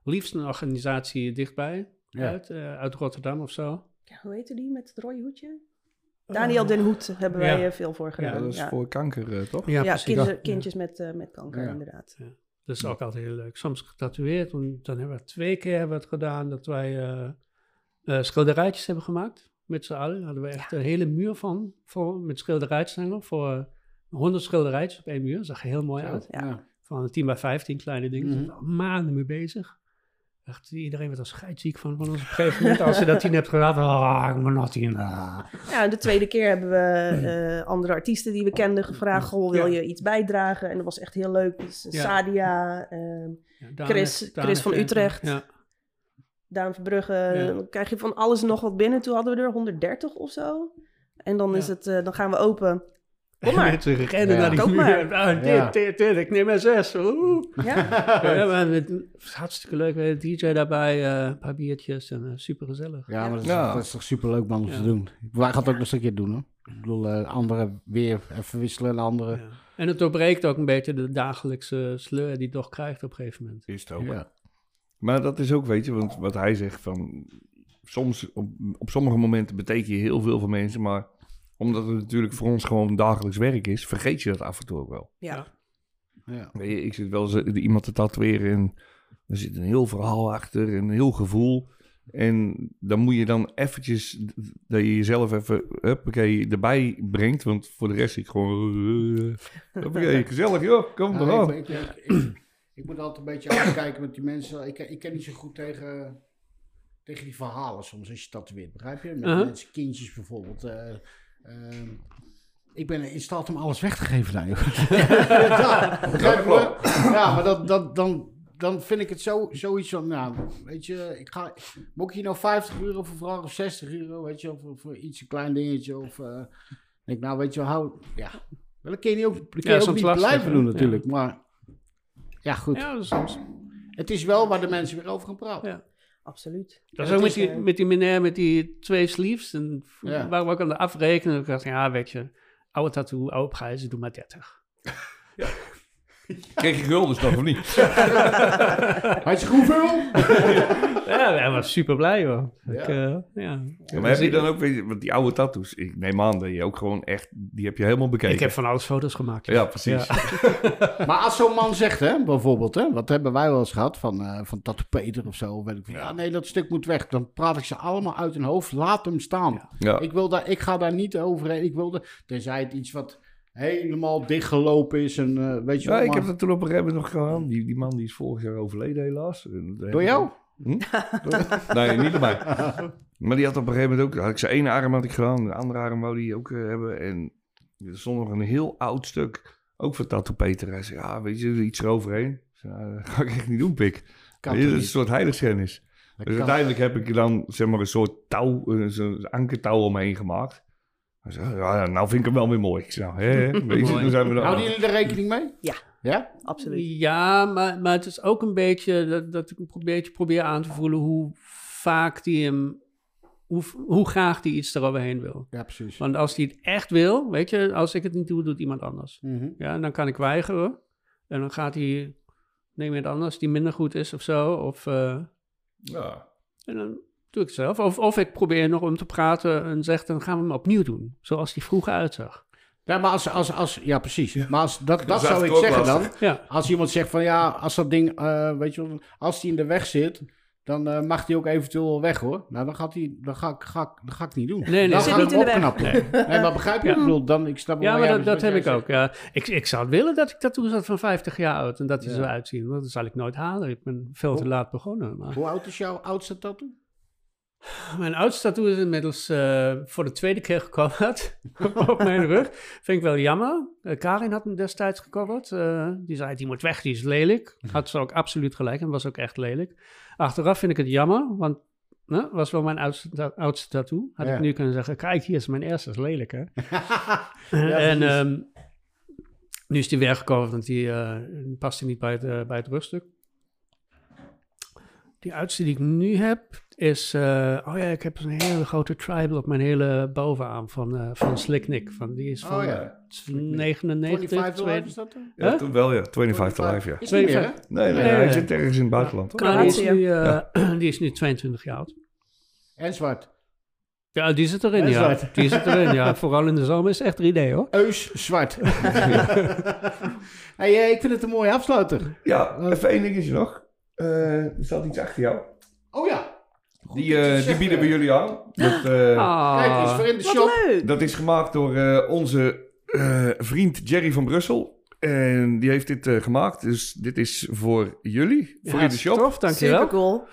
liefst een organisatie dichtbij, Ja. uit, eh, uit Rotterdam of zo. ja, hoe heette die met het rode hoedje? Oh. Daniel Den Hoed hebben wij Ja. eh, veel voor gedaan. Ja, dat is voor kanker, eh, toch? Ja, precies. kinder- kindjes met, eh, met kanker, Ja. inderdaad. Dat is ook altijd heel leuk. Soms getatoeëerd. En dan hebben we twee keer hebben we het gedaan dat wij eh, eh, schilderijtjes hebben gemaakt. Met z'n allen. Daar hadden we echt een hele muur van. Voor, met schilderijtjes hangen. Voor eh, honderd schilderijtjes op één muur. Zag er heel mooi uit. Ja. Van 10 bij 15 kleine dingen. Mhm. Daar zijn we maanden mee bezig. Echt, iedereen werd er scheidziek van, van ons op een gegeven moment. Als je dat tien hebt gedaan, dan, ah, ik ben nog tien. Ah. Ja, en de tweede keer hebben *clears throat* we eh, andere artiesten die we kenden gevraagd: Goh, wil Ja. je iets bijdragen? En dat was echt heel leuk. Dus Ja. Sadia, ehm Ja, Daan Chris- heeft- Daan Chris van heeft- Utrecht. Ja, Daan Verbrugge, Ja. dan krijg je van alles en nog wat binnen. Toen hadden we er 130 of zo. En dan, is Ja. het, eh, dan gaan we *laughs* open. Kom En maar. Mensen rennen Ja. naar die Kom muur. maar. Ah, dit, Ja. dit, dit. Ik neem er zes. Oeh. *laughs* Ja, Ja, maar het is hartstikke leuk. We hebben een DJ daarbij, eh, een paar biertjes en super gezellig. Ja, maar dat is, Ja. dat is toch superleuk man om Ja. te doen. Wij gaan het ook nog eens een keer doen hoor. Ik bedoel, eh, anderen weer even wisselen en anderen. En het doorbreekt ook een beetje de dagelijkse sleur die je toch krijgt op een gegeven moment. Is het Ja. ook. Maar dat is ook, weet je, want wat hij zegt van... Soms, op, op sommige momenten betekent je heel veel voor mensen, maar omdat het natuurlijk voor ons gewoon dagelijks werk is, vergeet je dat af en toe ook wel. ja. Ja. Weet je, ik zit wel eens eh, iemand te tatoeëren en er zit een heel verhaal achter en een heel gevoel. En dan moet je dan eventjes, d- d- dat je jezelf even, huppakee, erbij brengt. Want voor de rest zit ik gewoon, *laughs* eh, huppakee, gezellig joh, kom Ja, eraan. Nou, ik, ik, ik, ik moet altijd een beetje uitkijken met die mensen. Ik, ik ken niet zo goed tegen tegen die verhalen soms als je tatoeëert, begrijp je? Met Uh-huh. mensen, kindjes bijvoorbeeld. eh, ehm, ik ben in staat om alles weg te geven daar, joh. *laughs* ja, begrijp je? Ja, maar dat, dat, dan, dan vind ik het zo, zoiets van, nou, weet je, ik ga, moet ik hier nou 50 euro voor vragen of 60 euro, weet je, of voor, voor iets een klein dingetje of... eh, denk ik, nou, weet je, wel, hou, ja, wel een keer niet ook, dat kun Ja, je ook soms niet lastig, blijven hè? doen natuurlijk, maar ja, goed. Ja, dat is soms. Het is wel waar de mensen weer over gaan praten. Ja. Absoluut. Dat Ja, is ook het met is, die, eh, met die meneer met die twee sleeves. En v- Ja. waren we ook aan de afrekenen. Ik dacht, ja, weet je, oude tattoo, oude prijzen, doe maar 30. Kreeg je guldens nog of niet? Had je hoeveel? Ja, hij was super blij hoor. Ja. Ik, eh, ja. Ja, maar heb je dan ook, weet je, want die oude tattoos, ik neem aan dat je ook gewoon echt, die heb je helemaal bekeken. ik heb van alles foto's gemaakt. Ja, precies. Ja. Maar als zo'n man zegt, hè, bijvoorbeeld, hè, wat hebben wij wel eens gehad van, eh van Tattoo Peter of zo, weet ik, veel. ja, nee, dat stuk moet weg. Dan praat ik ze allemaal uit hun hoofd, laat hem staan. Ja. Ik, wil daar, ik ga daar niet overheen. Ik wilde, tenzij het iets wat helemaal dichtgelopen is en eh, weet je Ja, wel, ik maar- heb dat toen op een gegeven moment nog gedaan. Die, die man die is vorig jaar overleden helaas. En dat heb Door ik- jou? Hm? nee, niet door mij. Maar die had op een gegeven moment ook... Had ik zijn ene arm had ik gedaan. De andere arm wou die ook eh, hebben. En er stond nog een heel oud stuk. Ook van Tattoo Peter. Hij zei, ja, weet je, iets eroverheen. Ik zei, nou, dat ga ik echt niet doen, pik. Kan Weet toch je, dat is een niet? soort heiligschennis. Dat Dus kan. uiteindelijk heb ik er dan zeg maar een soort touw, eh, zo'n ankertouw omheen gemaakt. Hij zei, ja, nou vind ik hem wel weer mooi. Ik zei, nou, hè, hè, weet je, Mooi. dan zijn we er. Houden jullie er rekening mee? Ja. Ja? Absoluut. Ja, maar, maar het is ook een beetje dat, dat ik een beetje probeer aan te voelen hoe vaak die hem, hoe, hoe graag die iets eroverheen wil. Ja, precies. Want als die het echt wil, weet je, als ik het niet doe, doet iemand anders. Mhm. Ja, en dan kan ik weigeren. En dan gaat hij, neem iemand anders die minder goed is of zo. Of, eh, Ja. en dan doe ik het zelf. Of, of ik probeer nog om te praten en zeg, dan gaan we hem opnieuw doen. Zoals die vroeger uitzag. Ja, maar als, als, als, ja precies. Maar als, dat, dat is zou ik eigenlijk zeggen ook dan. lastig. Ja, Als iemand zegt van ja, als dat ding, eh, weet je wel, als die in de weg zit, dan eh, mag die ook eventueel wel weg hoor. Nou, dan, gaat die, dan, ga, ik- ga, ik- dan ga ik niet doen. nee, nee. dan Zit ga ik niet in de weg. opknappen. Nee. maar begrijp je? Ja. Ik bedoel, dan, ik snap wel ja waar maar jij- dat, dat dus wat heb ik jij ook. Ja. Ik, ik zou willen dat ik tattoos had van 50 jaar oud. En dat die Ja. zo uitzien. Want dat zal ik nooit halen. Ik ben veel te Hoe- laat begonnen. Maar. zegt. Hoe oud is jouw oudste tattoo? *laughs* Mijn oudste tattoo is inmiddels eh, voor de tweede keer gecoverd *laughs* op mijn rug. Vind ik wel jammer. Eh, Karin had hem destijds gecoverd. Eh, die zei, die moet weg, die is lelijk. Had ze ook absoluut gelijk en was ook echt lelijk. Achteraf vind ik het jammer, want het was wel mijn oudste, ta- oudste tattoo. Had Ja. ik nu kunnen zeggen, kijk, hier is mijn eerste, is lelijk *laughs* hè. Eh, en precies. ehm, nu is die weggecoverd, want die eh, paste niet bij het, eh, bij het rugstuk. Die oudste die ik nu heb is... eh, oh ja, ik heb een hele grote tribal op mijn hele bovenarm van, eh van Slick Nick. Van, die is van Oh ja. eh, 25 99, life is twee- dat dan? Ja, Huh? toen wel, ja. 25 live, ja. Is niet meer, hè? 52. Nee, nee, Nee, hij nee. zit ergens in het buitenland. hoor. maar Nou, die is, Kroatië. nu, eh, *clears throat* die is nu 22 jaar oud. En zwart. Ja, die zit erin, Dat is ja. wat. Die zit erin, *laughs* ja. Vooral in de zomer is het echt 3D, hoor. Eus *laughs* zwart. hey, eh, ik vind het een mooie afsluiter. Ja, even één dingetje nog. Eh, er staat iets achter jou. Oh ja. Die, dat je eh, het die zegt, bieden we eh. jullie aan. Dat, eh, Ah. Kijk, is voor in de Wat shop. leuk! dat is gemaakt door eh, onze eh, vriend Jerry van Brussel. En die heeft dit eh, gemaakt. Dus dit is voor jullie. Ja, voor in de shop. Tof, dankjewel. Super cool.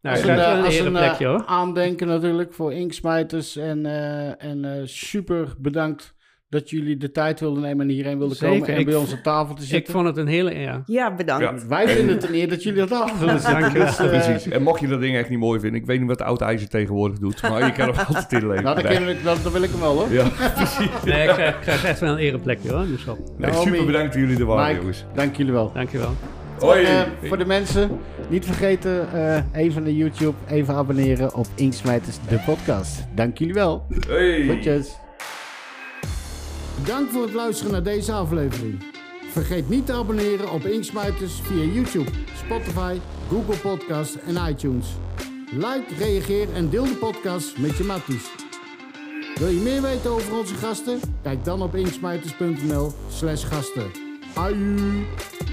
Nou, als ik een, krijg eh, wel een als een eh, ereplekje, hoor. aandenken natuurlijk voor inksmijters. En, eh, en eh, super bedankt dat jullie de tijd wilden nemen en hierheen wilden Zeker. komen. En Ik bij v- ons aan tafel te Ik zitten. vond het een hele *laughs* eer. Ja, bedankt. Ja. Wij vinden het een eer dat jullie aan tafel willen zitten. Dank je. Dus, eh, Precies. En mocht je dat ding echt niet mooi vinden. Ik weet niet wat de oud ijzer tegenwoordig doet. Maar je kan hem *laughs* altijd inleven. nou, dan, Nee. ken ik, dan, dan wil ik hem wel hoor. Ja, Nee, ik krijg, ik krijg echt wel een ereplekje, hoor, in de shop. nee, Naomi, super bedankt dat jullie er waren, Nou, Mike, jongens. dank jullie wel. Dankjewel. Hoi. Eh, voor de mensen, niet vergeten eh, even naar YouTube, even abonneren op Inksmijters, de podcast. Dank jullie wel. Hoi. Groetjes. Dank voor het luisteren naar deze aflevering. Vergeet niet te abonneren op Inksmijters via YouTube, Spotify, Google Podcast en iTunes. Like, reageer en deel de podcast met je matties. Wil je meer weten over onze gasten? Kijk dan op inksmijters.nl slash gasten. Aju!